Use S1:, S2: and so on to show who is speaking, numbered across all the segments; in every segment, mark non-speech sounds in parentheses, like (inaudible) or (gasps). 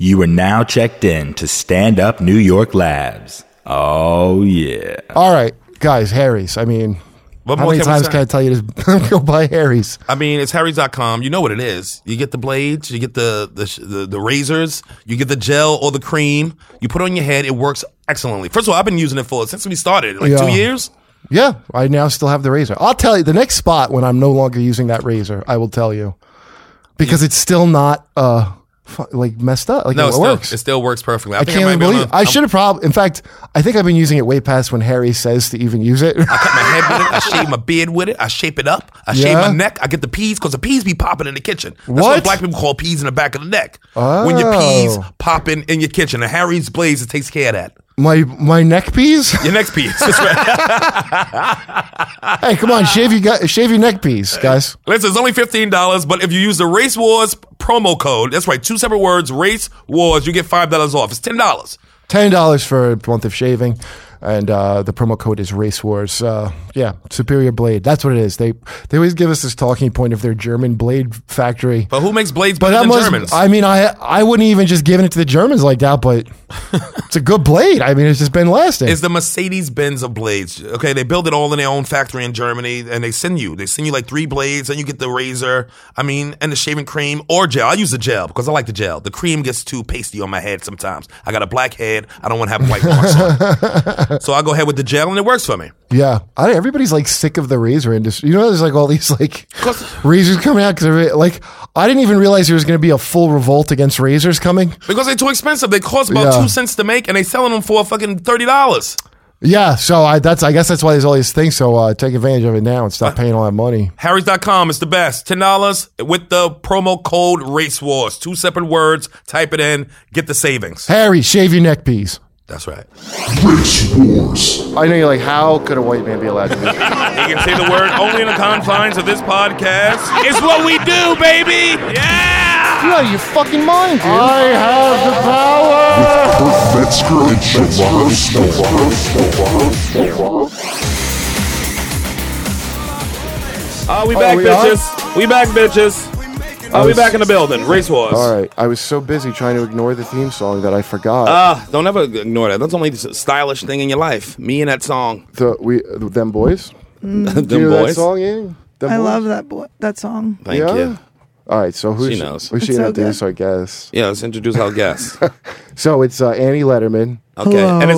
S1: You are now checked in to Stand Up New York Labs. Oh, yeah.
S2: All right, guys, Harry's. I mean,
S3: What
S2: how
S3: more
S2: many
S3: can we
S2: times
S3: say?
S2: can I tell you to (laughs) go buy Harry's?
S3: I mean, it's Harry's.com. You know what it is. You get the blades, you get the the, sh- the the razors, you get the gel or the cream. You put it on your head. It works excellently. First of all, I've been using it for since we started, like
S2: Yeah.
S3: two years.
S2: Yeah, I now still have the razor. I'll tell you the next spot when I'm no longer using that razor. I will tell you because it's still not uh fu- like messed up. Like
S3: No,
S2: it
S3: it still,
S2: works.
S3: it still works perfectly. I,
S2: I
S3: think
S2: can't
S3: I
S2: even
S3: might be on
S2: believe.
S3: a-
S2: I should have probably. In fact, I think I've been using it way past when Harry says to even use it.
S3: cut my head with it. I shave my beard with it. I shape it up. I shave
S2: Yeah.
S3: my neck. I get the peas because the peas be popping in the kitchen. That's what?
S2: What?
S3: black people call peas in the back of the neck. (laughs) When your peas
S2: Oh.
S3: popping in your kitchen. And Harry's Blaze it takes care of that.
S2: my my neck piece.
S3: Your next piece. That's right.
S2: hey, come on, shave your gu- shave your neck piece, guys.
S3: Listen, it's only fifteen dollars, but if you use the Race Wars promo code, that's right, two separate words, Race Wars, you get five dollars off. It's ten dollars.
S2: Ten dollars for a month of shaving, and uh, the promo code is Race Wars. Uh, yeah, Superior Blade. That's what it is. They they always give us this talking point of their German blade factory.
S3: But who makes blades
S2: But
S3: better
S2: that
S3: than
S2: was,
S3: Germans?
S2: I mean, I I wouldn't even just giving it to the Germans like that. But
S3: (laughs)
S2: it's a good blade. I mean, it's just been lasting.
S3: It's the Mercedes Benz of blades. Okay, they build it all in their own factory in Germany, and they send you. They send you like three blades, and you get the razor. I mean, and the shaving cream or gel. I use the gel because I like the gel. The cream gets too pasty on my head sometimes. I got a black head. I don't want to have white marks on.
S2: (laughs)
S3: it. So I go ahead with the gel, and it works for me.
S2: yeah, I don't- everybody's like sick of the razor industry. You know, there's like all these like razors coming out because like I didn't even realize there was going to be a full revolt against razors coming.
S3: Because they're too expensive. They cost about
S2: Yeah.
S3: two cents to make, and they selling them for fucking thirty dollars.
S2: Yeah, so I that's I guess that's why there's all these things. So uh, take advantage of it now and stop paying all that money.
S3: Harry's.com is the best. $10 with the promo code Race Wars. Two separate words. Type it in. Get the savings.
S2: Harry, shave your neck piece.
S3: That's right.
S2: I know you're like, how could a white man be allowed to do that?
S3: (laughs) You can say the word only in the confines of this podcast. It's what we do, baby. Yeah.
S2: (laughs) You're out of your fucking mind, dude. I have the power.
S4: Kurt Metzger and Shabbat Snow.
S3: Oh, we back,
S2: we
S3: bitches. We back, bitches. Oh, we back in the building. Race Wars.
S2: All right, I was so busy trying to ignore the theme song that I forgot
S3: Ah, don't ever ignore that. That's the only stylish thing in your life. Me and that song.
S2: the we them boys.
S3: (laughs) Them
S2: Do you know
S3: boys.
S2: that song, Ian? Them
S5: Mm. I
S2: boys?
S5: love that boy, that song.
S3: Thank
S2: Yeah.
S3: you.
S2: All right, so who's
S3: She knows.
S2: who's she
S5: It's so
S2: introduce? I guess.
S3: Yeah, let's
S2: (laughs)
S3: introduce our guest. Okay.
S2: So it's uh, Annie Letterman
S3: And it's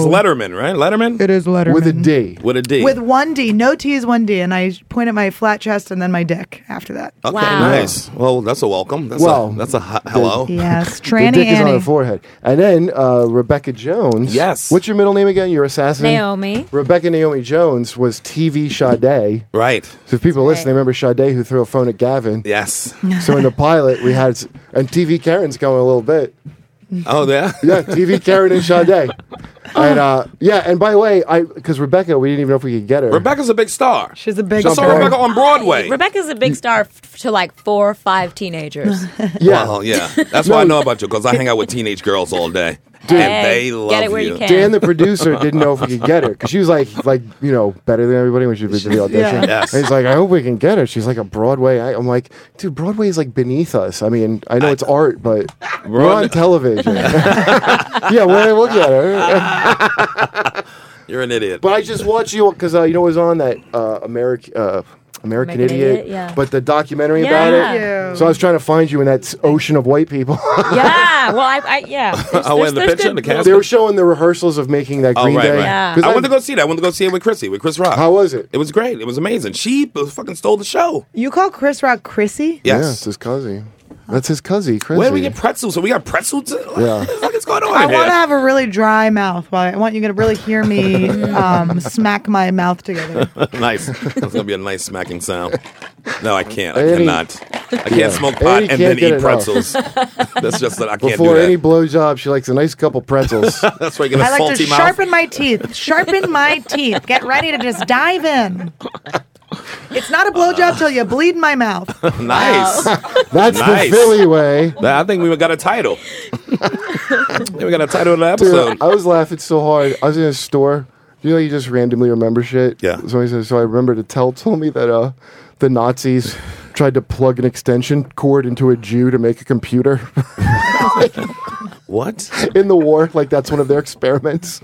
S5: Hello.
S3: Letterman, right? Letterman?
S5: It is Letterman.
S2: with a D.
S3: With a D. Uh,
S5: With one D. No T is one D. And I point at my flat chest and then my dick after that.
S3: Okay,
S6: Wow.
S3: nice. Well, that's a welcome. That's
S2: Well,
S3: a, that's a h- hello. (laughs)
S5: Yes.
S2: The
S5: Tranny
S2: dick is on
S5: Annie.
S2: her forehead. And then uh, Rebecca Jones.
S3: Yes.
S2: What's your middle name again? Your assassin.
S6: Naomi.
S2: Rebecca Naomi Jones was TV Sade.
S3: Right.
S2: So if people listen, they remember Sade who threw a phone at Gavin.
S3: Yes.
S2: So
S5: (laughs)
S2: in the pilot, we had and TV Karen's going a little bit.
S3: Oh, yeah.
S2: (laughs) Yeah, TV Karen and
S3: (laughs)
S2: Sade. And uh, yeah, and by the way, I because Rebecca, we didn't even know if we could get her.
S3: Rebecca's a big star.
S5: She's a big
S3: I saw
S2: star.
S3: Rebecca on Broadway.
S6: (laughs) Rebecca's a big star f- to like four or five teenagers.
S2: yeah.
S3: Well, yeah. That's why I know about you because I hang out with teenage girls all day, and they
S6: Hey,
S3: love
S6: get it where you, can.
S2: Dan, the producer, didn't know if we could get her because she was like, like you know, better than everybody when she was at the audition.
S5: Yeah.
S3: Yes.
S2: And he's like, I hope we can get her. She's like a Broadway. act- I'm like, dude, Broadway is like beneath us. I mean, I know it's art, but we're on
S3: (laughs)
S2: television. yeah, we're we'll get her.
S3: You're an idiot.
S2: But I just watched you because uh, you know it was on that uh, American. Uh, American,
S6: American
S2: Idiot,
S6: Idiot, yeah.
S2: but the documentary about
S6: Yeah.
S2: it.
S5: Thank you.
S2: So I was trying to find you in that s- ocean of white people. (laughs)
S6: yeah. Well, I, I yeah. There's-
S3: Oh, in the
S6: there's
S3: picture, in the
S6: good-
S2: they were showing the rehearsals of making that
S3: oh,
S2: Green
S3: right,
S2: Day.
S3: right.
S6: Yeah.
S3: I went to go see that. I went to go see it with Chrissy, with Chris Rock.
S2: How was it?
S3: It was great. It was amazing. She b- fucking stole the show.
S5: You call Chris Rock Chrissy?
S2: Yeah, it's
S3: Yes.
S2: his cousin. That's his cousin, Chris.
S3: Where do we get pretzels? So we got pretzels.
S2: Yeah.
S3: (laughs) What the fuck is going on
S5: I
S3: here?
S5: want to have a really dry mouth. While I want you to really
S3: (laughs)
S5: hear me (laughs) um, smack my mouth together.
S3: nice. That's gonna be a nice smacking sound. No, I can't. I
S2: Any-
S3: cannot. I can't smoke
S2: Any
S3: pot and
S2: can't
S3: then
S2: get
S3: eat
S2: enough.
S3: pretzels. That's just that I can't
S2: Before
S3: do that.
S2: any blowjob, she likes a nice couple
S3: (laughs)
S2: pretzels.
S3: That's why you get a
S5: I like
S3: salty
S5: to
S3: mouth.
S5: sharpen my teeth. Sharpen my teeth. Get ready to just dive in. It's not a blowjob till you bleed in my mouth.
S3: (laughs)
S2: (laughs)
S3: nice.
S2: That's
S3: Nice.
S2: the Philly way.
S3: I think we got a title. Yeah, we got a title of the
S2: Dude,
S3: episode.
S2: I was laughing so hard. I was in a store. You know, you just randomly remember shit.
S3: Yeah.
S2: Somebody said, so I remember to tell told me that uh, the
S3: (laughs)
S2: Nazis
S3: (laughs)
S2: tried to plug an extension cord into a Jew to make a computer.
S7: What?
S2: in the war. Like that's one of their
S3: (laughs)
S2: experiments.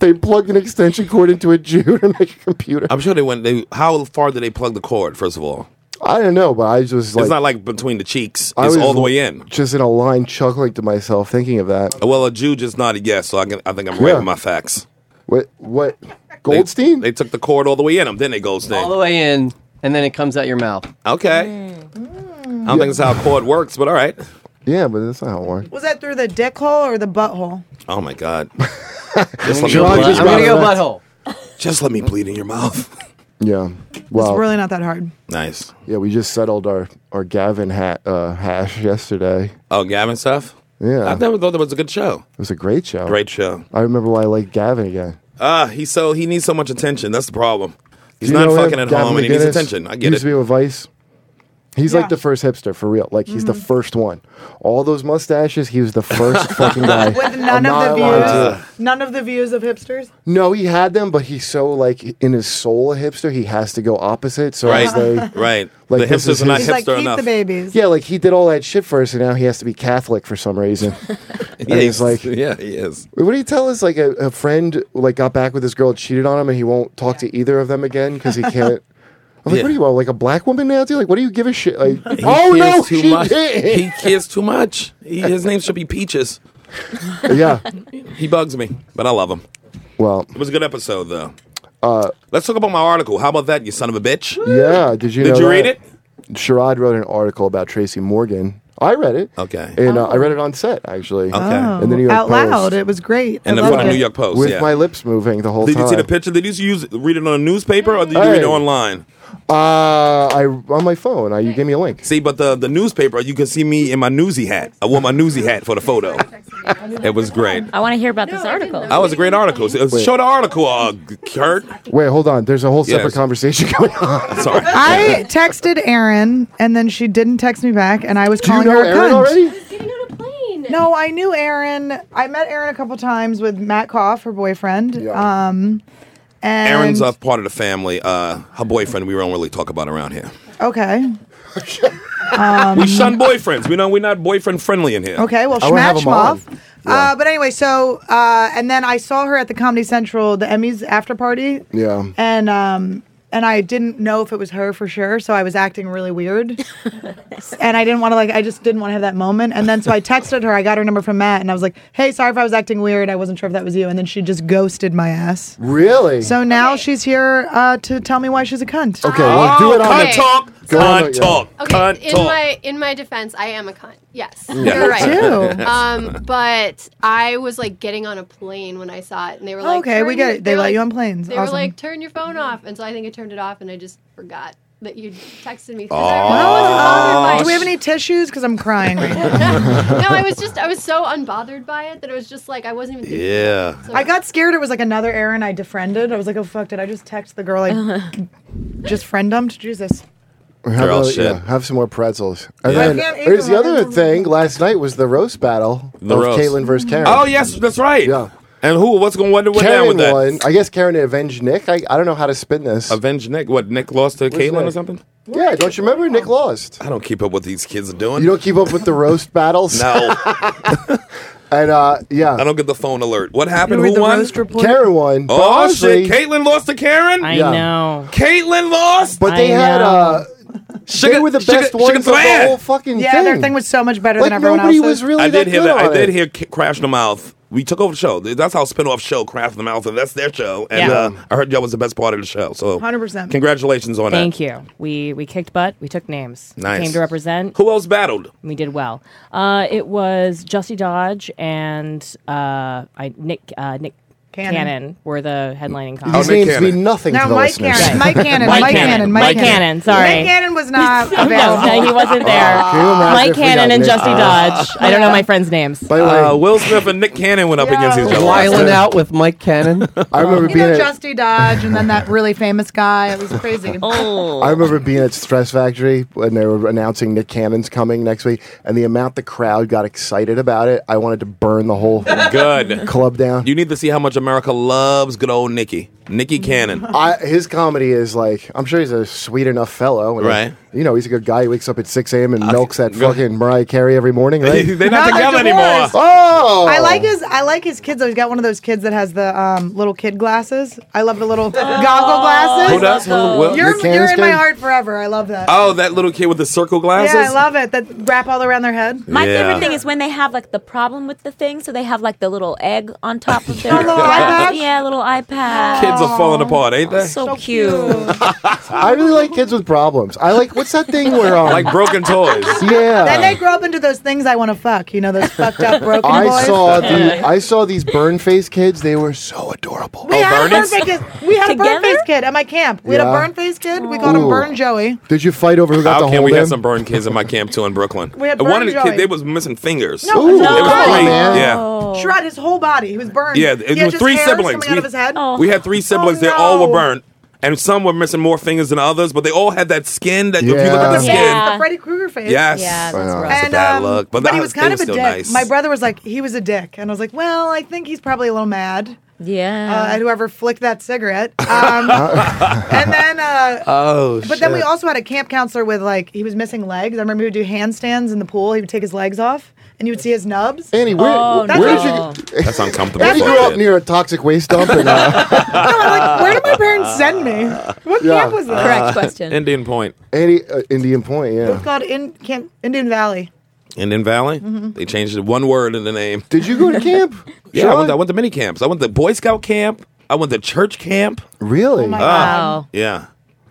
S2: they plugged an extension cord into a Jew to make a computer.
S3: I'm sure they went. They how far did they plug the cord? First of all,
S2: I don't know, but I was just like,
S3: it's not like between the cheeks.
S2: I
S3: It's
S2: was
S3: all the way in.
S2: Just in a line, chuckling to myself, thinking of that.
S3: Well, a Jew just nodded yes, so I, can, I think I'm right
S2: Yeah.
S3: with my facts.
S2: What? What?
S3: They-
S2: Goldstein?
S3: They, took the cord all the way in them, then they
S8: all
S3: Goldstein.
S8: the way in, and then it comes out your mouth.
S3: okay. I don't think that's how cord works, but all right.
S2: yeah, but that's not how it works.
S5: Was that through the dick hole or the butthole?
S3: Oh
S2: (laughs)
S3: my God. just, let
S2: John
S3: me bleed,
S2: just-
S8: I'm gonna go
S2: Right.
S8: butthole.
S3: just let me bleed in your mouth.
S2: Yeah.
S5: It's
S2: Wow.
S5: really not that hard.
S3: nice.
S2: yeah, we just settled our our Gavin ha- uh, hash yesterday.
S3: Oh, Gavin stuff?
S2: Yeah,
S3: I
S2: it
S3: never thought that was a good show.
S2: was a great show.
S3: Great show.
S2: I remember why I liked Gavin again.
S3: Ah, he so he needs so much attention. That's the problem. He's
S2: Do you
S3: not
S2: know him,
S3: fucking at
S2: Gavin
S3: home and he needs
S2: McGinnis?
S3: attention. I get
S2: Used to
S3: it.
S2: be with Vice. He's
S5: Yeah. Mm-hmm.
S2: like the first hipster for real. Like he's the first one. All those mustaches, he was the
S3: (laughs)
S2: first fucking guy.
S5: With none
S2: I'm
S5: of the
S2: not lying to you.
S5: views, none of the views of hipsters.
S2: No, he had them, but he's so like in his soul a hipster. He has to go opposite. So
S3: Right.
S2: it's like,
S3: (laughs) Right.
S2: Like,
S3: the
S2: this
S3: hipsters
S2: is
S3: are not
S2: his-
S5: He's like,
S3: hipster
S5: keep
S3: enough.
S5: the babies.
S2: yeah, like he did all that shit first, and now he has to be Catholic for some
S5: (laughs)
S2: reason. and he's like,
S3: yeah, he is.
S2: What do you tell us? Like a, a friend like got back with this girl, cheated on him, and he won't talk to either of them again because he can't. I'm like,
S3: Yeah.
S2: what do you want? Like a black woman now? Dude, like, what do you give a shit? Like, oh no,
S3: too
S2: she
S3: much.
S2: did.
S3: He cares too much. He, his name should be Peaches.
S2: yeah.
S3: He bugs me, but I love him.
S2: Well, uh,
S3: It was a good episode, though. Let's talk about my article. How about that, you son of a bitch?
S2: yeah. Did you?
S3: Did
S2: know
S3: you read
S2: that?
S3: it?
S2: Sherrod wrote an article about Tracy Morgan. I read it.
S3: Okay.
S2: And uh, I read it on set actually.
S3: Okay.
S5: Oh,
S2: In the New York
S5: out loud.
S2: Post.
S5: It
S2: (laughs)
S5: was great.
S3: And the
S5: I loved
S3: front of
S5: it.
S3: New York Post.
S2: With
S3: yeah.
S2: my lips moving the whole
S3: did
S2: time.
S3: you see the picture? Did you use read it on a newspaper or did you read it
S2: Hey.
S3: online?
S2: Uh, I on my phone. I, you gave me a link.
S3: See, but the the newspaper, you can see me in my newsy hat. I wore my newsy hat for the photo. It was great.
S6: I want to hear about this article.
S3: That was a great article. So, Show the article, uh, Kurt.
S2: Wait, hold on. There's a whole separate
S3: Yes.
S2: conversation (laughs) going on.
S3: Sorry.
S5: I texted Erin, and then she didn't text me back, and I was
S2: Do you
S5: calling
S2: know
S5: her a
S2: Aaron
S5: cunt.
S2: already?
S9: Getting on a plane.
S5: No, I knew Erin. I met Erin a couple times with Matt Koff, her boyfriend.
S2: Yeah.
S5: Um, and
S3: Aaron's a part of the family. Uh, her boyfriend, we don't really talk about around here.
S2: (laughs)
S5: Okay, Um,
S3: We
S9: Um,
S3: shun boyfriends. We know we're not boyfriend friendly in here.
S5: okay. Well,
S2: I wanna have
S5: Schmatch
S2: 'em on.
S5: Moff.
S2: (laughs)
S5: Uh, but anyway, so uh, and then I saw her at the Comedy Central, the Emmys after party.
S2: Yeah.
S5: And um, and I didn't know if it was her for sure, so I was acting
S9: (laughs)
S5: really weird. and I didn't want to like, I just didn't want to have that moment. And then so I texted her. I got her number from Matt, and I was like, "Hey, sorry if I was acting weird. I wasn't sure if that was you." And then she just ghosted my ass.
S2: Really?
S5: So now she's here uh, to tell me why she's a cunt.
S2: okay, well, do it on
S3: Cunt
S9: Okay.
S3: talk.
S2: Go on,
S3: Cunt
S2: yeah.
S3: talk.
S9: Okay,
S3: Cunt
S9: in
S3: talk.
S9: my in my defense, I am a cunt. Yes,
S3: Yeah.
S9: you're right.
S5: Ew.
S9: Um, but I was like getting on a plane when I saw it, and they were like,
S5: Okay, we
S9: "Turn
S5: get
S9: your-"
S5: it. They
S9: were
S5: let
S9: like-
S5: you on planes.
S9: They were
S5: Awesome.
S9: like, "Turn your phone off," and so I think I turned it off, and I just forgot that you texted me. 'cause I
S5: Do
S9: was
S5: we have
S9: unbothered by
S5: any tissues? Because I'm crying right
S9: (laughs)
S5: now.
S9: it. No, I was just I was so unbothered by it that it was just like I wasn't even. Thinking.
S3: Yeah.
S5: I got scared. It was like another Aaron I defriended. I was like, oh fuck, did I just text the girl I just friend dumped? Jesus.
S2: How
S3: Girl
S2: about-
S3: shit.
S2: have some more pretzels. And
S3: Yeah.
S2: then
S5: I can't eat
S2: here's
S5: them.
S2: the other thing. Last night was the roast battle
S3: The
S2: of
S3: roast.
S2: Caitlyn versus Karen.
S3: Oh yes, that's right.
S2: Yeah.
S3: And who? What's going? What went down
S2: Karen
S3: with that?
S2: won. I guess Karen avenged Nick. I, I don't know how to spin this.
S3: Avenge Nick. What? Nick lost to Caitlyn or
S2: Nick?
S3: something?
S2: yeah, don't you remember? Nick lost.
S3: I don't keep up what these kids are doing.
S2: You don't keep up with the roast battles.
S3: (laughs) no,
S2: (laughs) And uh,
S3: I
S2: yeah,
S3: don't get the phone alert. What happened?
S5: You read
S3: Who
S5: the
S3: won?
S5: roast report?
S2: Karen won. but
S3: Oh
S2: honestly-
S3: shit! Caitlyn lost to Karen.
S10: I
S2: Yeah.
S10: know.
S3: Caitlyn lost.
S2: But they
S10: I
S2: had
S10: know.
S2: uh,
S3: Sugar,
S2: they were the
S3: sugar-
S2: best
S3: sugar
S2: ones of the
S3: flan.
S2: whole fucking
S5: Yeah,
S2: thing.
S5: their thing was so much better
S2: like
S5: than everyone
S2: nobody
S5: else's.
S2: was really.
S3: I
S2: that
S3: did hear
S2: good
S3: that. I
S2: on
S3: did
S2: it.
S3: hear K- Crash the Mouth. We took over the show. That's our spin-off show, Crash the Mouth, and that's their show. And
S10: Yeah.
S3: uh, I heard y'all was the best part of the show. So
S5: 100%.
S3: Congratulations on
S10: Thank
S3: that.
S10: you. We we kicked butt. We took names. We
S3: Nice.
S10: Came to represent.
S3: Who else battled?
S10: and We did well. Uh, it was Justy Dodge and uh, I Nick uh, Nick
S5: Cannon.
S10: Cannon. were the headlining
S2: These
S10: comics.
S3: Nick
S2: names
S3: Cannon.
S2: mean nothing
S5: No,
S2: to the
S5: Mike
S2: listeners.
S5: Cannon, Mike Cannon,
S10: Mike
S5: Mike
S10: Cannon,
S5: Cannon,
S10: Mike Cannon, sorry.
S5: Mike Cannon
S10: (laughs)
S5: was not
S10: no, no, he
S5: available.
S10: wasn't there.
S2: Can you imagine
S10: Mike
S2: if we
S10: Cannon
S2: got
S10: and
S2: Nick-
S10: Justy Dodge. I don't know my friends' names.
S2: By the way,
S3: Uh, Will Smith and Nick Cannon went up against each other.
S8: Wiling out with Mike Cannon.
S2: (laughs) I remember
S5: You
S2: being at,
S5: know, Justy Dodge and then that really famous guy. It was
S10: (laughs)
S5: crazy.
S10: Oh.
S2: I remember being at Stress Factory when they were announcing Nick Cannon's coming next week, and the amount the crowd got excited about it, I wanted to burn the whole (laughs)
S3: Good.
S2: club down.
S3: You need to see how much America loves good old Nikki. Nikki Cannon.
S2: I, his comedy is like I'm sure he's a sweet enough fellow. and,
S3: Right.
S2: you know, he's a good guy. He wakes up at 6 a.m. and milks that fucking Mariah Carey every morning, right?
S3: (laughs) They're not
S5: Not
S3: together anymore.
S5: divorced.
S2: oh,
S5: I like his. I like his kids. He's got one of those kids that has the um, little kid glasses. I love
S10: (laughs)
S5: the little goggle (laughs) glasses.
S3: Who does? Who- Will-
S5: You're,
S2: Nick
S5: you're
S2: Cannon's
S5: in my
S2: kid?
S5: heart forever. I love that.
S3: Oh, that little kid with the circle
S5: yeah,
S3: glasses.
S5: I love it. That wrap all around their head.
S6: My
S3: Yeah.
S6: favorite thing is when they have like the problem with the thing, so they have like the little egg on top
S3: (laughs)
S6: of their
S5: little iPad?
S6: Yeah, little
S3: Kids
S6: iPad.
S3: are falling apart, ain't they?
S6: So, cute.
S2: (laughs) I really like kids with problems. I like what's that thing where um,
S3: like broken toys.
S2: (laughs) yeah.
S5: Then they grow up into those things I want to fuck. You know, those
S2: (laughs)
S5: fucked up broken
S2: I
S5: boys. (laughs)
S2: saw the I saw these burn face kids. They were so adorable.
S5: We had
S3: Bernies?
S5: a burn face kid. We had a burn
S6: Together?
S5: face kid at my camp. We had
S2: Yeah.
S5: a burn face kid. We called him
S2: Ooh.
S5: Burn Joey.
S2: Did you fight over who got
S3: How
S2: the
S3: can
S2: whole
S3: we
S2: damn?
S3: have some burned kids in my camp too in Brooklyn?
S5: We had
S3: One of
S5: burned
S3: the kids,
S5: joy.
S3: they was missing fingers.
S5: No,
S2: Ooh,
S5: no,
S3: it was
S5: no.
S3: three.
S2: man.
S3: Yeah,
S5: Shroud his whole body. He was burned.
S3: yeah.
S5: He
S3: It
S5: had
S3: was
S5: just
S3: three
S5: hair
S3: siblings.
S5: coming out of his head.
S6: Oh.
S3: we had three siblings. They
S5: no.
S3: all were burned, and some were missing more fingers than others. But they all had that skin. That if you look at the
S2: Yeah.
S3: skin,
S6: Yeah.
S5: The Freddy Krueger face.
S3: yes.
S6: Yeah, that's
S2: Wow.
S6: right.
S3: It's a
S5: And, um,
S3: bad look, but that
S5: he
S3: was-
S5: was kind
S3: it was
S5: of a
S3: still
S5: dick.
S3: nice.
S5: My brother was like, he was a dick, and I was like, well, I think he's probably a little mad uh,
S6: Yeah.
S5: at whoever flicked that cigarette. Um,
S3: Uh,
S5: and then, uh,
S3: (laughs) Oh,
S5: but then we also had a camp counselor with like he was missing legs. I remember he would do handstands in the pool. He would take his legs off, and you would see his nubs.
S2: Annie, where,
S6: Oh,
S2: where did you?
S6: no.
S3: that's uncomfortable.
S2: Where did you
S3: for a
S2: grow up
S3: kid.
S2: near a toxic waste dump? And,
S5: (laughs)
S2: uh,
S5: No, I'm like, where did my parents send me? What
S2: Yeah.
S5: camp was this?
S6: Correct question.
S3: Uh, Indian Point,
S2: Annie, uh, Indian Point. Yeah.
S5: It's called in camp Indian Valley.
S3: Indian Valley.
S6: Mm-hmm.
S3: They changed the one word in the name.
S2: Did you go to camp?
S3: (laughs) Yeah, I
S2: Sean?
S3: went, I went to many camps. I went to Boy Scout camp. I went to church camp.
S6: Oh
S3: Ah,
S2: Really?
S6: wow.
S3: Yeah.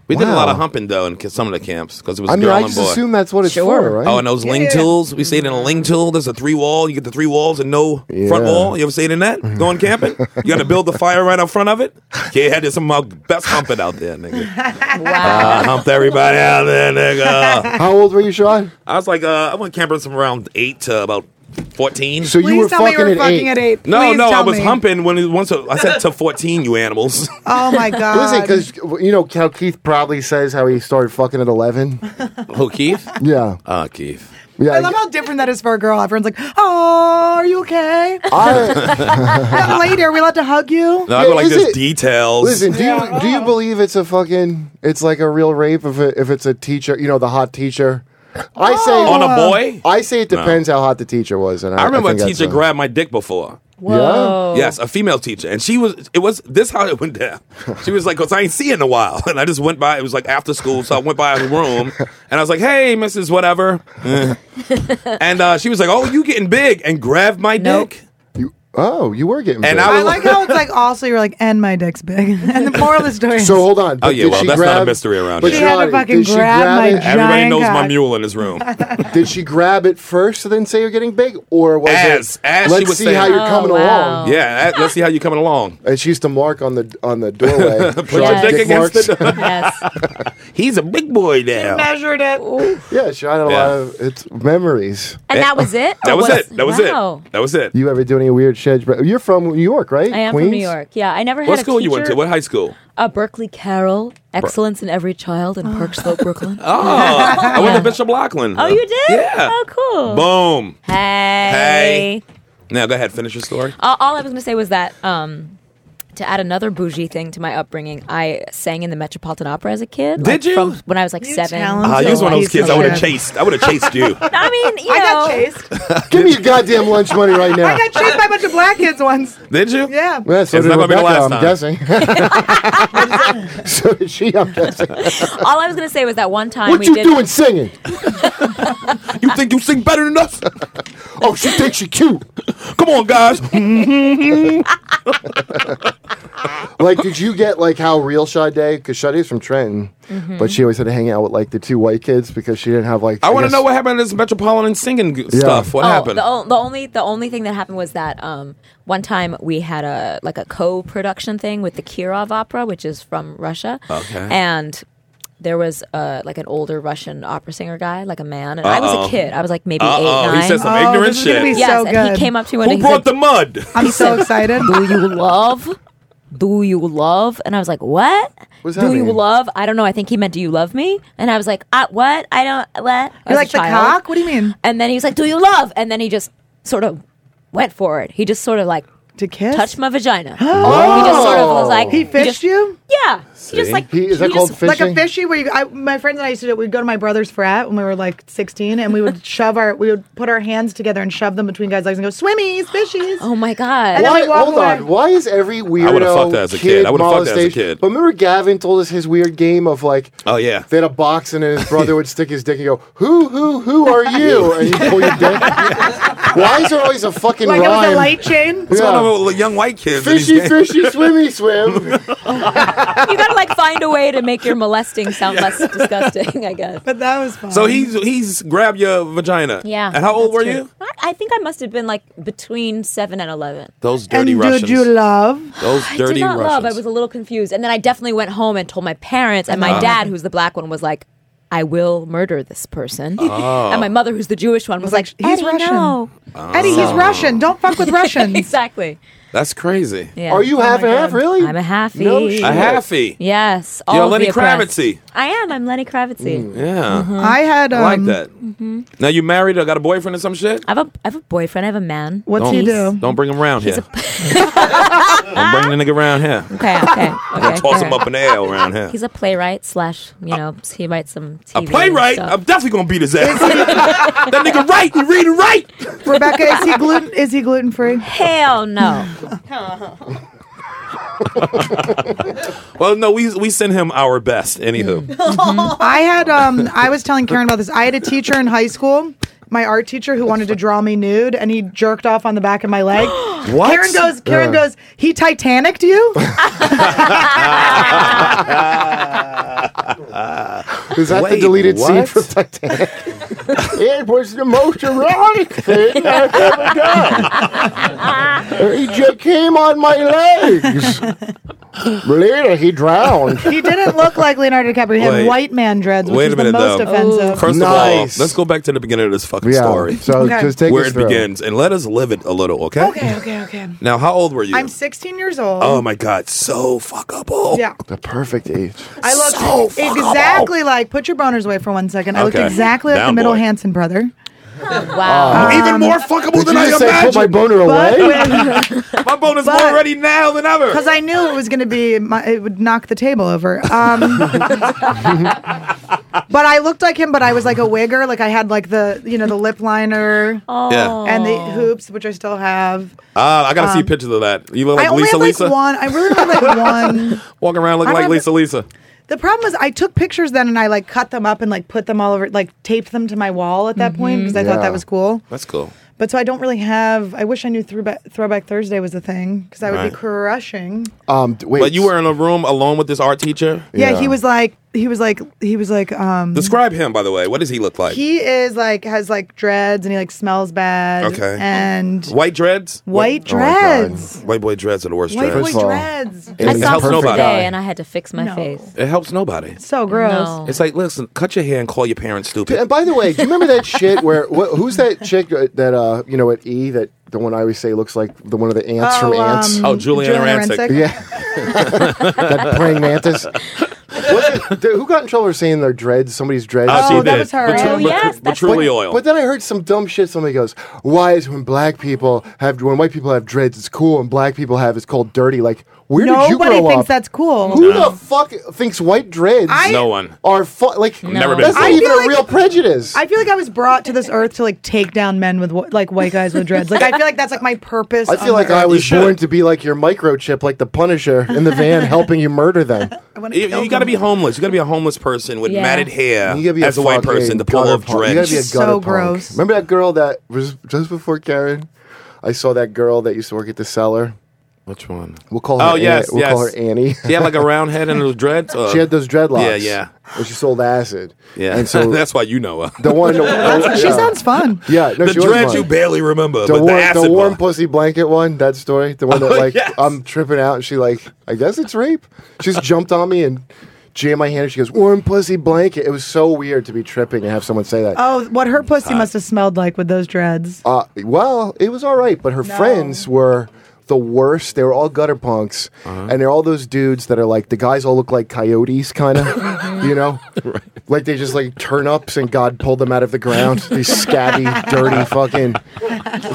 S3: We did a
S2: Wow.
S3: lot of humping though in ki- some of the camps because it was
S2: I mean,
S3: girl
S2: I
S3: and
S2: just
S3: boy.
S2: assume that's what it's for, right?
S3: Oh, and those ling
S5: Yeah. Mm-hmm.
S3: tools. We stayed in a ling tool. There's a three wall. You get the three walls and no front
S2: Yeah.
S3: wall. You ever stayed in
S2: (laughs)
S3: that? Going camping? You got to build the fire right out front of it? Yeah, I did some of my best humping out there,
S5: (laughs)
S3: nigga.
S6: Wow.
S3: I humped everybody out there, nigga.
S2: (laughs) How old were you, Sean?
S3: I was like, uh, I went camping from around 8 to about 14.
S2: So
S5: Please
S2: you were
S5: tell me
S2: fucking
S5: you were
S2: at
S5: fucking
S2: eight.
S5: at eight.
S3: no,
S5: Please
S3: no, I
S5: tell
S3: was
S5: me.
S3: humping when it, once I said
S5: (laughs)
S3: to 14, you animals.
S2: (laughs)
S5: Oh my god.
S2: Listen, because you know how Keith probably says how he started fucking at eleven.
S3: (laughs) Who, Keith?
S2: Yeah,
S3: Ah, Keith.
S2: yeah.
S5: I love how different that is for a girl. Everyone's like, "Oh, are you okay?" (laughs)
S2: I-
S5: Then later, are we allowed to hug you?
S3: No, I go like
S2: Is
S3: this
S2: it-
S3: details.
S2: listen, do you do you believe it's a fucking? It's like a real rape if it, if it's a teacher. You know, the hot teacher. I say Oh.
S3: on a boy?
S2: I say it depends how hot the teacher was, and I,
S3: I remember
S2: think
S3: a
S2: that's
S3: teacher grabbed my dick before.
S6: Whoa.
S3: Yes, a female teacher, and she was. It was this how it went down. She was like, "Cause I ain't see it in a while," (laughs) and I just went by. It was like after school, so I went by her room, and I was like, "Hey, Mrs. Whatever," (laughs) Eh. and uh, she was like, "Oh, you getting big?" and grabbed my
S6: Nope.
S3: dick,
S2: You, oh, you were getting. big.
S3: and I
S5: I
S3: was (laughs)
S5: like
S3: like,
S5: how it's like also you're like, and my dick's big. (laughs) And the moral of the story is
S2: so hold on.
S3: "Oh
S2: but
S3: yeah,
S2: did
S3: well,
S2: she
S3: that's not a
S2: grab-
S3: mystery around
S2: but
S5: she
S3: here."
S5: had
S2: Sean,
S5: to fucking
S2: did she
S5: grab,
S2: grab
S5: my
S2: it?
S5: giant
S3: Everybody knows my
S5: cock.
S3: mule in his room.
S2: Did she grab it first and then say you're getting big, or was
S3: As-
S2: it?
S3: as she
S2: let's
S3: was
S2: see
S3: saying-
S2: how you're
S6: Oh,
S2: coming
S6: wow.
S2: along.
S3: yeah, I- let's see how you coming along.
S2: And she used to mark on the on the
S3: (laughs)
S2: doorway. Put
S3: your
S6: dick
S3: against
S5: (laughs)
S2: (laughs)
S3: the door.
S6: Yes.
S3: He's a big boy now.
S5: Measured it.
S2: Yeah, she had a
S3: Yeah.
S2: lot of it's memories.
S6: And that was it? Or
S3: That was it. That was
S6: Wow.
S3: it. That was it.
S2: You ever do any weird sheds? But you're from New York, right?
S6: I am
S2: Queens?
S6: from New York. Yeah, I never had
S3: What
S6: a
S3: school you went
S6: teacher-
S3: to? What high school?
S6: Uh, Berkeley Carroll, excellence in every child in Park Slope, Brooklyn.
S3: (laughs) Oh, I went to Bishop Lachlan.
S6: Oh, you did?
S3: Yeah.
S6: Oh, cool.
S3: Boom.
S6: Hey.
S3: Now go ahead, finish your story.
S6: All, all I was going to say was that um, to add another bougie thing to my upbringing, I sang in the Metropolitan Opera as a kid.
S3: Did
S6: like,
S3: you?
S6: From when I was like seven.
S5: talented.
S3: Ah, you
S5: I'm so
S3: was one of those
S5: piece of
S3: kids. I would have
S5: shit.
S3: chased. I would have chased you.
S6: I mean, you
S5: I
S6: know.
S5: got
S2: (laughs)
S5: chased.
S2: Give me your goddamn lunch money right now.
S5: I got chased by a bunch of black kids once.
S3: Did you?
S5: Yeah.
S2: Yeah, so did
S3: It's not gonna be the
S2: Rebecca, I'm
S3: last
S2: guessing. (laughs) so did she, I'm guessing.
S6: All I was going to say was that one time
S2: What
S6: we
S2: you
S6: did.
S2: doing singing?
S3: (laughs) You think you sing better than us?
S2: (laughs) Oh, she thinks she cute.
S3: Come on, guys.
S2: (laughs) Like, did you get like how real Sade? Because Sade's from Trenton,
S6: Mm-hmm.
S2: but she always had to hang out with like the two white kids because she didn't have like.
S3: I want to
S2: guess-
S3: know what happened to this metropolitan singing g- stuff. What
S6: Oh,
S3: happened?
S6: The, o- the only the only thing that happened was that um, one time we had a like a co-production thing with the Kirov Opera, which is from Russia.
S3: Okay.
S6: And there was uh, like an older Russian opera singer guy, like a man, and I was a kid. I was like maybe
S3: Uh-oh,
S6: eight,
S3: he
S6: nine.
S3: said some
S5: Oh,
S3: ignorant
S5: this is gonna
S3: shit.
S5: be
S6: yes,
S5: so
S6: and
S5: good.
S6: he came up to me one day.
S3: Who
S6: he's
S3: brought
S6: like,
S3: the mud?
S5: I'm so
S6: (laughs)
S5: excited.
S6: do you love? Do you love? And I was like, what?
S2: What's
S6: do
S2: that
S6: you
S2: mean?
S6: love? I don't know. I think he meant, do you love me? And I was like, uh, what? I don't, what?
S5: You're like the cock? What do you mean?
S6: And then he was like, "Do you love?" And then he just sort of went for it. He just sort of like
S5: to kiss? Oh!
S6: touched my vagina.
S5: (gasps)
S6: He Oh, just sort of
S2: Oh.
S6: was like,
S5: He fished
S6: just-
S5: you?
S6: Yeah. He just like,
S2: He- is that
S6: he
S2: called
S6: just-
S2: fishing?
S5: Like a fishy where you, I, my friends and I used to do it. We'd go to my brother's frat when we were like 16 and
S6: (laughs)
S5: we would shove our, we would put our hands together and shove them between guys' legs and go, swimmies, fishies.
S6: Oh my
S5: And
S6: god.
S5: then-
S2: Why,
S5: we walk
S2: hold
S5: away.
S2: on. Why is every weirdo
S3: would've fucked that as a kid. I would've fucked that as a
S2: molestation-
S3: kid.
S2: But remember, Gavin told us his weird game of like,
S3: Oh, yeah.
S2: they had a box and then his brother would stick his dick and go, "Who, who, who
S5: (laughs)
S2: are you?" And you pull your dick. Why is there always a fucking
S5: like it was
S2: rhyme?
S5: a light chain.
S3: What's
S2: Yeah.
S3: going on with young white kids? and these
S2: Fishy,
S3: games?
S2: fishy, swimmy,
S3: (laughs)
S2: swim.
S6: you gotta like find a way to make your molesting sound less disgusting, I guess.
S5: But that was fun.
S3: So he's he's grabbed your vagina.
S6: Yeah.
S3: And how old
S6: that's
S3: were
S6: true.
S3: you?
S6: I, I think I must have been like between seven and eleven.
S3: Those
S5: and
S3: dirty Russians.
S5: did you love?
S3: Those
S6: I did
S3: dirty
S6: not
S3: Russians.
S6: love. I was a little confused, and then I definitely went home and told my parents. And my
S2: Uh-huh.
S6: dad, who's the black one, was like, "I will murder this person."
S2: (laughs) Oh.
S6: And my mother, who's the Jewish one, was like,
S5: he's
S6: "Eddie,
S5: Russian."
S6: no."
S5: Eddie, he's Russian. Don't fuck
S6: (laughs)
S5: with Russians.
S6: exactly.
S3: That's crazy.
S6: Yeah.
S2: Are you
S6: Oh my
S2: half and half?
S6: God.
S2: Really?
S6: I'm a halfie.
S2: No shit.
S3: A halfie.
S6: Yes. all
S3: You're
S6: of the
S3: Lenny
S6: oppressed. Mm-hmm.
S3: Kravitzy. Mm,
S6: I am. I'm Lenny Kravitzy.
S2: Mm.
S6: Mm-hmm.
S3: Yeah.
S5: I had um,
S3: I like that. Now you married or got a boyfriend or some shit?
S6: I have a I have a boyfriend. I have a man.
S5: What's he do?
S3: Don't bring him around here. (laughs) Don't bring the nigga around here.
S6: (laughs) Okay.
S3: (laughs)
S6: Okay. okay.
S3: Toss him up in the air around here.
S6: He's a playwright slash you know he writes some TV
S3: A playwright?
S6: stuff.
S3: I'm definitely gonna beat his ass.
S6: (laughs)
S3: that nigga right, you read it right.
S5: Rebecca, is he gluten? Is he gluten free?
S6: Hell no.
S3: (laughs) Well, no, we we send him our best.
S5: Hmm.
S3: Anywho,
S5: I had um I was telling Karen about this. I had a teacher in high school, my art teacher who wanted to draw me nude and he jerked off on the back of my leg.
S3: (gasps) What? Uh.
S5: Karen goes Karen
S2: Yeah.
S5: goes, "He Titanicked you?"
S2: Uh, Is that the
S3: Wait,
S2: deleted scene
S3: what?
S2: from
S3: (laughs)
S2: Titanic? (laughs) it was the most erotic thing I've ever done. he just came on my
S3: (laughs)
S2: legs. Later, he drowned.
S5: he didn't look like Leonardo DiCaprio. He had
S3: Wait.
S5: white man dreads, which
S3: Wait
S5: was
S3: a minute,
S5: the most
S3: though.
S5: offensive.
S3: first
S2: Nice.
S3: of all, let's go back to the beginning of this fucking
S2: Yeah.
S3: story,
S2: So
S5: Okay.
S2: just take
S3: where
S2: us
S3: it
S2: through.
S3: begins, and let us live it a little, okay?
S5: Okay, okay, okay.
S3: Now, how old were you?
S5: I'm 16 years old.
S3: Oh my god, so fuckable.
S5: yeah.
S2: The perfect age.
S5: I looked
S3: So fuckable.
S5: exactly like put your boners away for one second. I looked
S3: Okay.
S5: exactly like
S3: Down
S5: the middle
S3: boy.
S5: Hanson brother.
S6: Wow.
S3: Even more fuckable
S2: Did you
S3: than I
S2: just say put my
S3: imagined.
S2: boner
S5: Um, But
S2: away?
S5: with (laughs)
S3: (laughs) my bonus
S5: but-
S3: more ready now than ever.
S5: because I knew it was going to be my, it would knock the table over. Um, (laughs) but I looked like him, but I was like a wigger, like I had like the you know the lip liner
S3: Yeah.
S5: and the hoops, which I still have.
S3: Ah, I gotta see pictures of that. You look like
S5: Um, I only
S3: Lisa
S5: have
S3: Lisa.
S5: like one. I really have like one.
S3: Walking around looking
S5: I
S3: like
S5: don't
S3: Lisa
S5: have-
S3: Lisa.
S5: The problem was I took pictures then and I like cut them up and like put them all over, like taped them to my wall at that point because I thought
S2: Mm-hmm. Yeah.
S5: that was cool.
S3: That's cool.
S5: But so I don't really have. I wish I knew throwback, throwback Thursday was a thing because I would
S3: Right.
S5: be crushing.
S2: Um, d- wait.
S3: But you were in a room alone with this art teacher.
S5: Yeah.
S2: Yeah.
S5: he was like he was like he was like um
S3: Describe him, by the way. What does he look like?
S5: He is like has like dreads and he like smells bad.
S3: Okay.
S5: And
S3: White dreads.
S5: white
S2: Oh my God.
S5: dreads.
S3: White boy dreads are the worst
S5: White
S3: dreads.
S5: boy
S2: First of all,
S5: dreads.
S2: it
S6: I
S2: is
S3: It
S6: saw
S3: helps
S6: him
S3: nobody.
S6: today and I had to fix my
S5: No.
S6: face.
S3: It helps nobody.
S5: So gross.
S6: No.
S3: It's like, listen, cut your hair and call your parents stupid.
S2: And by the way, do you remember that shit where wh- who's that chick uh, that uh you know at E that the one I always say looks like the one of the ants from
S5: Oh,
S2: Ants?
S5: um,
S3: Oh, Juliana Rancic.
S2: Yeah, (laughs) that praying mantis. Was it, th- who got in trouble for saying their dreads? Somebody's dreads.
S5: Oh, that was her.
S3: Betru-
S5: Oh,
S3: betru-
S6: yes, that's
S3: betru-
S6: right.
S3: oil.
S2: But then I heard some dumb shit. Somebody goes, "Why is when black people have when white people have dreads, it's cool, and black people have it's called dirty." Like, where did you grow
S5: Nobody thinks
S2: up?
S5: that's cool.
S2: Who the fuck thinks white dreads
S5: I-
S3: no one.
S2: are fu- like?
S6: Never been
S2: that's not
S5: cool. I
S2: even
S5: feel
S2: a
S5: like-
S2: real prejudice.
S5: I feel like I was brought to this earth to like take down men with wh- like white guys with dreads. Like I feel like that's like my purpose.
S2: I feel like I was born to be like your microchip, like the Punisher in the
S3: (laughs)
S2: van helping you murder them.
S3: You, you got to be homeless. You got to be a homeless person with
S6: Yeah.
S3: matted hair
S2: You gotta be
S3: as a, white person to pull
S2: gutter
S3: off
S2: punk. You gotta
S3: dreads.
S2: be a
S5: So
S2: gutter punk.
S5: gross.
S2: Remember that girl that was just before Karen? I saw that girl that used to work at the cellar.
S3: Which one?
S2: We'll call her.
S3: Oh, yes,
S2: Ann- we'll call
S3: yes.
S2: her
S3: (laughs)
S2: Annie.
S3: She had like a round head and those dreads. Uh,
S2: (laughs) she had those dreadlocks.
S3: Yeah, yeah.
S2: And she sold acid.
S3: Yeah,
S2: And so
S3: (laughs) that's why you know her.
S2: the
S3: (laughs)
S2: one. the-
S5: She
S2: yeah.
S5: sounds fun.
S2: Yeah, no,
S3: the
S2: she was
S3: dreads
S2: mine.
S3: you barely remember,
S2: the
S3: but
S2: warm,
S3: the acid
S2: the warm
S3: one.
S2: pussy blanket one. That story, the one that
S3: (laughs) Oh,
S2: like
S3: yes.
S2: I'm tripping out, and she like, I guess it's rape. She just jumped on me and jammed my hand, and she goes, "Warm pussy blanket." It was so weird to be tripping and have someone say that.
S5: Oh, what her pussy must have smelled like with those dreads.
S2: Uh, well, it was all right, but her friends were the worst.
S3: Uh-huh.
S2: They were all gutter punks, and they're all those dudes that are like the guys all look like coyotes, kind of. You
S3: (laughs)
S2: know, like they just like turn ups and God pulled them out of the ground. These scabby, dirty fucking.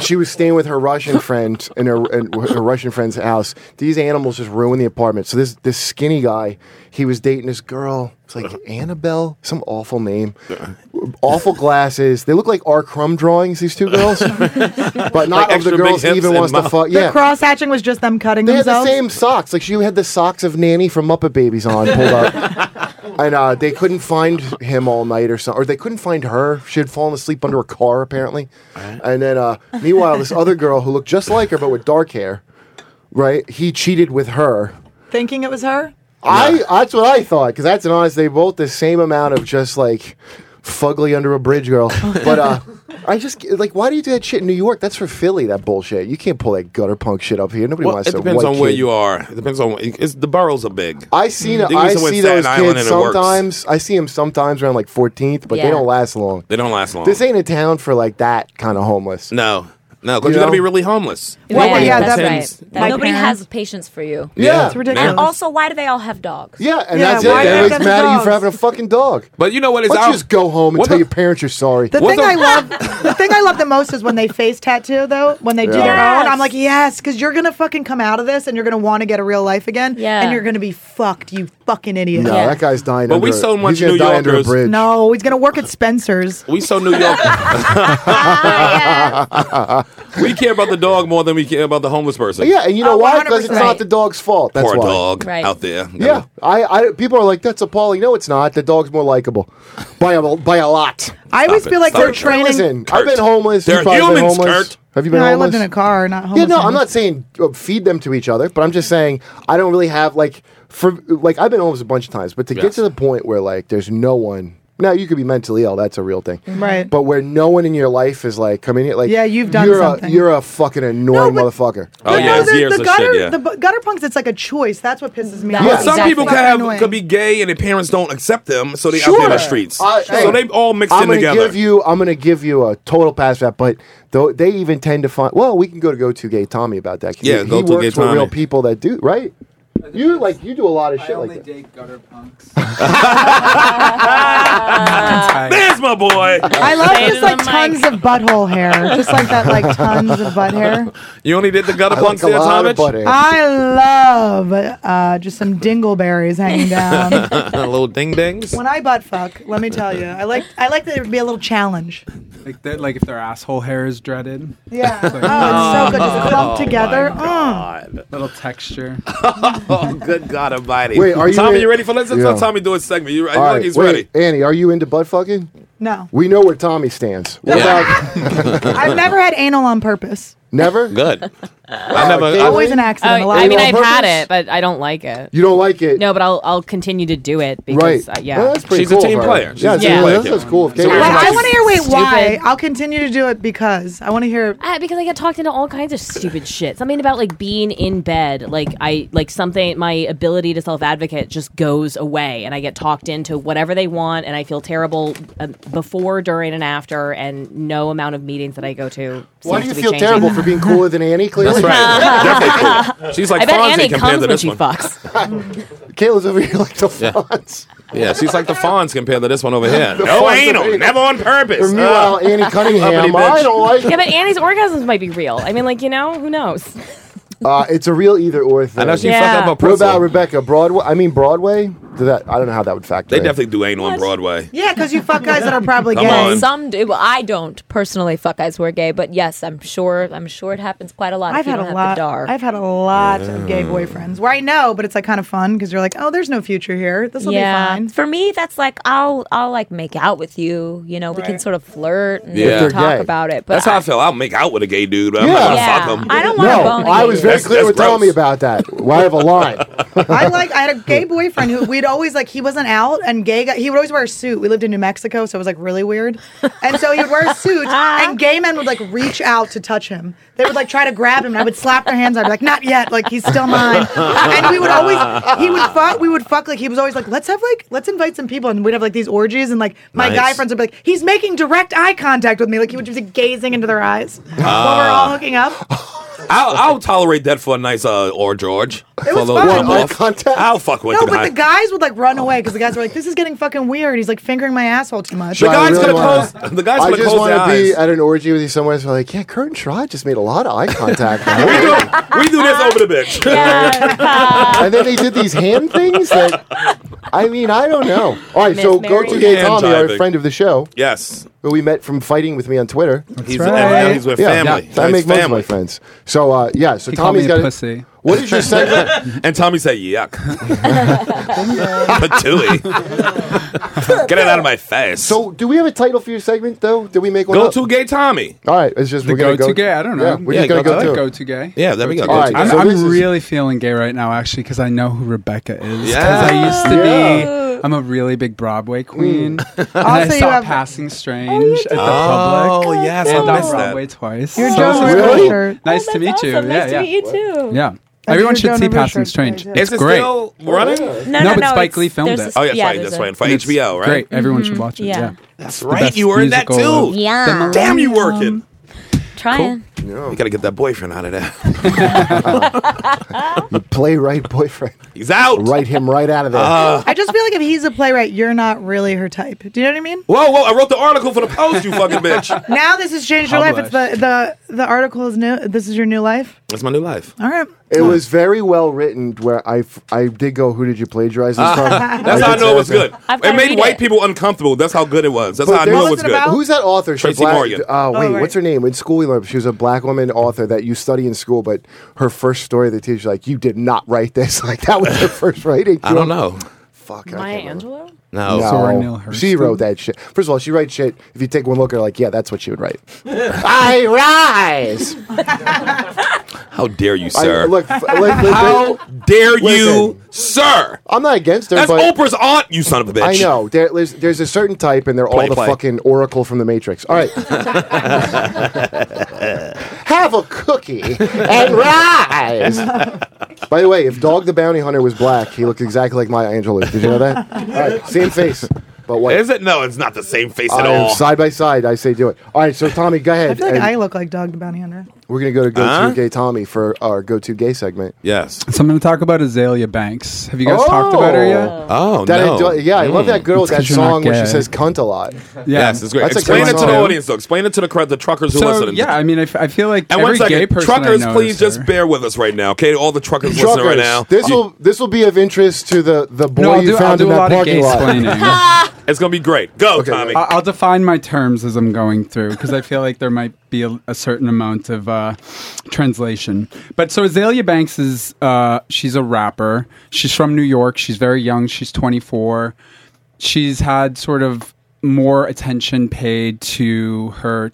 S2: She was staying with her Russian friend in her, in her Russian friend's house. These animals just ruined the apartment. So this this skinny guy, he was dating this girl. It's like Annabelle, some awful name, awful glasses. They look like R. Crumb drawings. These two
S5: (laughs)
S2: girls, but not of the
S5: extra big
S2: girls
S5: hips
S2: even
S5: and
S2: wants to
S5: mouth.
S2: fuck.
S5: The
S2: Yeah,
S5: cross hatching was just them cutting
S2: they had the
S5: themselves.
S2: same socks. Like she had the socks of Nanny from Muppet Babies on pulled up.
S3: (laughs)
S2: and uh, they couldn't find him all night or something. Or they couldn't find her. She had fallen asleep under a car, apparently. And then, uh, meanwhile, this other girl who looked just like her but with dark hair, right? He cheated with her.
S5: Thinking it was her?
S2: I That's what I thought, because that's an honest, they both the same amount of just like fugly under a bridge
S3: (laughs)
S2: girl. But, uh,. I just like why do you do that shit in New York? That's for Philly. That bullshit. You can't pull that gutter punk shit up here. Nobody
S3: Well,
S2: wants
S3: it
S2: to.
S3: depends on where you are. It depends on it's, the boroughs are big.
S2: I seen
S3: You can
S2: I
S3: go somewhere
S2: see
S3: in Staten
S2: those
S3: Island
S2: kids
S3: and it works.
S2: sometimes. I see them sometimes around like 14th, but
S3: Yeah.
S2: they don't last long.
S3: They don't last long.
S2: This ain't a town for like that kind of homeless.
S3: No, no,
S2: You
S3: because you, got
S2: know?
S3: to be really homeless.
S2: Well,
S3: Nobody
S2: yeah, that's
S3: pretends-
S2: right.
S6: That
S2: My
S6: nobody
S2: parents-
S6: has patience for you.
S2: Yeah. It's
S3: ridiculous.
S6: And also, why do they all have dogs?
S2: Yeah, and
S6: Yeah,
S2: that's
S6: why
S2: it.
S6: do they
S2: Everybody's
S6: have
S2: mad at you for
S6: dogs?
S2: having a fucking dog.
S3: But you know what?
S2: Why don't you just go home and tell your parents you're sorry.
S5: The thing
S2: (laughs)
S5: I love, the thing I love the most is when they face tattoo though. When they do
S2: Yeah.
S5: their
S2: Yes.
S5: own, I'm like, yes, because you're gonna fucking come out of this and you're gonna want to get a real life again,
S6: Yeah.
S5: and you're gonna be fucked, you fucking idiot.
S2: No, that guy's dying.
S3: But we
S2: under-
S3: so
S2: he's
S3: much
S2: gonna
S3: New
S2: die under a
S3: Yorkers-
S2: bridge.
S5: No, he's gonna work at Spencer's.
S3: We so
S2: (laughs)
S3: New
S5: (laughs)
S3: York. we care about the dog more than we care about the homeless person.
S2: Yeah, and you know
S5: Oh,
S2: why? Because it's
S5: 100%.
S2: not the dog's fault. That's
S3: Poor
S2: why.
S3: dog out there.
S2: Yeah, I, I people are like, that's appalling. No, it's not. The dog's more likable by a by a lot.
S5: I always feel like they're training.
S2: Listen, I've been homeless.
S5: They're
S2: You've probably been
S5: humans,
S2: homeless.
S5: Kurt.
S2: Have you been
S5: no,
S2: homeless?
S5: I lived in a car, not homeless.
S2: Yeah, no, I'm not saying uh, feed them to each other, but I'm just saying I don't really have like for like I've been homeless a bunch of times, but to get
S11: Yes.
S2: to the point where like there's no one. Now you could be mentally ill. That's a real thing,
S5: Right.
S2: But where no one in your life is like coming in, like
S5: Yeah, you've done
S2: you're
S5: something.
S2: A, you're a fucking annoying motherfucker.
S3: Oh yeah, it's years
S5: the
S3: of
S5: gutter,
S3: shit. Yeah.
S5: the bu- gutter punks. It's like a choice. That's what pisses me
S3: But
S5: off.
S3: some people
S5: Fucking
S3: could have
S5: annoying.
S3: could be gay and their parents don't accept them, so they out there in the streets.
S2: Uh,
S3: so
S2: hey,
S3: they all mixed
S2: I'm
S3: in
S2: gonna
S3: together.
S2: Give you, I'm going to give you a total pass for that, but though they even tend to find. Well, we can go to Go To Gay Tommy about that. 'cause
S3: Yeah,
S2: he,
S3: Go
S2: he
S3: To
S2: works
S3: Gay
S2: with
S3: Tommy.
S2: real people that do right. You like you do a lot of shit like that.
S3: There's my boy.
S5: I love just like tons of butthole hair, just like that, like tons of butt hair.
S3: You only did the gutter
S2: I like
S3: punks
S2: a
S3: there,
S2: lot of butt
S3: Tommy.
S2: hair.
S5: I love uh, just some dingleberries
S3: (laughs)
S5: hanging down.
S3: little ding dings.
S5: when I butt fuck, let me tell you, I like I like that it would be a
S3: (laughs)
S5: little challenge.
S4: Like that, like if their asshole hair is dreaded.
S5: Yeah.
S4: It's like,
S5: oh, it's so good. Just
S4: "Oh,
S5: clumped
S4: my
S5: together. Mm.
S4: Little texture.
S3: Oh, good God Almighty!
S2: Wait, are you
S3: Tommy?
S2: in-
S3: you ready for let's
S2: Yeah.
S3: let Tommy do his segment? You, you
S2: All
S3: like
S2: right,
S3: he's ready?
S2: wait, Annie, are you into butt fucking?
S5: No,
S2: We know where Tommy stands. What about
S5: I've never had anal on purpose.
S2: never?
S3: Good.
S2: I
S5: never- It's always an accident, a
S10: Oh,
S5: lot
S10: I
S5: of
S10: mean,
S5: people
S10: I've
S5: on
S10: had
S5: purpose.
S10: it, but I don't like it.
S2: You don't like it?
S10: No, but I'll I'll continue to do it because
S2: Right.
S10: uh, yeah,
S2: Well, that's pretty
S3: She's a
S2: cool
S3: team
S2: of her.
S3: player. She's
S2: Yeah,
S3: a
S2: it's
S3: team
S2: cool.
S3: player.
S2: This is cool.
S3: So
S2: Okay.
S5: Well, I
S3: She's
S5: want to hear. Wait,
S10: stupid.
S5: why? I'll continue to do it because I want to hear.
S10: Uh, because I get talked into all kinds of stupid shit. Something about like being in bed, like I like something. My ability to self advocate just goes away, and I get talked into whatever they want, and I feel terrible uh, before, during, and after. And no amount of meetings that I go to.
S2: Why
S10: seems
S2: do you
S10: to be
S2: feel
S10: changing.
S2: terrible for being cooler than
S3: (laughs)
S2: Annie? Clearly, (laughs)
S10: That's right. Definitely
S3: cool. She's like
S10: I bet
S3: Fonzie
S10: Annie
S3: compared
S10: comes
S3: to
S10: when
S3: this
S10: she
S3: one.
S10: fucks.
S2: Kayla's over here like the
S3: Yeah.
S2: fonz.
S3: Yeah, she's like the Fonz compared to this one over here.
S2: (laughs) The
S3: no
S2: Fonz
S3: anal,
S2: over here.
S3: (laughs) never on purpose.
S2: Or meanwhile,
S3: Ah.
S2: Annie
S3: (laughs)
S2: Cunningham,
S3: Uppity bitch.
S2: I don't like
S10: yeah, but Annie's orgasms might be real. I mean, like you know, who knows?
S2: Uh, it's a real either or thing.
S3: I know she fucked Yeah. up a
S2: What
S3: pretzel.
S2: about Rebecca Broadway? I mean Broadway. Did that? I don't know how that would factor.
S3: They
S2: in.
S3: definitely do anal on Broadway.
S5: Yeah, because you fuck guys that are probably
S3: Come
S5: gay.
S3: on.
S6: Some do. Well, I don't personally fuck guys who are gay, but yes, I'm sure. I'm sure it happens quite a lot.
S5: I've
S6: if you
S5: had
S6: don't
S5: a
S6: have
S5: lot.
S6: The dar.
S5: I've had a lot of gay boyfriends where I know, but it's like kind of fun because you're like, oh, there's no future here. This will
S6: yeah.
S5: be fine.
S6: For me, that's like I'll I'll like make out with you. You know, we can sort of flirt and
S3: Yeah. If they're
S6: talk
S3: gay.
S6: about it. But
S3: That's how I feel. I'll make out with a gay dude, but I'm
S6: Yeah.
S3: not gonna
S6: Yeah.
S3: fuck him.
S6: I don't
S2: No,
S6: want to bone.
S2: I was very
S3: That's-
S2: clear
S3: that's
S2: with
S3: gross.
S2: Tommy about that. Why I have a
S3: (laughs)
S2: line?
S5: (laughs) I like. I had a
S6: (laughs)
S5: gay boyfriend who we'd always like. He wasn't out, and gay. Guy, he would always wear a suit. We lived in New Mexico, so it was like really weird. And so he would wear
S6: (laughs)
S5: a suit, and gay men would like reach out to touch him. They would like try to grab him, and I would slap their hands. I'd be like, "Not yet!" Like he's still mine. And we would always. He would fuck. We would fuck. Like he was always like, "Let's have like, let's invite some people," and we'd have like these orgies, and like my
S6: Nice.
S5: guy friends would be like, "He's making direct eye contact with me." Like he would just be gazing into their eyes while we're
S6: Ah.
S5: all hooking up.
S3: I'll, I'll tolerate that for a nice uh, or George.
S5: It
S3: for a
S5: was
S3: little
S5: fun.
S3: time
S5: What, eye
S3: off. I'll fuck with
S5: No,
S3: the
S5: but
S3: guy.
S5: the guys would like run away because the guys were like, "This is getting fucking weird." He's like fingering my asshole too much.
S3: The
S2: No, I
S3: guy's
S2: really
S3: gonna
S2: wanna-
S3: close- the guy's
S2: I
S3: gonna
S2: just
S3: close
S2: wanna
S3: their
S2: be
S3: eyes.
S2: at an orgy with you somewhere. So like, yeah, Kurt and Shrod just made a lot of eye
S3: (laughs)
S2: contact.
S3: we do this over the bitch. (laughs)
S2: and then they did these hand things that I mean, I don't know. All right,
S3: Miss
S2: so
S3: Mary.
S2: go to Gay
S3: Hand
S2: Tommy, our
S3: jiving.
S2: friend of the show.
S3: Yes.
S2: Who we met from fighting with me on Twitter. That's
S3: He's- and now right. he's with family.
S2: So I
S3: He's
S2: make most of
S3: family.
S2: my friends. So uh, yeah, so
S3: He called
S2: Tommy's
S3: me a
S2: got a-
S3: pussy.
S2: What
S3: (laughs)
S2: is your segment?
S3: and Tommy said, "Yuck, (laughs) patooey, get it out of my face."
S2: So do we have a title for your segment though? Did we make one?
S3: go
S2: up?
S3: to gay Tommy.
S2: All right, it's just
S4: The
S2: we're gonna
S4: go-to
S2: go
S4: gay, I don't know.
S2: Yeah, we're just gonna go to.
S4: go to gay.
S3: Yeah, there we go.
S4: All
S3: Go-to
S4: right,
S3: gay.
S4: I'm,
S3: So
S4: I'm
S3: this is-
S4: really feeling gay right now, actually, because I know who Rebecca is.
S3: Yeah.
S4: Because I used to
S3: Yeah.
S4: be, I'm a really big Broadway queen. and I also, saw you have- passing strange at the
S3: Oh,
S4: public.
S3: yes, I
S4: and on
S3: missed that.
S4: Broadway twice.
S3: Your
S4: So
S3: Joan
S4: it's
S3: Rivers
S4: really
S3: shirt.
S4: Nice to meet you.
S10: awesome.
S4: yeah,
S10: Nice to
S4: yeah.
S10: meet Oh. you too.
S4: Yeah.
S10: I
S4: Everyone
S10: did
S4: should
S10: Joan
S4: see
S10: Rivers
S4: Passing
S10: shirt
S4: Strange.
S10: today, too.
S4: It's
S10: Is it
S4: great.
S10: still running? No, no,
S4: but
S10: no,
S4: Spike Lee
S10: it's-
S4: filmed
S10: there's
S4: it.
S10: this- Oh, yeah, that's yeah, right, there's that's a- right, for
S4: And it's
S3: HBO, right?
S4: Great. Everyone should
S10: Mhm.
S4: watch it.
S10: Yeah.
S4: Yeah.
S3: That's
S4: It's the
S3: right.
S4: best
S3: You earned that
S4: musical
S3: too.
S4: of the millennium.
S3: Damn, you working.
S6: Trying.
S3: You gotta get that boyfriend out of there.
S2: You play right boyfriend.
S3: He's out.
S2: Write him right out of there.
S3: Ah.
S5: I just feel like if he's a playwright, you're not really her type. Do you know what I mean?
S3: Whoa, whoa! I wrote the article for the post. You
S4: (laughs)
S3: fucking bitch.
S5: Now this has changed your life. It's the the the article is new. This is your new life.
S3: That's my new life.
S5: All right.
S2: It was very well written. Where I, f- I did go, who did you plagiarize this from?
S3: Uh, (laughs) That's how I
S2: did
S3: know
S2: say
S3: it was
S2: that.
S3: good. It made white people uncomfortable. That's how good it was. That's
S2: But
S3: how I knew
S2: there's-
S3: it was good.
S2: Who's that author? She's
S3: Tracy
S2: black-
S3: Morgan.
S2: Uh, wait,
S3: Oh, right.
S2: what's her name? In school, we learned she was a black woman author that you study in school, but her first story, the teacher's like, you did not write this. (laughs) Like, that was her first writing.
S3: I don't know.
S2: Fuck.
S10: Maya Angelou.
S3: No.
S4: Zora Neale
S2: no. She wrote that shit. First of all, she writes shit. If you take one look at her, like, yeah, that's what she would write. I rise.
S3: How dare you,
S2: I- (laughs)
S3: sir?
S2: look, f- like,
S3: how dare you,
S2: Listen.
S3: sir?
S2: I'm not against her,
S3: That's
S2: but.
S3: Oprah's aunt, you son of a bitch.
S2: I know. There, there's, there's a certain type, and they're
S3: Play,
S2: all the
S3: play.
S2: fucking Oracle from the Matrix. All right. Have a cookie and rise. By the way, if Dog the Bounty Hunter was black, he looked exactly like Maya Angelou. Did you know that? All right, same face, but what?
S3: Is it? No, it's not the same face at
S2: I am
S3: all.
S2: side by side. I say do it. All right, so Tommy, go
S5: I
S2: ahead.
S5: feel like
S2: and
S5: I look like Dog the Bounty Hunter.
S2: we're gonna go to go to
S4: Huh?
S2: gay Tommy for our go to gay segment.
S3: Yes.
S4: So I'm going to talk about Azalea Banks. Have you guys talked about her yet?
S3: Oh
S2: That
S3: no!
S2: I do- yeah, I love
S3: Mm.
S2: that girl with that
S4: It's 'cause you're not
S2: song where she
S4: gay.
S2: says cunt a lot. Yeah.
S3: Yes, it's great.
S2: That's a
S3: Explain
S2: great
S3: it to the
S2: song.
S3: audience, though. Explain it to the crowd, the truckers who
S4: So,
S3: listen.
S4: yeah, I mean, I, f- I feel like
S3: And
S4: every
S3: one second,
S4: gay person
S3: truckers,
S4: I know
S3: please
S4: is her.
S3: just bear with us right now, okay? All the truckers, listening right now,
S2: This will this will be of interest to the the boy
S4: I'll
S2: you
S4: do- I'll
S2: found
S4: do
S2: in
S4: a
S2: that
S4: lot of
S2: parking
S4: gay
S5: (gasps)
S2: lot. (laughs) uh,
S3: it's gonna be great. Go, Tommy.
S4: I- I'll define my terms as I'm going through because I feel like there might be a, a certain amount of uh, translation. But so Azalea Banks is uh, she's a rapper. She's from New York. She's very young. She's 24. She's had sort of more attention paid to her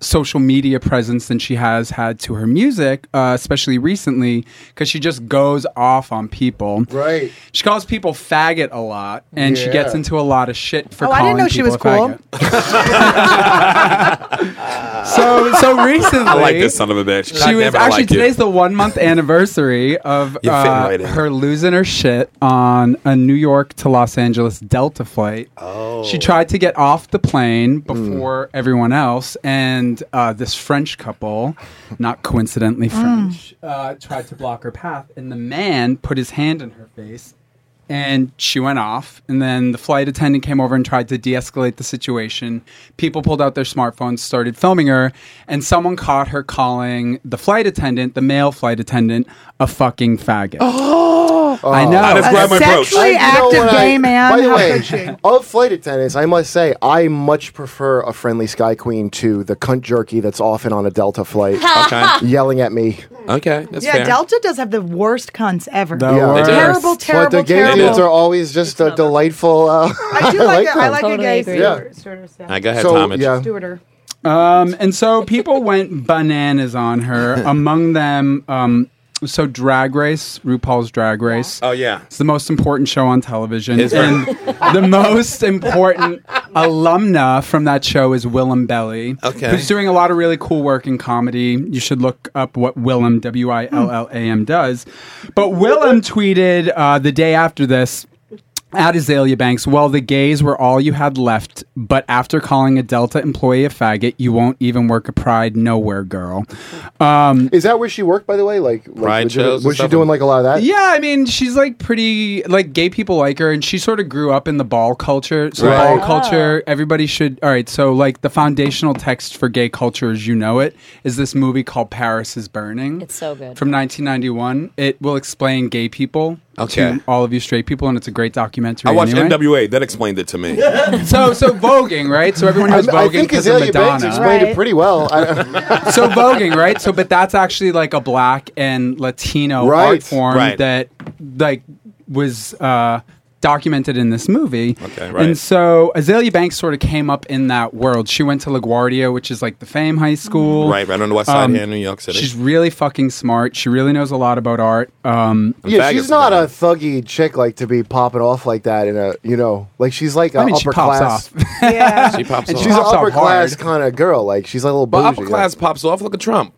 S4: social media presence than she has had to her music, uh, especially recently, because she just goes off on people.
S2: Right.
S4: She calls people faggot a lot, and she
S2: Yeah.
S4: gets into a lot of shit for
S5: Oh, I
S4: calling
S5: didn't know she
S4: people
S5: was
S4: a
S5: cool.
S4: faggot. (laughs) so so recently,
S3: I like this son of a bitch.
S4: She
S3: God
S4: was
S3: damn it, I
S4: actually
S3: like you.
S4: today's the one month anniversary of
S3: You fit
S4: uh,
S3: right in.
S4: her losing her shit on a New York to Los Angeles Delta flight. Oh, she tried to get off the plane
S3: Hmm.
S4: before everyone else, and uh, this French couple, not coincidentally
S5: Mm.
S4: French, uh, tried to block her path, and the man put his hand in her face. And she went off, and then the flight attendant came over and tried to de escalate the situation. People pulled out their smartphones, started filming her, and someone caught her calling the flight attendant, the male flight attendant, a fucking faggot.
S2: (gasps)
S5: Oh,
S4: I know.
S3: I just grabbed my brooch.
S5: sexually
S2: I- you know
S5: active
S2: what I-
S5: gay man.
S2: By the
S5: How
S2: way,
S5: could she?
S2: of flight attendants, I must say I much prefer a friendly sky queen to the cunt jerky that's often on a Delta flight
S3: (laughs) Okay.
S2: yelling at me.
S3: okay, that's
S5: yeah,
S3: fair.
S5: Delta does have the worst cunts ever.
S4: The Yeah. worst.
S5: Terrible,
S2: But
S5: terrible,
S2: the gay
S5: terrible.
S2: dudes are always just a delightful. Uh,
S5: I
S2: (laughs)
S5: do like, a, I
S2: them.
S5: like a gay
S2: Yeah.
S5: steward- stewardess, yeah.
S3: I go ahead,
S2: So,
S3: Tommy.
S2: yeah.
S5: Stewarder.
S4: (laughs) Um, and so people went bananas on
S3: (laughs)
S4: her. Among them, um, so Drag Race, RuPaul's Drag Race.
S3: Oh yeah.
S4: It's the most important show on television.
S3: Is it? (laughs)
S4: and the most important alumna from that show is Willem Belly.
S3: Okay.
S4: Who's doing a lot of really cool work in comedy. You should look up what Willem, W I L L A M, does. But Willem tweeted uh, the day after this at Azalea Banks, well, the gays were all you had left, but after calling a Delta employee a faggot, you won't even work a Pride Nowhere girl. Um,
S2: Is that where she worked, by the way? Like, like
S4: Pride
S2: legit-
S4: shows and
S2: Was she
S4: stuff?
S2: doing like a lot of that?
S4: yeah, I mean, she's like pretty, like gay people like her, and she sort of grew up in the ball culture. So,
S2: Right. Oh.
S4: ball culture, everybody should. All right, so like the foundational text for gay culture as you know it is this movie called Paris is Burning.
S6: It's so good.
S4: From 1991. It will explain gay people
S3: Okay.
S4: to all of you straight people, and it's a great documentary.
S3: I watched
S4: anyway.
S3: NWA. That explained it to me.
S4: so so voguing, right? So everyone knows
S2: I, I
S4: voguing
S2: think
S4: because of
S2: Azalea
S4: Madonna.
S2: Banks explained it pretty well.
S4: (laughs)
S2: I,
S4: so voguing, right? So but that's actually like a black and Latino
S2: Right.
S4: art form
S2: Right.
S4: that like was uh documented in this movie.
S3: Okay, right.
S4: And so Azalea Banks sort of came up in that world. She went to LaGuardia, which is like the fame high school.
S3: Mm.
S4: Um,
S3: Right, right on the west side here in New York City.
S4: She's really fucking smart. She really knows a lot about art. Um
S2: yeah, she's not a thuggy chick like to be popping off like that in a you know like she's like a
S4: I mean, she
S2: upper
S4: pops
S2: class. (laughs)
S4: off.
S2: Yeah,
S3: She pops
S2: and
S3: off.
S2: she's
S3: Pops
S2: an
S3: off
S2: upper class
S3: hard.
S2: kind of girl. Like she's a little
S3: But
S2: bougie.
S3: upper
S2: you know?
S3: class pops off. Look at Trump.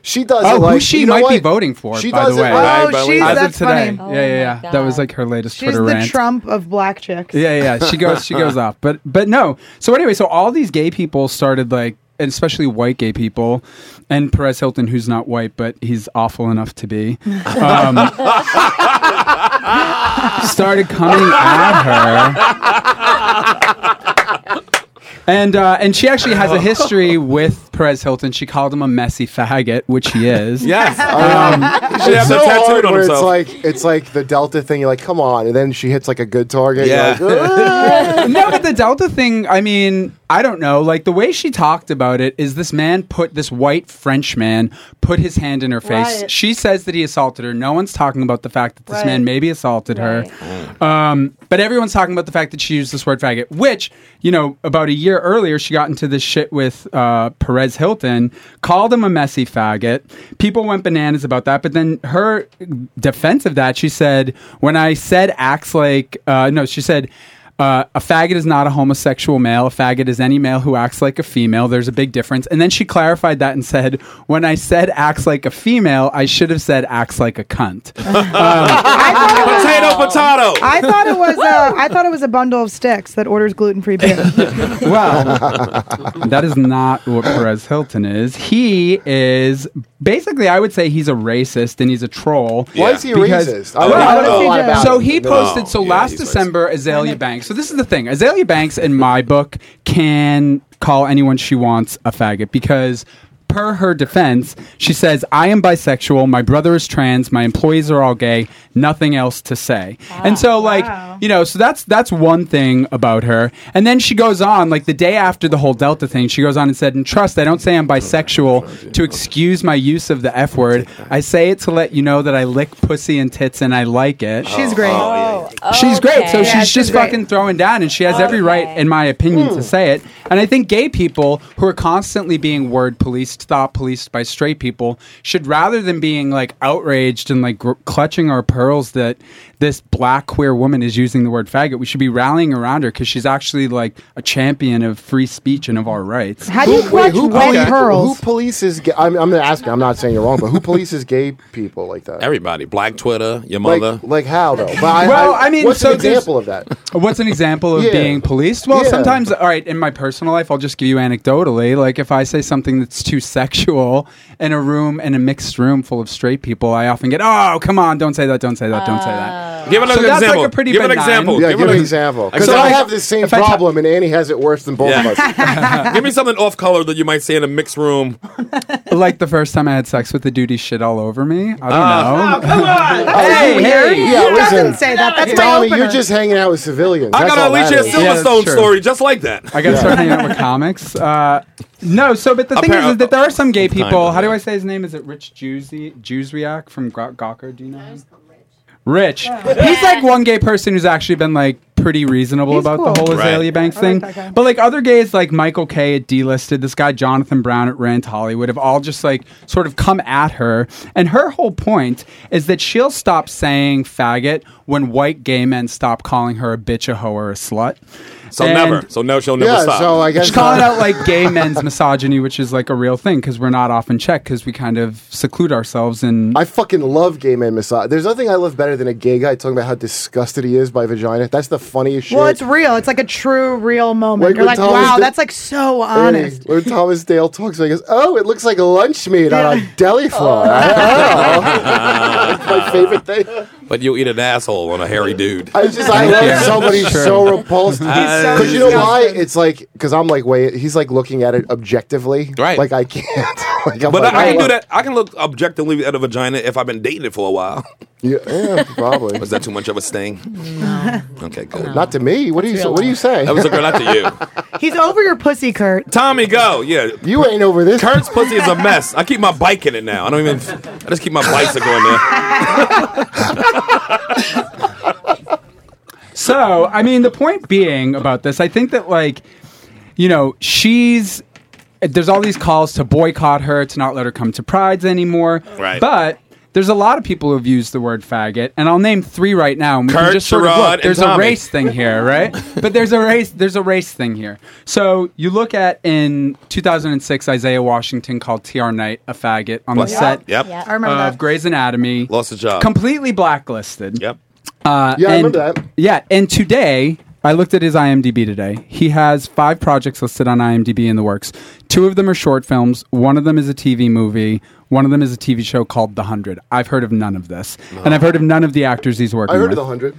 S2: She does
S4: Oh,
S2: it like
S4: who she
S2: you know
S4: might be
S2: what? (laughs)
S4: voting for,
S2: She
S4: by the
S2: does it
S4: way.
S2: like-
S5: Oh, she's-
S4: As of
S5: that's
S4: today.
S5: funny.
S4: Yeah, yeah, yeah. That was like her latest
S5: She's
S4: Twitter
S5: the
S4: rant.
S5: Trump of black chicks.
S4: Yeah, yeah. yeah. She goes, she goes off. But but no. So anyway, so all these gay people started like, and especially white gay people, and Perez Hilton, who's not white, but he's awful enough to be, um, started coming at her. And uh, and she actually has a history with Perez Hilton. She called him a messy faggot, which he is. (laughs)
S3: Yes.
S2: Um,
S3: should
S2: it's
S3: have that
S2: so
S3: tattooed
S2: hard
S3: on
S2: where it's
S3: himself.
S2: like it's like the Delta thing. You're like, come on, and then she hits like a good target.
S3: Yeah.
S2: You're like,
S4: (laughs)
S2: "Ugh."
S4: no, but the Delta thing, I mean, I don't know. Like the way she talked about it is this man put this white French man put his hand in her face.
S5: Right.
S4: She says that he assaulted her. No one's talking about the fact that this
S5: Right.
S4: man maybe assaulted her. Um, but everyone's talking about the fact that she used this word faggot, which, you know, about a year earlier, she got into this shit with uh, Perez Hilton, called him a messy faggot. People went bananas about that. But then her defense of that, she said, when I said acts like, uh, no, she said, uh, a faggot is not a homosexual male. A faggot is any male who acts like a female. There's a big difference. And then she clarified that and said, when I said acts like a female, I should have said acts like a cunt.
S3: (laughs) potato, potato.
S5: I thought it was a, I thought it was a bundle of sticks that orders gluten
S4: (laughs)
S5: free beer.
S4: well, that is not what Perez Hilton is. He is basically, I would say he's a racist and he's a troll.
S2: Why is he a
S4: Because-
S2: racist? I don't- I don't know a lot about
S4: So
S2: him.
S4: he
S2: No.
S4: posted. So last December, Azalea Banks. So this is the thing: Azalea Banks, in my book, can call anyone she wants a faggot because. Per her defense, she says, I am bisexual, my brother is trans, my employees are all gay, nothing else to say. and so like, you know, so that's that's one thing about her. And then she goes on, like the day after the whole Delta thing, she goes on and said, And trust, I don't say I'm bisexual to excuse my use of the F word. I say it to let you know that I lick pussy and tits and I like it.
S5: She's great.
S4: She's great. So
S5: oh, Yeah,
S4: she's
S5: she's
S4: just
S5: great. Hmm.
S4: fucking throwing down, and she has every right, in my opinion, to say it. And I think gay people who are constantly being word policed, thought policed by straight people, should rather than being like outraged and like gr- clutching our pearls that this black queer woman is using the word faggot, we should be rallying around her because she's actually like a champion of free speech and of our rights.
S5: How do you
S2: Who-
S5: clutch wet
S2: police-
S5: pearls?
S2: Who polices? Ga- I'm, I'm asking. I'm not saying you're wrong, but who polices gay people like that?
S3: Everybody. Black Twitter, your
S2: Like,
S3: mother.
S2: like how though? But I,
S4: Well, I mean,
S2: what's
S4: so
S2: an
S4: there's-
S2: example of that?
S4: What's an example of
S2: Yeah.
S4: being policed? Well,
S2: Yeah.
S4: sometimes, all right, in my personal life, I'll just give you anecdotally. Like, if I say something that's too sexual in a room, in a mixed room full of straight people, I often get, oh, come on, don't say that, don't say that, don't say that.
S3: Oh. Give
S4: So
S3: another
S4: that's like
S3: example.
S4: a pretty
S3: give an
S4: benign-
S3: example.
S2: Yeah, give,
S3: an
S2: an
S3: ex-
S2: example. Because
S3: Example.
S2: I have the same problem, and Annie has it worse than both
S3: Yeah. (laughs)
S2: of us.
S3: (laughs) give me something off color that you might say in a
S2: (laughs)
S3: mixed room.
S4: Like the first time I had sex with the dude, he shit all over me. I don't
S3: Ah. Oh,
S4: know. (laughs) Oh,
S5: Hey, hey,
S2: yeah,
S5: Who
S2: listen.
S5: doesn't say that? That's my
S2: Tommy,
S5: opener.
S2: you're just hanging out with civilians.
S3: I
S2: That's
S3: got
S2: all
S3: an
S2: that
S3: Alicia
S2: is.
S4: Yeah, that's
S3: Silverstone
S4: true.
S3: story just like that.
S4: I got to start hanging out with comics. Uh, no, so but the thing is,
S3: Apparent-
S4: is that there are some gay
S3: Sometimes,
S4: people. How do
S3: yeah.
S4: I say his name? Is it Rich Jewsy, Jewsriak from Gro- Gawker? Do you know? him? Rich. He's like one gay person who's actually been like pretty reasonable
S5: He's
S4: about
S5: cool.
S4: the whole
S3: Right.
S4: Azalea Banks
S5: I
S4: thing.
S5: like that guy.
S4: but like other gays like Michael K at D-listed, this guy Jonathan Brown at Rant Hollywood have all just like sort of come at her. And her whole point is that she'll stop saying faggot when white gay men stop calling her a bitch, a hoe, or a slut.
S3: So never. So no, she'll never stop.
S4: she's calling out like gay men's misogyny, which is like a real thing because we're not often checked because we kind of seclude ourselves and
S2: I fucking love gay men massage. There's nothing I love better than a gay guy talking about how disgusted he is by vagina. That's the funniest
S5: Well,
S2: shit.
S5: it's real. It's like a true, real moment.
S2: Like
S5: You're
S2: when
S5: like,
S2: Thomas
S5: wow,
S2: did-
S5: that's like so
S2: Hey,
S5: honest.
S2: When Thomas Dale talks, he goes, "Oh, it looks like lunch meat on a deli floor." my favorite thing.
S3: (laughs) But you'll eat an asshole on a hairy dude.
S2: (laughs) I just
S3: (laughs)
S2: I love somebody so repulsive.
S3: He's so
S2: Because you know why?
S3: disgusting.
S2: It's like because I'm like wait, he's like looking at it objectively. Right. Like I can't. (laughs) like, I'm
S3: But
S2: like,
S3: I, I
S2: oh,
S3: can do that. I can look objectively at a vagina if I've been dating it for a while.
S2: Yeah, yeah, probably.
S3: (laughs) Was that too much of a sting? Okay, good.
S2: Not to me. What do you? What do you say?
S3: That was
S2: (laughs)
S3: a girl, not to you.
S5: He's over your pussy, Kurt.
S3: Tommy, go. Yeah.
S2: You ain't over this.
S3: Kurt's pussy is a mess. I keep my bike in it now. I don't even. I just keep my bicycle in there. (laughs)
S4: So, I mean, the point being about this, I think that, like, you know, she's. There's all these calls to boycott her, to not let her come to prides anymore.
S3: Right.
S4: But there's a lot of people who've used the word faggot, and I'll name three right now. And we
S3: Kurt,
S4: can just sort of
S3: Sherrod,
S4: look.
S3: and
S4: There's a
S3: Tommy.
S4: race thing
S3: (laughs)
S4: here, right? but there's a race. There's a race thing here. So you look at in 2006, Isaiah Washington called T.R. Knight a faggot on
S3: Yep.
S4: the set
S3: Yep. Yeah, I remember
S4: of
S3: that.
S4: Grey's Anatomy. Lost
S3: a job.
S4: Completely blacklisted.
S3: Yep.
S4: Uh,
S2: Yeah, I
S4: and-
S2: remember that.
S4: Yeah, and today I looked at his IMDb today. He has five projects listed on IMDb in the works. Two of them are short films. One of them is a TV movie. One of them is a TV show called The Hundred. I've heard of none of this, and I've heard of none of the actors he's working.
S2: I heard of
S4: with.
S2: the hundred.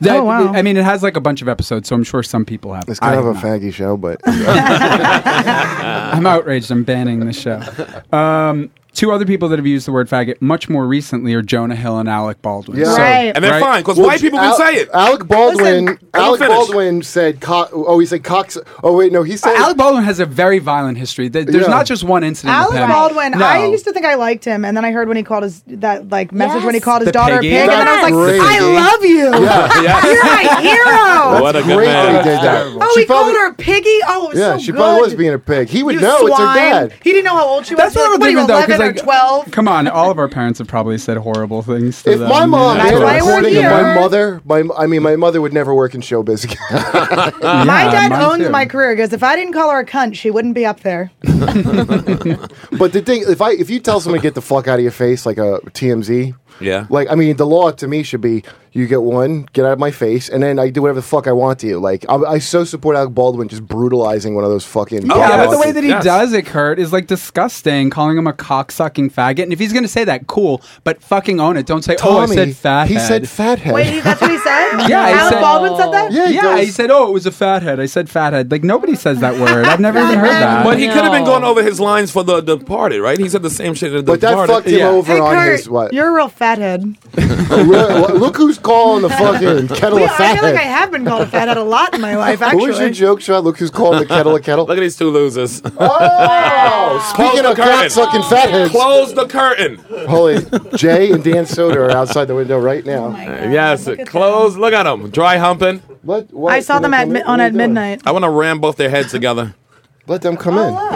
S4: That-
S2: Oh, wow.
S4: I mean, it has like a bunch of episodes, so I'm sure some people have.
S2: It's kind
S4: I
S2: of a
S4: have not.
S2: faggy show, but
S4: I'm outraged. I'm banning the
S2: (laughs)
S4: show. Um, two other people that have used the word faggot much more recently are Jonah Hill and Alec Baldwin.
S2: Yeah. Right.
S3: And they're
S4: Right?
S3: fine, 'cause
S2: Well,
S3: white people can
S2: Al-
S3: say it.
S2: Alec Baldwin.
S3: Listen, let me
S2: Alec
S3: finish.
S2: Baldwin said, co- "Oh, he said cocks." Oh wait, no, he said
S4: Alec Baldwin has a very violent history. There- There's
S2: Yeah.
S4: not just one incident. with
S5: Alec
S4: him.
S5: Baldwin.
S4: No.
S5: I used to think I liked him, and then I heard when he called his that like message when he
S4: Yes.
S5: called his
S4: The
S5: daughter
S4: Peggy.
S5: a pig, and then I was
S4: That's
S5: like,
S4: great.
S5: I love you.
S4: Yeah. Yeah.
S5: You're my hero.
S3: What a good
S2: great
S3: man.
S2: that he did that.
S5: Oh, he called her a piggy. Oh, it was
S2: yeah,
S5: so
S2: she
S5: good.
S2: probably was being a pig. He would
S5: You
S2: know it's her
S5: swine.
S2: dad.
S5: He didn't know how old she was.
S4: That's
S5: He's
S4: what I'm
S5: like, what are you,
S4: thinking though,
S5: 11
S4: because
S5: or
S4: like,
S5: 12?
S4: come on, all of our parents have probably said horrible things. To
S2: If
S4: them,
S2: my mom
S4: you know?
S2: had a
S5: why we're
S2: recording of
S5: here.
S2: my mother, my I mean, my mother would never work in showbiz again.
S5: (laughs) my dad
S2: mine
S5: owns
S2: too.
S5: my career. Because if I didn't call her a cunt, she wouldn't be up there.
S2: but the thing, if I if you tell someone to get the fuck out of your face like a TMZ,
S3: Yeah.
S2: like I mean, the law to me should be you get one, get out of my face, and then I do whatever the fuck I want to you. Like I, I so support Alec Baldwin just brutalizing one of those fucking.
S4: Oh, Yeah, but the way that he
S2: Yes.
S4: does it, Kurt, is like disgusting. Calling him a cocksucking faggot, and if he's going to say that, cool. But fucking own it. Don't say, "Oh, I
S2: Tommy,
S4: said fathead."
S2: he said fathead.
S5: Wait, he- that's what he said.
S4: (laughs) Yeah, he
S5: Alec
S4: said-
S5: Baldwin said that.
S4: Yeah, he said, "Oh, it was a fathead." I said fathead. Like nobody says that word. I've
S5: (laughs)
S4: never even heard that.
S3: But he could have been going over his lines for the Departed, right? He said the same shit in the
S2: But that
S3: Departed.
S2: fucked him over
S5: Hey,
S2: on
S5: Kurt,
S2: his what?
S5: You're a real fathead.
S2: look, look who's calling the fucking kettle
S5: Well,
S2: of
S5: I feel like I
S2: fathead.
S5: have been called a fathead a
S2: (laughs)
S5: lot in my life. Actually,
S2: What was your joke, Sean? Look who's calling the kettle a kettle.
S3: (laughs) Look at these two losers.
S2: Oh, speaking
S3: (laughs) Close
S2: of
S3: the curtain.
S2: cocksucking fatheads.
S3: Close the curtain.
S2: Holy, Jay and Dan Soder are outside the window right now.
S3: Yes, close. Look at them. Dry humping.
S2: What, what-
S5: I saw
S2: let
S5: them at
S2: come
S5: mi-
S2: in.
S5: on
S2: What are
S5: at
S2: you doing?
S5: midnight.
S3: I want to ram both their heads together.
S2: Let them come in.
S3: oh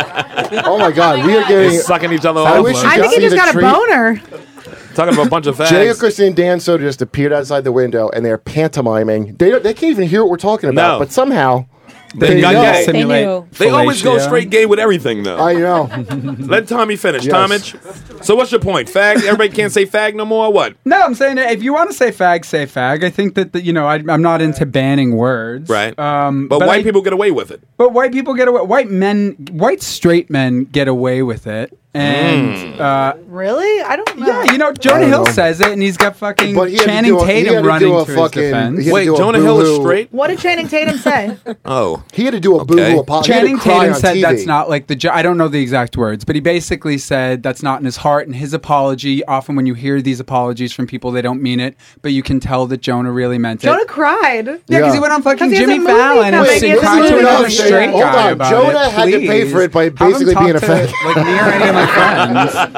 S2: Oh my God, we are getting
S3: sucking each other
S2: I
S3: off.
S2: wish you
S5: I think he
S2: see
S5: just
S2: the
S5: got
S2: treat.
S5: a boner.
S3: Talking about a bunch of fags.
S2: Jay and Christine and Dan Soder just appeared outside the window, and they're pantomiming. They don't, they can't even hear what we're talking about,
S3: No.
S2: but somehow
S3: They got
S2: know.
S3: gay. They Simulate knew. They always go
S2: (laughs)
S3: fellatio. straight gay with everything, though.
S2: I know.
S3: (laughs) Let Tommy finish.
S2: Yes.
S3: Tomich. So what's your point? Fag. Everybody can't say fag no more. Or what?
S4: No, I'm saying that if you want to say fag, say fag. I think that, that you know I, I'm not into banning words,
S3: Right.
S4: Um,
S3: But, white
S4: I-
S3: people get away with it.
S4: but white people get away. White men, white straight men get away with it, and
S3: Mm.
S4: uh,
S5: Really? I don't know.
S4: yeah, you know
S2: I
S4: Jonah
S2: don't
S4: Hill
S2: know.
S4: says it, and he's got fucking
S2: But he had to
S4: Channing
S2: do a- he had
S4: Tatum
S2: to
S4: running
S2: do
S4: to
S2: a
S4: his
S2: fucking-
S4: defense.
S2: he had to Wait, do a Jonah Hill is boo-hoo. straight?
S5: What did Channing Tatum say?
S3: Oh,
S2: he had to do a boo-hoo apology. He had to
S4: Channing
S2: cry
S4: Tatum
S2: on
S4: said
S2: TV.
S4: that's not like the. Jo- I don't know the exact words, but he basically said that's not in his heart. And his apology, often when you hear these apologies from people, they don't mean it, but you can tell that Jonah really meant it.
S5: Jonah cried.
S4: Yeah, 'cause he went on fucking
S5: he has a
S4: Jimmy
S5: movie
S4: Fallon and
S5: coming.
S4: sing
S5: He has a
S4: Cry to
S5: movie
S4: Another
S5: coming.
S4: Straight
S2: Hold
S4: guy
S2: on,
S4: about
S2: Jonah
S4: it,
S2: had to pay
S4: please.
S2: for it by
S4: Have him
S2: basically
S4: talk
S2: being a
S4: to,
S2: fag.
S4: (laughs) Like me or any of my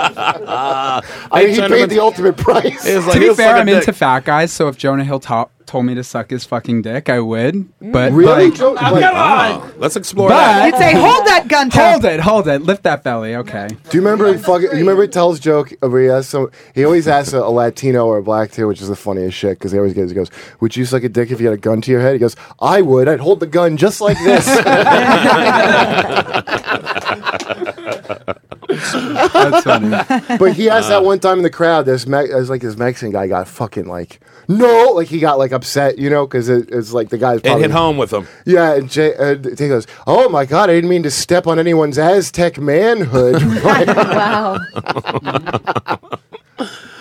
S4: friends.
S2: I mean, he paid the ultimate price.
S4: to be fair, I'm into fat guys, so if Jonah Hill top told me to suck his fucking dick, I would.
S5: Mm.
S4: But
S2: Really?
S4: like,
S2: Don't- Oh, wait. come on.
S3: Let's explore
S4: But
S2: You'd say, "Hold that gun,
S4: (laughs)
S2: Tom."
S4: Hold it, hold it, lift that belly. Okay.
S2: Do you remember? Fucking, you remember Tell's joke where he asks some. He always asks a, a Latino or a black too, which is the funniest shit because he always gets. He goes, "Would you suck a dick if you had a gun to your head?" He goes, "I would. I'd hold the gun just like this."
S4: That's funny.
S2: But he asked that one time in the crowd. This Me- as like this Mexican guy got fucking like no, like he got like upset, you know, because it, it's like the guy's
S3: and
S2: probably
S3: hit home with them.
S2: Yeah, and Jay, uh, he goes, "Oh my god, I didn't mean to step on anyone's Aztec manhood." wow.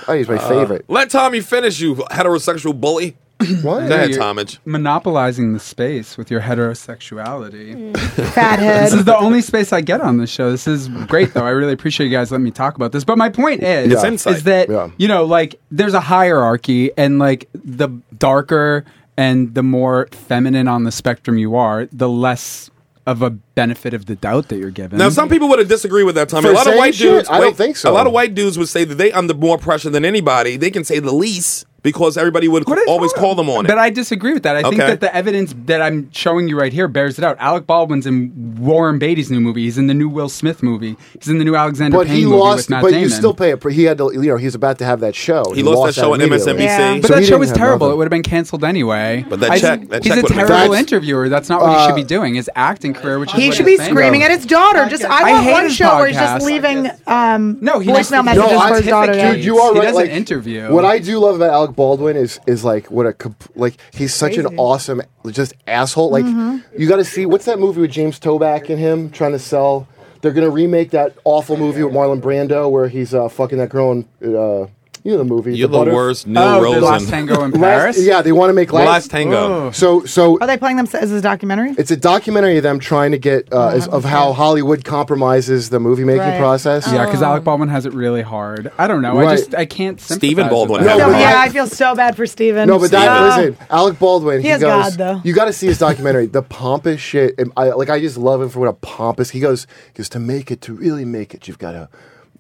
S2: Oh, he's my favorite.
S3: Uh, Let Tommy finish, you heterosexual bully.
S2: what?
S3: Go ahead,
S4: You're
S3: Tomage.
S4: (laughs) Monopolizing the space with your heterosexuality.
S5: Fathead.
S4: This is the only space I get on this show. This is great, though. I really appreciate you guys letting me talk about this. But my point is,
S3: It's insight.
S4: is that
S3: Yeah.
S4: you know, like, there's a hierarchy, and like the darker and the more feminine on the spectrum you are, the less of a benefit of the doubt that you're given.
S3: Now, some people would have disagreed with that, Tommy.
S4: For
S3: a lot of
S4: saying
S3: white
S4: shit?
S3: dudes.
S4: I don't think so.
S3: A lot of white dudes would say that they under more pressure than anybody. They can say the least because everybody would always call them on it.
S4: But I disagree with that. I think
S3: Okay.
S4: that the evidence that I'm showing you right here bears it out. Alec Baldwin's in Warren Beatty's new movie. He's in the new Will Smith movie. He's in the new Alexander
S2: But
S4: Payne
S2: he
S4: movie
S2: lost.
S4: with Matt
S2: But
S4: Damon.
S2: you still pay a. pr- He had to. You know, he's about to have that show.
S3: Oh, He lost that show on
S2: immediately.
S3: MSNBC. Yeah.
S4: but
S2: So
S4: that
S2: he
S4: show
S2: didn't
S4: was
S2: have
S4: terrible.
S2: nothing.
S4: It would have been canceled anyway.
S3: But that
S4: I-
S3: check- that
S4: he's
S3: check
S4: a
S3: would've been-
S4: terrible
S3: That's-
S4: interviewer. That's not what he
S5: Uh,
S4: should be doing. His acting career, which is
S5: He
S4: what
S5: should be
S4: he's saying.
S5: screaming at his daughter. Just I
S4: I
S5: want
S4: hate
S5: one
S4: his
S5: show where he's just
S4: podcast.
S5: leaving um,
S4: No, he doesn't-
S5: voicemail messages
S4: No,
S5: for his
S4: I-
S5: daughter.
S4: Dude,
S5: yeah.
S2: Dude, you are
S4: He
S2: right.
S4: doesn't
S2: like,
S4: interview.
S2: What I do love about Alec Baldwin is is like what a comp- like he's such an
S4: Crazy.
S2: awesome just asshole. Like
S4: Mhm.
S2: you got to see what's that movie with James Toback and him trying to sell. They're gonna remake that awful movie with Marlon Brando where he's uh, fucking that girl. In, uh, you know the movie.
S3: You're the
S2: Butter-
S3: worst Neil Oh, The Rosen. Last Tango in Paris?
S2: yeah, they want to make
S3: The Last Tango. Oh.
S2: So so
S5: Are they playing them as a documentary?
S2: it's a documentary of them trying to get uh, is- of how Hollywood compromises the movie making
S5: Oh, Right. Oh.
S2: process.
S4: Yeah, because Alec Baldwin has it really hard. I don't know. I
S2: Right.
S4: just I can't.
S3: Stephen
S4: sympathize
S3: Baldwin
S4: with
S3: had
S4: that.
S5: So, yeah, I feel so bad for Steven.
S2: No, but that
S5: Oh.
S2: listen, Alec Baldwin.
S5: He
S2: He,
S5: has
S2: goes.
S5: God, though.
S2: You got to see his documentary. the pompous shit. and I like. I just love him for what a pompous. He goes. Because to make it, to really make it, you've got to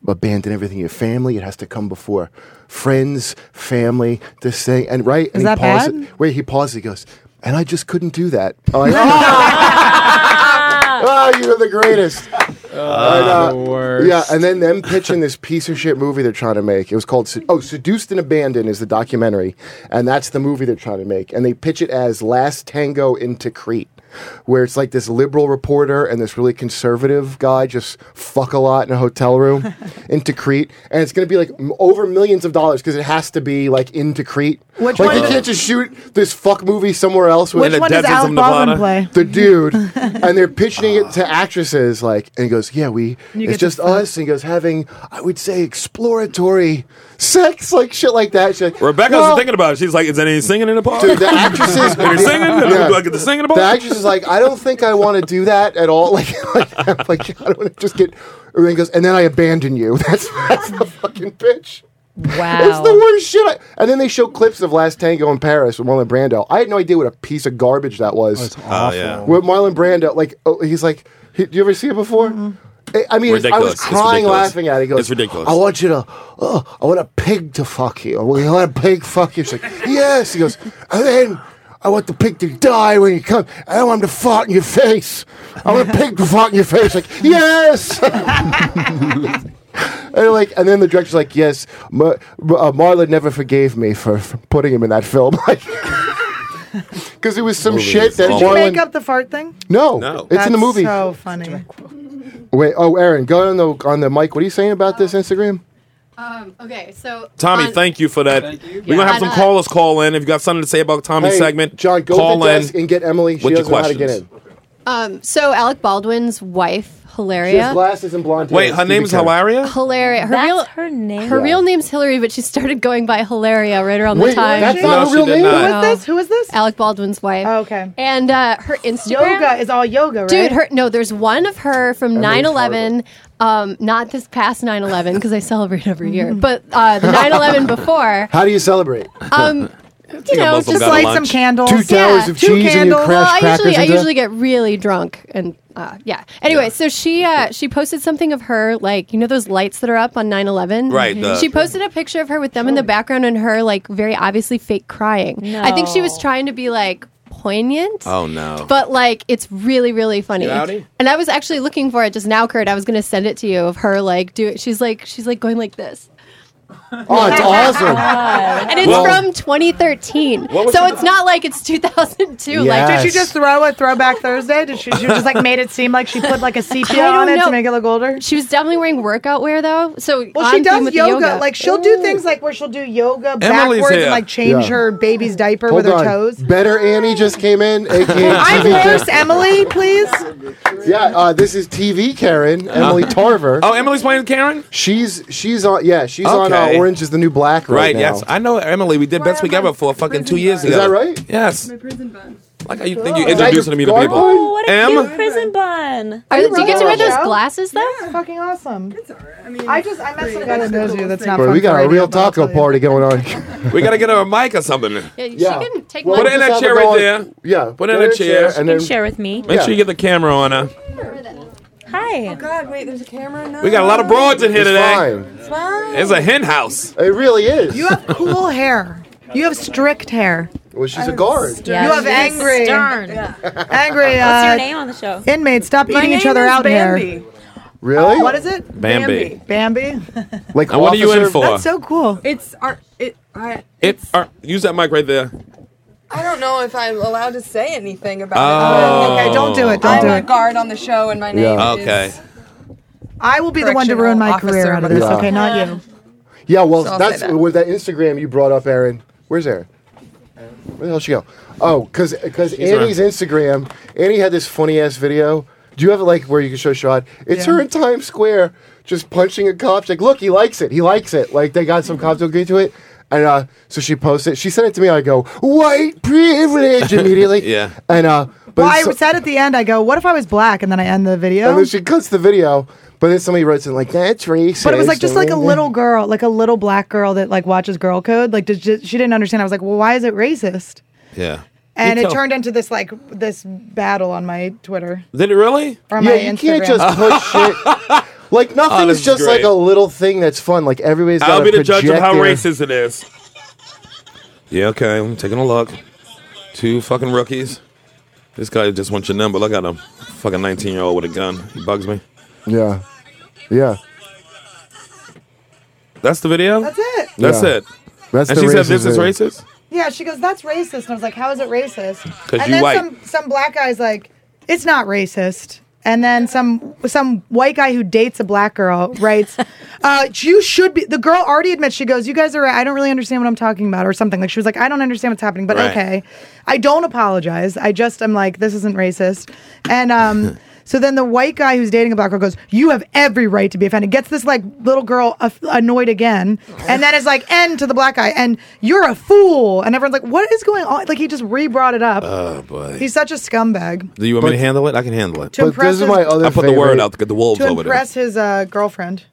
S2: abandon everything. Your family. It has to come before friends, family. This thing and right. and
S5: Is
S2: he
S5: that
S2: pauses,
S5: bad?
S2: Wait, he pauses. He goes. And I just couldn't do that. I'm
S5: (laughs)
S2: like, oh, (laughs) oh, you're the greatest.
S4: Ah,
S2: And,
S4: the
S2: uh,
S4: worst.
S2: Yeah, and then them pitching this piece of shit movie they're trying to make. It was called Sed- Oh, Seduced and Abandoned is the documentary, and that's the movie they're trying to make. And they pitch it as Last Tango into Crete, where it's like this liberal reporter and this really conservative guy just fuck a lot in a hotel
S5: (laughs)
S2: room into Crete, and it's going to be like m- over millions of dollars because it has to be like into Crete.
S5: Which
S2: like
S5: one-
S2: they can't just shoot this fuck movie somewhere else.
S5: Which one does Alec Baldwin play? (laughs)
S2: The dude, and they're pitching it to actresses. Like, and he goes, "Yeah, we.
S5: You get
S2: it's
S5: to
S2: just us." And he goes, "Having, I would say, exploratory sex, like shit, like that." She's like,
S3: Rebecca
S2: "Well,
S3: was thinking about it. She's like, is there any singing in the park?
S2: Dude, the actresses.
S3: (laughs) Any singing?
S2: (laughs) Yeah.
S3: Do I get the singing in the park?
S2: The actress is like, I don't think I want to do that at all. (laughs) Like, like, I'm like, I don't want to just get. And then he goes, and then I abandon you. (laughs) That's that's the fucking pitch. It's the worst shit. I, and then they show clips of Last Tango in Paris with Marlon Brando. I had no idea what a piece of garbage that was.
S4: Oh, awful. yeah.
S2: With Marlon Brando, like oh, he's like, he, do you ever see it before? I- I mean, it's- I
S3: Ridiculous.
S2: was
S3: It's
S2: crying,
S3: ridiculous.
S2: laughing at it. He goes,
S3: It's ridiculous.
S2: I want you to, oh, I want a pig to fuck you. I want a pig fuck you. She's like, yes. He goes, and then I want the pig to die when you come. I don't want him to fart in your face. I want a pig to fart in your face. Like, yes. (laughs) And like, and then the director's like, "Yes, Ma- uh, Marlon never forgave me for, for putting him in that film, (laughs) like, because it was some shit that
S5: Did you
S2: Marlon.
S5: make up the fart thing?
S2: no, it's in the
S5: That's
S2: movie.
S5: So funny.
S2: Wait, oh, Aaron, go on the on the mic. What are you saying about this Instagram?
S9: Um, okay, so
S3: Tommy, thank you for that. We're gonna have some callers call in. If you got something to say about Tommy's
S2: Hey,
S3: segment,
S2: John, go
S3: call
S2: to the
S3: in
S2: desk and get Emily. She
S3: with your
S2: doesn't know how to get
S3: questions.
S2: in.
S9: um, so Alec Baldwin's wife, Hilaria.
S2: She has glasses and blonde.
S3: Wait,
S2: hair.
S3: her
S2: Steve
S3: name's
S2: McCurry.
S5: (laughs)
S9: Hilaria.
S3: Hilaria.
S9: Her real her name. Her real name's Hillary, but she started going by Hilaria right around
S5: Wait,
S9: the time.
S5: that's not No, her she real did name? not. Who is this?
S9: Who is this? Alec Baldwin's wife. Oh, okay. And uh, her Instagram
S5: Yoga is all yoga, right?
S9: Dude, her no, there's one of her from
S5: Emily's
S9: 9 11, um, not this past 9
S5: (laughs)
S9: 11, because I celebrate every year, but uh, the 9 11 before.
S2: (laughs) How do you celebrate?
S9: Um, you know,
S5: just light some candles. Two towers of
S9: two
S5: cheese and you
S9: candles. well,
S5: crash
S9: I usually
S5: crackers
S9: I
S5: into-
S9: usually get really drunk and uh, yeah. Anyway, so she uh, she posted something of her like you know those lights that are up on 9-11?
S11: Right, the-
S9: she posted a picture of her with them in the background and her like very obviously fake crying. I think she was trying to be like poignant.
S3: Oh no.
S9: But like, it's really, really funny.
S3: You outie?
S9: And I was actually looking for it just now, Kurt. I was gonna send it to you of her like do it. She's like she's like going like this.
S2: Oh,
S9: (laughs)
S2: it's awesome.
S9: and it's
S2: Well-
S9: from 2013,
S2: What was
S9: so
S2: it-
S9: it's not like it's 2002. Like,
S5: Did she just throw a throwback Thursday? Did she, she just like made it seem like she put
S9: (laughs)
S5: like a sepia
S9: I
S5: on
S9: don't
S5: it
S9: know.
S5: to make it look older?
S9: She was definitely wearing workout wear though. So
S5: Well, she
S9: on theme
S5: does
S9: with the
S5: yoga.
S9: yoga.
S5: Like she'll do things like where she'll do yoga
S2: Emily's
S5: backwards
S2: here.
S5: and like change
S2: Yeah.
S5: her baby's diaper
S2: Hold
S5: with her
S2: on.
S5: toes.
S2: Better Annie just came in, aka
S5: (laughs) I'm
S2: TV
S5: worse,
S2: Karen.
S5: Emily. Please.
S2: Yeah, uh, this is TV Karen, Emily Tarver.
S3: Uh-huh. Oh, Emily's playing Karen.
S2: She's she's on. Yeah, she's on uh,
S3: Okay.
S2: Orange is the New Black right,
S3: Right,
S2: now.
S3: yes. I know Emily, we did Best Week Ever for fucking two years
S2: Is
S3: ago.
S2: that right?
S3: Yes. Like how you think you
S2: Is that your
S3: introducing me to
S2: guard
S3: people.
S2: bun?
S6: Oh, what a
S3: Em?
S6: cute prison bun.
S9: Are- do you get to wear those
S5: Yeah.
S9: glasses though?
S5: That's fucking awesome. I just I met some guy that knows you. That's not.
S2: Boy,
S5: fun
S2: we got
S5: for
S2: a
S5: radio,
S2: real
S5: but I'll
S2: taco
S5: tell you.
S2: party going
S5: (laughs)
S2: on.
S3: We gotta get her a mic or something. Put
S9: Yeah, she can take
S2: Well,
S3: her in
S2: just
S3: that
S2: have
S3: chair
S2: her
S3: right
S2: on-
S3: there.
S2: Yeah.
S3: Put her in a chair.
S2: and
S6: You
S2: then
S6: can share with me.
S3: Make sure you get the camera on her.
S6: Hi. Oh
S12: God, wait, there's a camera now.
S3: We got a lot of broads in here
S2: It's
S3: today.
S2: fine.
S12: It's fine.
S3: It's a hen house.
S2: It really is.
S5: You have cool hair. You have strict hair.
S2: Well, she's a guard.
S5: Yeah, You have she's angry- stern. Angry.
S6: What's your
S5: uh,
S6: name on the show?
S5: Inmates, stop
S6: My
S5: eating each
S6: name
S5: other
S6: is
S5: out
S6: Bambi.
S5: here.
S2: Really?
S5: What is it?
S3: Bambi.
S5: Bambi.
S2: (laughs) Like
S3: Now, what are you in for?
S5: That's so cool.
S12: It's our. It. I.
S3: It, uh, use that mic right there.
S12: I don't know if I'm allowed to say anything about
S3: Oh.
S12: it.
S3: Okay, don't do it, don't
S12: I'm
S3: do
S12: a
S3: it.
S12: guard on the show, and my name is.
S3: Okay.
S5: I will be the one to ruin my career out of this.
S2: Yeah.
S5: Okay, not you.
S2: Yeah, well,
S5: So I'll
S2: that's
S5: say that.
S2: with that Instagram you brought up, Aaron. Where's Aaron? Where the hell she go? Oh, because
S3: She's around.
S2: Annie's Instagram, Annie had this funny ass video. Do you have it like where you can show a shot? It's her in Times Square just punching a cop. She's like, look, he likes it. He likes it. Like they got
S5: Mm-hmm.
S2: some cops who get to it. And uh, so she posted it. She sent it to me. I go, white privilege immediately.
S3: (laughs) yeah.
S2: And uh, but
S5: well, I
S2: so-
S5: said at the end, I go, "What if I was black?" And then I end the video.
S2: and then she cuts the video, but then somebody writes it like, that's racist.
S5: But it was like just like a
S2: and-
S5: little girl, like a little black girl that like watches Girl Code. Like did she, she didn't understand. I was like, well, why is it racist?
S3: Yeah.
S5: And
S3: You
S5: it
S3: tell-
S5: turned into this like this battle on my Twitter
S3: Did it really?
S5: or
S2: yeah,
S5: my
S2: you
S5: Instagram.
S2: can't just
S3: (laughs)
S2: put shit. Like nothing
S3: Oh, this
S2: is
S3: is
S2: just like
S3: great.
S2: a little thing that's fun. Like everybody's got
S3: I'll
S2: a
S3: be the judge of how
S2: projector.
S3: racist it is. Yeah, okay. I'm taking a look. Two fucking rookies. This guy just wants your number. Look at him. Fucking 19 year old with a gun. He bugs me.
S2: Yeah, yeah.
S3: That's the video?
S5: That's it.
S3: That's
S2: Yeah.
S3: it.
S2: That's
S3: and
S2: the
S3: she said
S2: racist
S3: this is
S2: video.
S3: racist?
S5: Yeah, she goes, "That's racist," and I was like, "How is it racist?"
S3: 'Cause
S5: and
S3: you
S5: then
S3: white.
S5: some some black guy's like, "It's not racist." And then some some white guy who dates a black girl
S3: (laughs)
S5: writes, uh, "You should be." The girl already admits she goes, "You guys are right. I don't really understand what I'm talking about," or something like she was like, "I don't understand what's happening," but
S11: Right.
S5: okay, I don't apologize. I just am like, this isn't racist,
S3: (laughs)
S5: and um. So then the white guy who's dating a black girl goes, "You have every right to be offended." Gets this like little girl aff- annoyed
S3: (laughs)
S5: again, and then it's like end to the black guy, and you're a fool, and everyone's like, "What is going on?" Like he just re-brought it up.
S3: Oh, boy.
S5: He's such a scumbag.
S3: Do you want me to handle it? I can handle it.
S5: To But impress this is his- my other
S3: I put the word
S2: favorite.
S3: out to get the wolves
S5: to
S3: over there.
S5: impress his uh, girlfriend.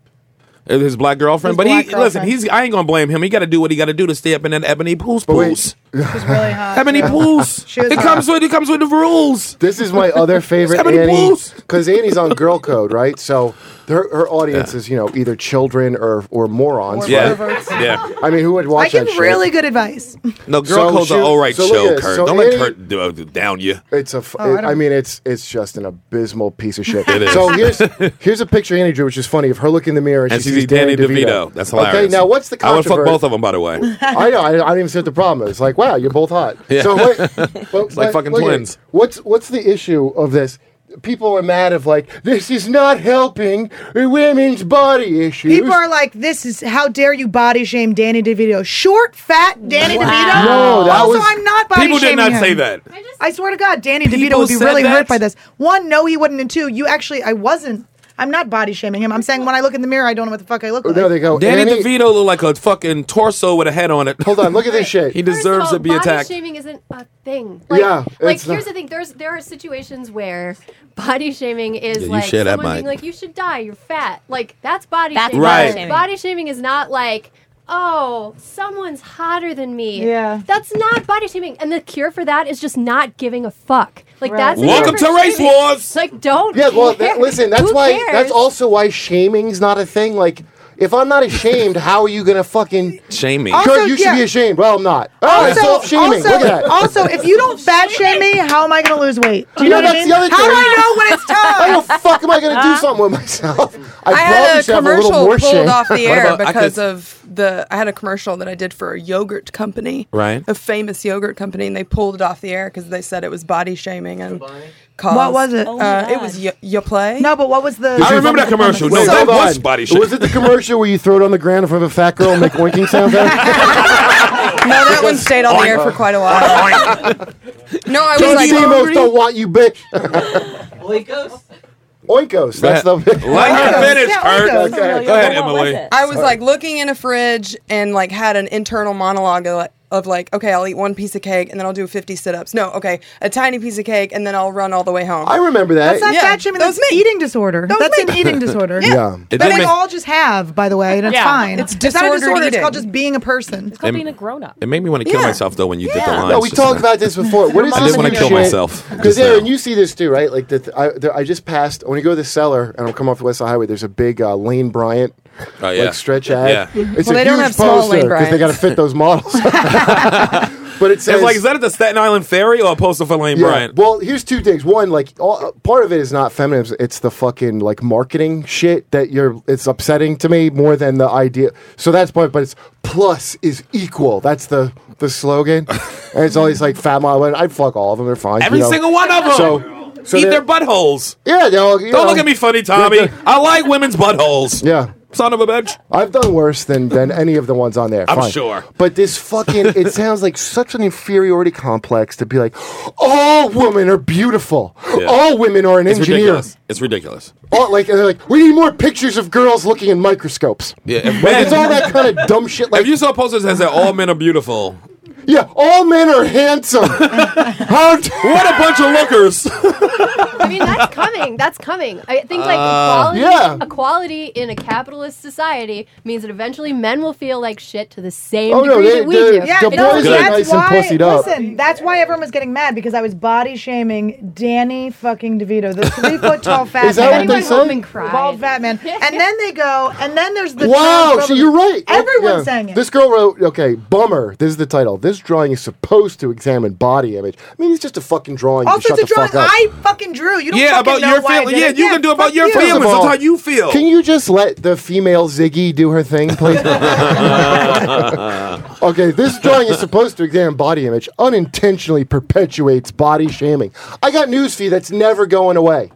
S3: Uh, His black girlfriend.
S5: His
S3: but
S5: black
S3: he listen,
S5: girlfriend.
S3: he's I ain't gonna blame him. He gotta do what he gotta do to stay up in that ebony
S2: (laughs)
S3: pools pools.
S5: She's really hot.
S3: Ebony pools.
S5: She was
S3: It
S5: hot.
S3: comes with it comes with the rules.
S2: This is my
S3: (laughs)
S2: other favorite
S3: Seven
S2: Annie
S3: balls.
S2: because Annie's
S3: (laughs)
S2: on Girl Code, right? So her, her audience is you know either children or or morons.
S3: Yeah.
S2: right?
S3: Yeah.
S2: I mean, who would watch
S5: I give
S2: that shit?
S5: really good advice.
S3: No, girl
S2: So
S3: codes
S2: she-
S3: are all right
S2: so look at
S3: show,
S2: this.
S3: Kurt.
S2: So
S3: Don't let
S2: Annie-
S3: Kurt do, do- down you.
S2: It's a. F-
S5: Oh, I
S2: it- I,
S5: don't-
S2: mean, it's it's just an abysmal piece of shit.
S3: It is. (laughs)
S2: So here's here's a picture Annie drew, which is funny of her looking in the mirror and,
S3: And
S2: she
S3: she's
S2: sees
S3: Danny DeVito. That's hilarious.
S2: Okay, now what's the
S3: I would
S2: controversy?
S3: fuck both of them, by the way.
S2: (laughs) I know. I, I don't even see what the problem is. Like, wow, you're both hot.
S3: Yeah.
S2: So
S3: (laughs)
S2: what,
S3: It's like fucking
S2: look at it.
S3: twins.
S2: What's what's the issue of this? People are mad of like this is not helping women's body issues.
S5: People are like, "This is how dare you body shame Danny DeVito, short, fat Danny
S2: Wow.
S5: DeVito."
S2: No, that
S5: also,
S2: was-
S5: I'm not body
S3: People did
S5: shaming
S3: not
S5: him.
S3: say that.
S5: I swear to God, Danny DeVito
S3: People
S5: would be
S3: said
S5: really
S3: that?
S5: hurt by this. One, no, he wouldn't. And two, you actually, I wasn't. I'm not body shaming him. I'm saying when I look in the mirror, I don't know what the fuck I look like.
S2: Oh, There they go.
S3: Danny
S2: Annie-
S3: DeVito looked like a fucking torso with a head on it.
S2: Hold on, look at this shit.
S3: (laughs) He deserves to be
S9: body
S2: (laughs)
S3: attacked.
S9: shaming isn't a thing. Like,
S2: Yeah,
S9: like
S2: it's
S9: here's
S2: not-
S9: the thing: there's there are situations where body shaming is
S3: Yeah, you
S9: like
S3: share that
S9: someone being
S3: mic.
S9: like, "You should die. You're fat." Like that's body
S6: That's
S9: shaming.
S3: body Right.
S9: Body
S3: shaming.
S9: shaming is not like oh, someone's hotter than me.
S5: Yeah.
S9: That's not body shaming. And the cure for that is just not giving a fuck. Like, that's the
S3: Welcome
S9: cure for
S3: to race
S9: shaming.
S3: wars.
S9: Like, don't.
S2: Yeah, well,
S9: care.
S2: that, listen, that's
S9: Who
S2: why.
S9: cares?
S2: That's also why shaming's not a thing. Like, if I'm not ashamed, how are you gonna fucking
S3: shame me?
S2: Kurt,
S5: Also,
S2: you should
S5: yeah.
S2: be ashamed. Well, I'm not. Oh,
S5: Also-
S2: self shaming.
S5: also-
S2: Look at that.
S5: Also, if you don't fat shame me, how am I going to lose weight? Do you
S2: Yeah,
S5: know what I
S2: that's
S5: mean?
S2: the other
S5: How do
S2: thing.
S5: I know when it's
S2: (laughs)
S5: time?
S2: How the fuck am I gonna do something with myself? I,
S12: I had
S2: probably
S12: a
S2: should have a little
S12: commercial
S2: more
S12: pulled
S2: shame.
S12: off the
S3: What
S12: air
S3: about- I
S12: because
S3: could-
S12: of the. I had a commercial that I did for a yogurt company,
S3: Right.
S12: A famous yogurt company, and they pulled it off the air because they said it was body shaming and caused.
S5: What was it? Oh my
S12: Uh, it was y- your play.
S5: No, but what was the?
S3: I remember that commercial. No,
S2: Wait,
S3: that
S2: hold
S3: was
S2: on.
S3: body shaming.
S2: Was it the commercial where you throw it on the ground in front of a fat girl and make winking sounds? out?
S12: No, that one stayed on the air for quite a
S3: (laughs)
S12: while. no, I was
S2: King
S12: like,
S2: Demos don't want you, bitch. Oikos. That's the.
S3: Let
S2: (laughs)
S3: her finish,
S5: Yeah,
S3: Kurt.
S5: Oikos.
S3: Go ahead, Emily.
S12: I was like looking in a fridge and like had an internal monologue of like, of like, okay, I'll eat one piece of cake and then I'll do 50 sit ups. No, okay, a tiny piece of cake and then I'll run all the way home.
S2: I remember that.
S5: That's not
S12: Yeah,
S5: fat shaming.
S12: that was
S5: That's
S12: me.
S5: eating disorder.
S12: was
S5: That's
S12: me. (laughs)
S5: an eating disorder.
S2: yeah.
S3: It
S5: That
S3: did
S5: we
S3: make-
S5: all just have, by the way, and it's
S10: Yeah.
S5: fine.
S12: It's
S5: not a
S12: disordered
S5: disorder. It's
S12: eating.
S5: called just being a person.
S10: It's called
S3: Em-
S10: being a grown up.
S3: It made me want to kill
S12: Yeah.
S3: myself though when you did the
S12: Yeah.
S3: line.
S2: No, we talked about this before. What is
S3: I
S2: this?
S3: did wanna kill myself
S2: Because
S3: just
S2: Aaron,
S3: now.
S2: you see this too, right? Like the th- I, there, I just passed. When you go to the cellar and I'm coming off the West Side Highway, there's a big uh, Lane Bryant.
S3: Oh, yeah.
S2: Like stretch ad.
S3: Yeah.
S2: It's
S12: Well,
S2: a
S12: they don't
S2: huge
S12: have small Lane
S2: because they
S12: Bryants.
S2: got to fit those models. (laughs) but it says
S3: It's like, is that at the Staten Island Ferry or a poster for Lane
S2: Yeah.
S3: Bryant?
S2: Well, here's two things. One, like all, part of it is not feminism; it's the fucking like marketing shit that you're. It's upsetting to me more than the idea. So that's part, but it's plus is equal. That's the the slogan, and it's always like fat model. And I fuck all of them; they're fine.
S3: Every
S2: you know.
S3: single one of them.
S2: So, so
S3: Eat
S2: they're-
S3: their buttholes.
S2: Yeah, they're all, you
S3: Don't
S2: know.
S3: look at me funny, Tommy.
S2: they're-
S3: I like women's buttholes.
S2: Yeah.
S3: Son of a bitch.
S2: I've done worse than than any of the ones on there.
S3: I'm
S2: Fine.
S3: sure.
S2: But this fucking it sounds like such an inferiority complex to be like, all women are beautiful.
S3: Yeah.
S2: All women are an
S3: It's
S2: engineer.
S3: ridiculous. It's ridiculous.
S2: All, like and they're like, we need more pictures of girls looking in microscopes.
S3: Yeah. If,
S2: Like,
S3: men,
S2: it's all that kind of dumb shit.
S3: if
S2: Like,
S3: you saw posters that said all men are beautiful,
S2: yeah, all men are handsome. How? d-
S3: what a bunch of
S2: (laughs)
S3: lookers.
S9: I mean, that's coming. That's coming. I think like equality,
S2: Uh, yeah.
S9: equality in a capitalist society means that eventually men will feel like shit to the same
S2: Oh, no,
S9: degree
S2: they-
S9: that we
S2: they're-
S9: do.
S5: Yeah,
S2: The
S5: no,
S2: boys are
S5: that's
S2: nice and
S5: why,
S2: pussied up.
S5: Listen, that's why everyone was getting mad because I was body shaming Danny fucking DeVito, the three foot tall
S2: (laughs)
S5: fat
S2: Is that
S5: man.
S2: what they
S9: Everyone
S2: said?
S9: home and cried.
S5: Bald fat man. And then they go, and then there's (laughs) the
S2: Wow,
S5: trans
S2: so
S5: woman-
S2: you're right. Oh,
S5: Everyone's
S2: yeah.
S5: saying it.
S2: This girl wrote, okay, bummer. This is the title. This drawing is supposed to examine body image. I mean, it's just a fucking drawing. You
S5: also,
S2: shut
S5: it's
S2: the
S5: a drawing
S2: fuck up.
S5: I fucking drew. You don't
S3: yeah,
S5: fucking
S3: about
S5: know
S3: your
S5: why I
S3: feelings.
S5: did
S3: Yeah,
S5: it.
S3: you can do about
S5: fuck
S3: your
S5: you.
S2: First of
S3: feelings. That's
S2: all,
S3: how you feel.
S2: Can you just let the female Ziggy do her thing, please? okay, this drawing is supposed to examine body image, unintentionally perpetuates body shaming. I got news for you that's never going away.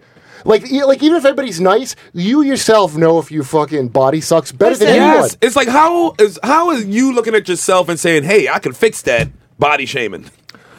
S2: Like, e- like even if everybody's nice, you yourself know if you fucking body sucks better than
S5: Listen.
S2: anyone.
S3: Yes. It's like how is how is you looking at yourself and saying, "Hey, I can fix that body shaming,"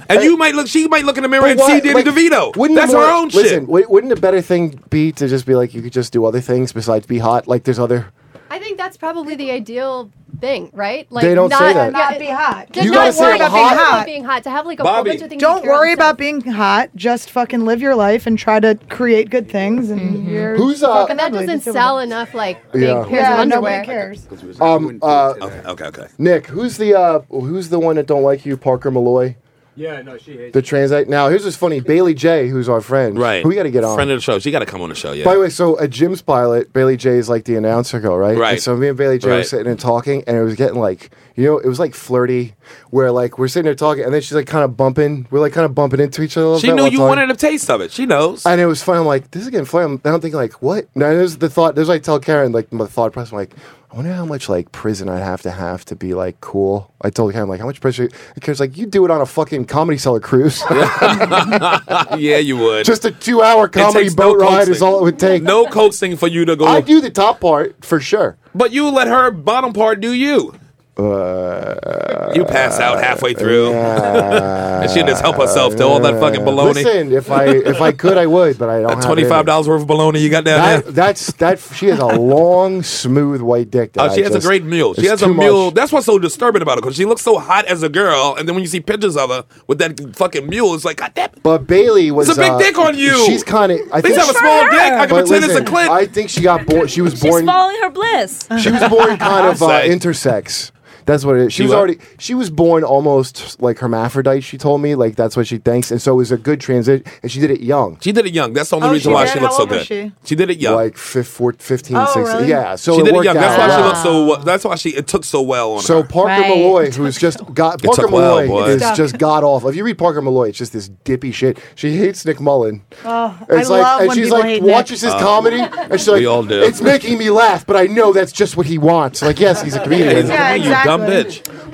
S3: and you might look. She might look in the mirror
S2: But
S3: and
S2: why-
S3: see Danny
S2: like,
S3: DeVito.
S2: wouldn't the
S3: That's
S2: more-
S3: her own
S2: listen,
S3: shit.
S2: wou- wouldn't a better thing be to just be like, you could just do other things besides be hot? Like, there's other.
S9: I think that's probably the ideal thing, right? Like
S2: They don't
S9: not,
S2: say that.
S9: yeah,
S5: Not be hot.
S9: Just
S2: You
S9: not
S2: gotta say
S9: worry about being
S2: hot.
S9: hot. Being hot to have like a
S3: Bobby.
S9: whole bunch of things.
S5: Don't worry about being hot. Just fucking live your life and try to create good things. And you're
S2: Who's, uh,
S5: fucking
S9: And that
S5: ugly.
S9: doesn't
S5: Just do
S9: sell
S5: it.
S9: enough. Like big
S2: Yeah.
S9: pairs
S5: Yeah,
S9: of
S5: nobody
S9: underwear.
S5: cares.
S2: Um, uh,
S3: Okay, okay, okay.
S2: Nick, who's the uh, who's the one that don't like you, Parker Malloy?
S4: Yeah, no, she hates
S2: The transite. Now, here's what's funny. Bailey J, who's our friend,
S3: Right.
S2: Who we got to get on.
S3: Friend of the show. She got to come on the show. Yeah.
S2: By the way, so at Jim's pilot, Bailey J is like the announcer girl, right?
S3: Right.
S2: And so me and Bailey J were
S3: Right.
S2: sitting and talking, and it was getting like, you know, it was like flirty, where like we're sitting there talking, and then she's like kind of bumping. We're like kind of bumping into each other. A little
S3: she
S2: bit
S3: knew
S2: while
S3: you
S2: talking.
S3: wanted a taste of it.
S2: (laughs)
S3: She knows. (laughs)
S2: And it was fun. I'm like, this is getting fun. I don't think like what. Now there's the thought. There's like tell Karen like my thought process. I'm like, I wonder how much like prison I'd have to have to be like cool. I told Karen like how much pressure. And Karen's like, you do it on a fucking comedy cellar cruise. (laughs)
S3: yeah, you would.
S2: Just a two hour comedy
S3: takes no
S2: boat ride is
S3: coaxing.
S2: all it would take.
S3: no coaxing for you to go.
S2: I do the top part for sure.
S3: But you let her bottom part do you.
S2: Uh,
S3: You pass out halfway through. and she just help herself to all that fucking baloney.
S2: Uh, Listen, if I if I could, I would, but I don't.
S3: that
S2: have it in
S3: twenty
S2: me.
S3: five dollars worth of bologna you got down there.
S2: That- that's that. She has a long, smooth white dick. that
S3: (laughs) Oh, she
S2: I
S3: has
S2: just-
S3: a great mule. She
S2: it's
S3: has a
S2: too much.
S3: mule. That's what's so disturbing about her because she looks so hot as a girl, and then when you see pictures of her with that fucking mule, it's like, God damn.
S2: But Bailey was
S3: It's a big
S2: uh,
S3: dick on you.
S2: She's kind of.
S3: At least have a small dick. I can pretend it's a clit.
S2: I think she got born. She was
S6: She's
S2: born.
S6: following her bliss.
S2: She was born kind of uh, intersex. That's what it is. She,
S3: She
S2: was
S3: what?
S2: already. She was born almost like hermaphrodite. She told me like that's what she thinks, and so it was a good transition. And she did it young.
S3: She did it young. That's the only
S2: Oh,
S3: reason
S2: she
S3: why
S2: did?
S3: she looks
S2: How
S3: so
S2: old was
S3: good.
S2: she?
S3: did it young.
S2: Like fif- four- 15,
S3: Oh,
S2: 16.
S3: really?
S2: Yeah. So
S3: she
S2: it
S3: did
S2: worked
S3: it young.
S2: out.
S3: That's why she
S2: well.
S3: looks so. Well, that's why she it took so well on
S2: So
S3: her.
S2: Parker Malloy, who's just got
S3: It
S2: Parker
S3: took a while,
S2: Malloy
S3: boy.
S2: is
S3: Stuck.
S2: just god awful. If you read Parker Malloy, it's just this dippy shit. She hates Nick Mullen.
S5: Oh, I
S2: It's like,
S5: love
S2: and
S5: when
S2: she's
S5: people
S2: like,
S5: hate
S2: watches
S5: Nick.
S2: his comedy, and she's like,
S3: We all do.
S2: it's making me laugh, but I know that's just what he wants. Like, yes, he's a comedian.
S3: He's a Yeah, comedian, you dumb exactly.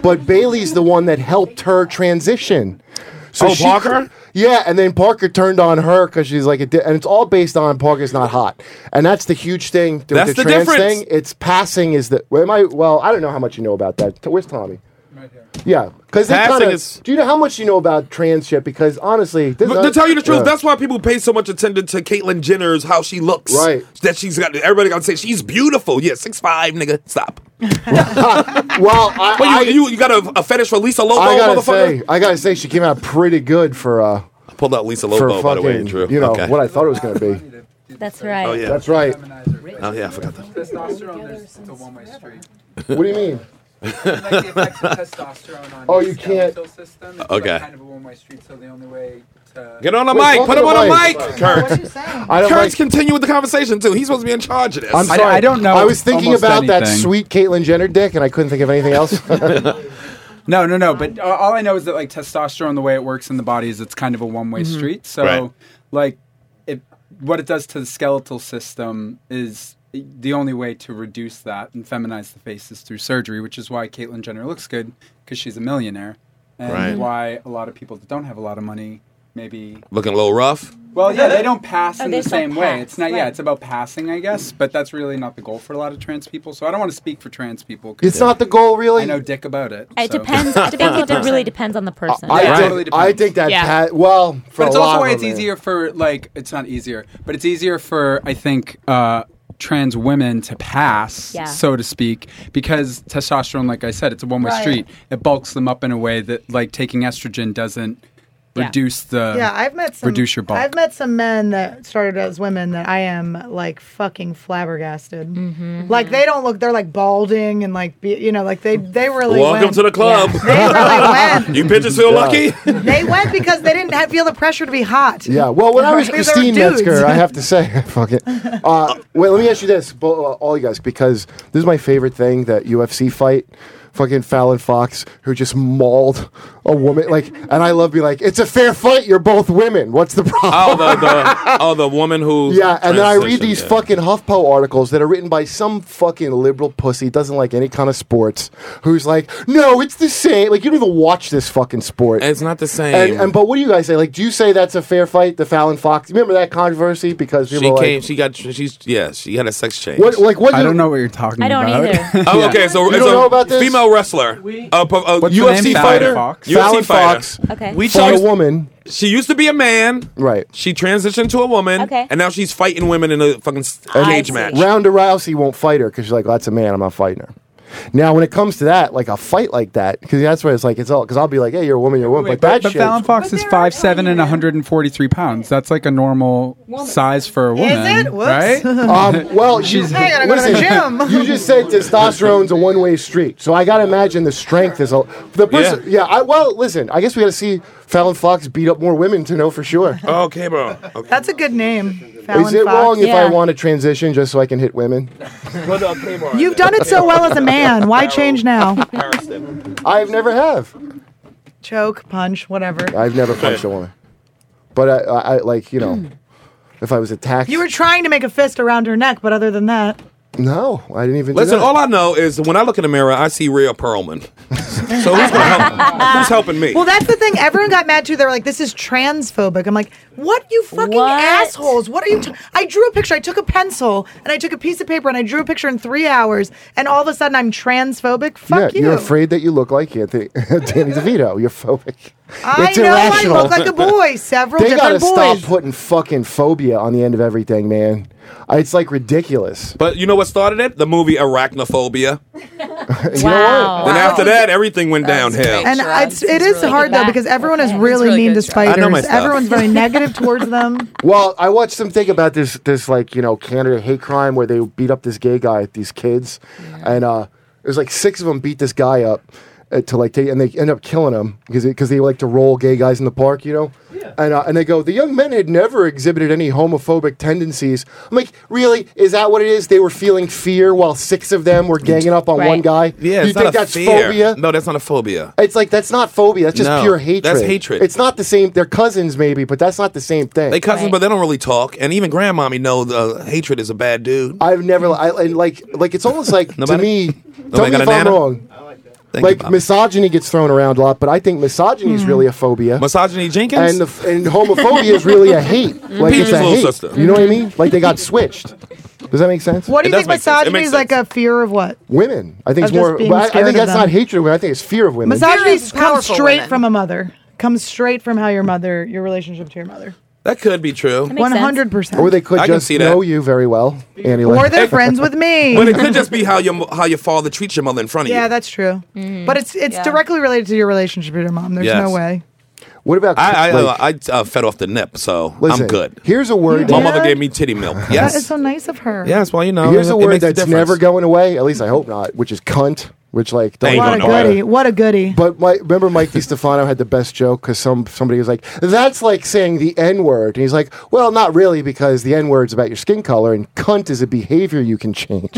S2: But Bailey's the one that helped her transition.
S3: Oh, Parker?
S2: Yeah, and then Parker turned on her because she's like, it di- and it's all based on Parker's not hot, and that's the huge thing. with
S3: That's the
S2: trans
S3: difference.
S2: thing. It's passing is the. Am I? Well, I don't know how much you know about that. T- Where's Tommy? Yeah, because they
S3: Passing
S2: kind
S3: is-
S2: of. Do you know how much you know about trans shit? Because honestly, this,
S3: But to tell you the truth,
S2: yeah.
S3: that's why people pay so much attention to Caitlyn Jenner's how she looks.
S2: Right.
S3: That she's got everybody got to say she's beautiful. Yeah, six five, nigga.
S2: (laughs)
S3: Stop.
S2: well, I,
S3: But you, you, you got a, a fetish for Lisa Lobo,
S2: I gotta
S3: motherfucker.
S2: say, I gotta say, she came out pretty good for uh
S3: I pulled out Lisa
S2: for fucking,
S3: Lobo by the way, Drew.
S2: you know
S3: okay.
S2: what I thought it was gonna be.
S6: That's right.
S3: Oh yeah,
S2: That's right.
S3: Oh yeah, I forgot that.
S2: What do you
S3: (laughs)
S2: mean? Oh, you can't.
S3: Okay. Get on the
S2: Wait,
S3: mic.
S2: talk
S3: Put
S2: to
S3: him
S2: the
S3: on the
S2: mic.
S3: mic, Kurt.
S2: I don't
S3: Kurt's
S2: like-
S3: continue with the conversation too. He's supposed to be in charge of this.
S2: I'm sorry. I was thinking
S4: almost
S2: about that
S4: anything.
S2: sweet Caitlyn Jenner dick, and I couldn't think of anything
S3: (laughs)
S2: else.
S4: (laughs) No, no, no. But uh, all I know is that like testosterone, the way it works in the body is it's kind of a one way
S13: Mm-hmm.
S2: Mhm.
S4: street. So,
S2: Right.
S4: like, it what it does to the skeletal system is the only way to reduce that and feminize the face is through surgery, which is why Caitlyn Jenner looks good because she's a millionaire, and
S3: Right.
S4: why a lot of people that don't have a lot of money maybe
S3: Looking a little rough.
S4: well, yeah, they don't pass
S13: Oh,
S4: in
S13: they
S4: the
S13: don't
S4: same way.
S13: pass,
S4: It's not, yeah,
S13: right.
S4: it's about passing, I guess, but that's really not the goal for a lot of trans people. So I don't want to speak for trans people. 'cause
S2: It's not the goal, really.
S4: I know dick about it.
S6: It
S4: so.
S3: (laughs)
S4: (laughs)
S6: depends. It depends. It really depends on the person.
S2: I,
S4: Yeah.
S2: think, I think that
S4: Yeah.
S2: Pat. Well, (laughs) for
S4: but it's
S2: a lot
S4: also why
S2: of
S4: it's
S2: them, man.
S4: easier for like it's not easier, but it's easier for I think uh, trans women to pass,
S13: Yeah.
S4: so to speak, because testosterone, like I said, it's a one way
S5: Right.
S4: street. It bulks them up in a way that like taking estrogen doesn't
S5: Yeah.
S4: reduce the
S5: yeah, I've met some.
S4: um, reduce your bulk.
S5: I've met some men that started as women that I am like fucking flabbergasted. Like they don't look. They're like balding and like be, you know like they they really
S3: Welcome
S5: went,
S3: to the club. (laughs) you bitches feel
S2: Yeah.
S3: lucky.
S2: (laughs)
S5: they went because they didn't have, feel the pressure to be hot.
S2: Yeah. Well, when I was
S5: Because they were
S2: Christine
S5: dudes.
S2: Metzger, I have to say, (laughs) fuck it. Uh, wait, let me ask you this, bo- uh, all you guys, because this is my favorite thing that UFC fight. Fucking Fallon Fox, who just mauled a woman, like, and I love being like, it's a fair fight. You're both women. What's the
S3: Oh
S2: problem?
S3: the, the oh the woman who
S2: (laughs) yeah, and then I read these
S3: transitioned, yeah.
S2: fucking HuffPo articles that are written by some fucking liberal pussy doesn't like any kind of sports, who's like, no, it's the same. Like, you don't even watch this fucking sport.
S3: It's not the same.
S2: And, and but what do you guys say? Like, do you say that's a fair fight? The Fallon Fox. Remember that controversy because
S3: she
S2: people were
S3: came.
S2: like,
S3: She got. She's yeah. She had a sex change.
S2: what? Like what?
S4: I don't know what you're talking
S2: I don't
S4: about. (laughs)
S2: either. (laughs)
S3: Oh,
S2: Yeah.
S3: okay. So
S2: You
S3: it's
S2: don't
S3: a
S2: know about this?
S3: female wrestler, a, po- a
S4: What's her
S3: UFC
S4: name? Fallon
S3: fighter,
S4: Fox?
S3: UFC
S2: Fallon
S3: fighter.
S2: Fox.
S6: Okay.
S3: We
S2: Fought
S3: talked-
S2: a woman.
S3: She used to be a man,
S2: right?
S3: She transitioned to a woman,
S6: Okay.
S3: and now she's fighting women in a fucking s-
S2: And
S3: cage match.
S2: Ronda Rousey won't fight her because she's like, well, that's a man. I'm not fighting her. Now, when it comes to that, like a fight like that, because that's where it's like it's all. Because I'll be like, hey, you're a woman, you're a woman.
S4: Wait,
S2: but that
S4: but, but
S2: shit.
S4: Fallon Fox is five seven and 143 pounds. That's like a normal size for a woman,
S5: it? Whoops.
S4: right?
S2: um, (laughs) well, she's.
S5: I gotta go to the
S2: listen,
S5: gym.
S2: you just said testosterone's a one-way street, so I gotta imagine the strength is a the person. Yeah. I, well, listen, I guess we gotta see Fallon Fox beat up more women to know for sure.
S3: Okay, bro. Okay.
S5: (laughs) That's a good name. Fallon
S2: is it
S5: Fox.
S2: wrong if (laughs) I want to transition just so I can hit women?
S5: You've done it so well as a man. Why change now?
S2: I've never have.
S5: Choke, punch, whatever.
S2: I've
S5: (laughs)
S2: never punched a woman, but I, I, I like you
S5: (clears throat)
S2: know, if I was attacked,
S5: You were trying to make a fist around her neck, but other than that,
S2: no, I didn't even. do
S3: Listen,
S2: that.
S3: all I know is when I look in the mirror, I see Rhea Perlman. So who's, gonna help, who's helping me?
S5: Well, that's the thing. Everyone got mad too. They were like, "This is transphobic." I'm like, "What you fucking assholes? What are you?" T-? I drew a picture. I took a pencil and I took a piece of paper and I drew a picture in three hours. And all of a sudden, I'm transphobic. Fuck
S2: yeah,
S5: you.
S2: are afraid that you look like Anthony, (laughs) Danny DeVito. You're phobic.
S5: I
S2: it's
S5: know
S2: irrational.
S5: I
S2: (laughs)
S5: look like a boy. Several
S2: they gotta
S5: different boys.
S2: stop putting fucking phobia on the end of everything, man. It's like ridiculous.
S3: But you know what started it? The movie Arachnophobia.
S2: (laughs) You know
S3: Wow.
S2: what?
S3: And after that, everything went downhill.
S5: And it's, it is hard though because everyone is really, mean to
S2: I know my
S5: spiders.
S2: stuff.
S5: Everyone's very negative towards
S2: (laughs)
S5: them.
S2: Well, I watched some thing about this this like you know Canada hate crime where they beat up this gay guy, these kids, and uh, it was like six of them beat this guy up uh, to like take, and they end up killing him because because they like to roll gay guys in the park, you know. And uh, and they go, the young men had never exhibited any homophobic tendencies. I'm like, really? Is that what it is? They were feeling fear while six of them were ganging up on one guy.
S3: Yeah,
S2: you
S3: it's
S2: think
S3: not a
S2: that's
S3: fear.
S2: phobia?
S3: No, that's not a phobia.
S2: It's like that's not phobia. That's just
S3: No,
S2: pure hatred.
S3: that's hatred.
S2: It's not the same. They're cousins, maybe, but that's not the same thing.
S3: They cousins, but they don't really talk. And even grandmommy know the hatred is a bad dude.
S2: I've never. I and like like it's almost
S3: (laughs)
S2: like to
S3: Nobody-
S2: me. Tell
S3: nobody
S2: me
S3: got
S2: if
S3: a
S2: I'm
S3: nana?
S2: wrong.
S3: Thank
S2: Like misogyny gets thrown around a lot, but I think misogyny
S5: Hmm.
S2: is really a phobia.
S3: Misogyny Jenkins
S2: And the, f- and homophobia is really a
S3: (laughs)
S2: hate. Like
S3: Peach's
S2: it's a
S3: little
S2: hate.
S3: sister.
S2: You know what I mean? Like they got switched. Does that make sense?
S5: What do you think misogyny is like a fear of what?
S2: Women. I think
S5: Of
S2: it's
S5: just
S2: more.
S5: being
S2: But I, I
S5: scared of
S2: think that's
S5: them.
S2: not hatred. of women. I think it's fear of women.
S5: Misogyny comes
S2: powerful
S5: straight
S2: women.
S5: from a mother. Comes straight from how your mother, your relationship to your mother.
S3: that could be true.
S5: One hundred percent.
S2: Or they could
S3: I can
S2: just
S3: see that.
S2: know you very well, Annie. (laughs)
S5: Or they're friends with me.
S3: But it could just be how your mo- how your father treats your mother in front of
S5: Yeah,
S3: you.
S5: that's true. But it's it's directly related to your relationship with your mom. There's
S3: Yes.
S5: no way.
S2: What about
S3: I I,
S2: like-
S3: I, uh, fed off the nip, so
S2: Listen,
S3: I'm good.
S2: Here's a word.
S3: My
S2: that- (laughs)
S3: mother gave me titty milk.
S5: That is
S3: Yes. (laughs)
S5: so nice of her.
S3: Yes, well, you know.
S2: Here's a
S3: it
S2: word
S3: makes a
S2: that's
S3: difference.
S2: never going away. At least I hope not. Which is cunt. Which like
S3: Ain't
S5: What a goody. What a goody.
S2: But my, remember, Mike (laughs) DiStefano had the best joke because some somebody was like, "That's like saying the N word," and he's like, "Well, not really, because the N word's about your skin color, and cunt is a behavior you can change."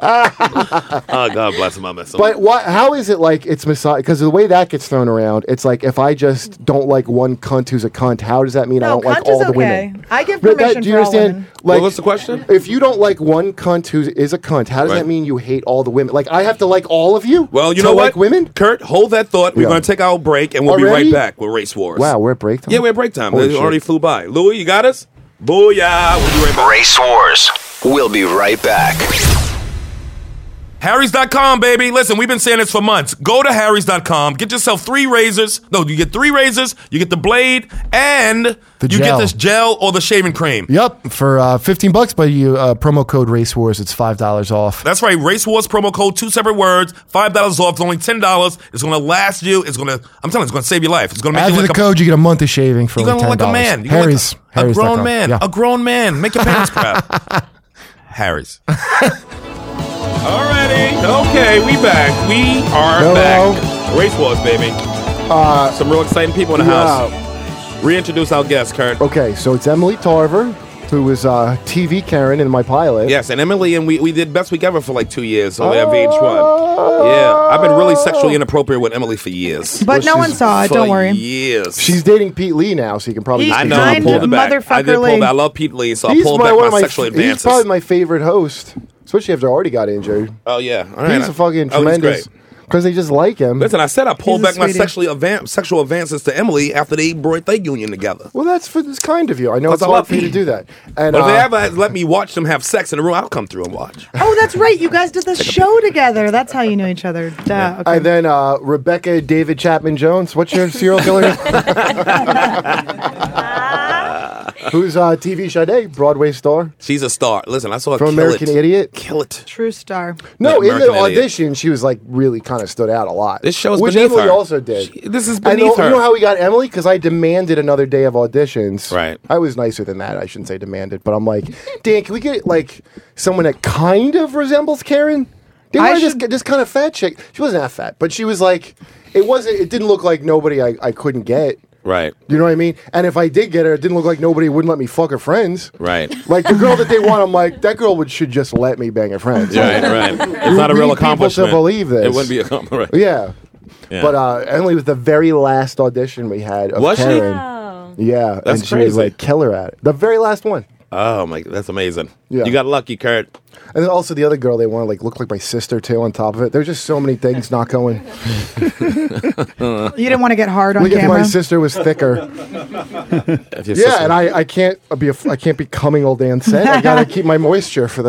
S3: oh God bless him, I miss him.
S2: but what? How is it like it's misogyny? Because the way that gets thrown around, it's like if I just don't like one cunt who's a cunt, how does that mean I don't like all the women?
S5: I give
S2: But
S5: permission
S2: that- do you
S5: for all
S2: understand?
S5: women.
S2: Like, what's the question? If you don't like one cunt who is a cunt, how does that mean you hate all the women? Like, I have to like all of you.
S3: Well, you
S2: to
S3: know
S2: like
S3: what,
S2: women.
S3: Kurt, hold that thought. We're
S2: Yeah.
S3: going to take our break, and we'll
S2: Already?
S3: be right back with race wars.
S2: Wow, we're at break time.
S3: Yeah, we're at break time.
S2: Holy
S3: They
S2: shit.
S3: already flew by. Louis, you got us. Booyah! We'll be right back.
S11: Race Wars. We'll be right back.
S3: Harry's.com, baby. Listen, we've been saying this for months. Go to Harry's.com, get yourself three razors. No, you get three razors, you get the blade, and you
S2: gel.
S3: get this gel or the shaving cream.
S2: Yep, for uh, fifteen bucks, but you uh, promo code Race Wars, it's five dollars off.
S3: That's right. Race Wars promo code, two separate words, $5 off. It's only $10. It's going to last you. It's going to, I'm telling you, it's going to save your life. It's going to make
S2: After the
S3: you like a
S2: code, you get a month of shaving for
S3: You're
S2: only
S3: gonna
S2: ten
S3: look like a
S2: dollars.
S3: man. You're gonna look
S2: Harry's,
S3: a
S2: Harry's
S3: grown
S2: dot com.
S3: man.
S2: Yeah.
S3: A grown man. Make your
S2: (laughs)
S3: pants crap. Harry's. Alrighty. Okay, we back. We are
S2: Hello. Uh,
S3: back. Race wars, baby. Some real exciting people in the
S2: yeah.
S3: house. Reintroduce our guest, Kurt.
S2: Okay, so it's Emily Tarver, who was uh, TV Karen in my pilot.
S3: Yes, and Emily and we, we did best week ever for like two years on VH1. Yeah, I've been really sexually inappropriate with Emily for years.
S5: But no one saw it,
S3: For
S5: don't worry.
S3: Years.
S2: She's dating Pete Lee now, so you can probably.
S3: I
S2: just
S3: know. I
S2: continue.
S3: pulled it back. I did
S5: motherfucker
S3: pull
S5: Lee.
S3: back. I love Pete Lee, so I
S2: He's
S3: pulled
S2: my-
S3: back
S2: one
S3: my,
S2: of my
S3: sexual
S2: f-
S3: advances.
S2: He's probably my favorite host, especially after I already got injured.
S3: Oh yeah, All
S2: he's
S3: right.
S2: a fucking
S3: Oh, he's
S2: tremendous.
S3: great.
S2: Because they just like him.
S3: Listen, I said I pulled
S2: He's a
S3: back my
S2: sweetie.
S3: sexually advan- sexual advances to Emily after they brought their union together.
S2: Well, that's for this kind of you. I know
S3: 'Cause
S2: it's
S3: I
S2: hard
S3: love
S2: for you to
S3: Pete.
S2: do that. And
S3: but if they
S2: uh,
S3: ever let me watch them have sex in a room, I'll come through
S2: (laughs)
S3: and watch.
S5: Oh, that's right. You guys did the show together. That's how you knew each other. Duh. Okay.
S2: And then uh, Rebecca David Chapman Jones. What's your serial
S3: (laughs)
S2: killer? Who's uh, TV Sade, Broadway star
S3: She's a star. Listen, I saw her
S2: from
S3: kill
S2: American
S3: it.
S2: Idiot?
S3: Kill it.
S5: True star.
S2: No, in the
S3: American Idiot.
S2: audition, she was like really kind of stood out a lot.
S3: This show's
S2: which
S3: beneath
S2: Emily
S3: her.
S2: also did.
S3: this is
S2: I know,
S3: beneath her.
S2: You know how we got Emily? Because I demanded another day of auditions.
S3: Right.
S2: I was nicer than that. I shouldn't say demanded, but I'm like, Dan, can we get like someone that kind of resembles Karen? Dan,
S5: I
S2: I just get this kind of fat chick. She wasn't that fat, but she was like, it wasn't. It didn't look like nobody I, I couldn't get.
S3: Right.
S2: You know what I mean? And if I did get her, it didn't look like nobody wouldn't let me fuck her friends. (laughs)
S3: Right.
S2: Like the girl that they want, I'm like, that girl would should just let me bang her friends.
S3: Yeah, right, right. It's not a
S2: We
S3: real
S2: need people
S3: accomplishment.
S2: To believe this,
S3: It wouldn't be a (laughs) compliment.
S2: Yeah.
S3: Yeah.
S2: But uh, Emily was the very last audition we had of
S3: Was she?
S2: Karen. Yeah,
S3: That's
S2: and she was
S3: crazy.
S2: like killer at it. The very last one.
S3: Oh my, that's amazing.
S2: Yeah.
S3: You got lucky, Kurt.
S2: And then also the other girl they wanted like looked like my sister too. On top of it, there's just so many things not going.
S5: You didn't want to get hard on
S2: uh, Look at
S5: camera.
S2: my sister was
S5: (laughs)
S2: thicker.
S3: your
S2: yeah,
S3: sister-
S2: and I, I can't be a, I can't be coming all day and saying I gotta keep my moisture for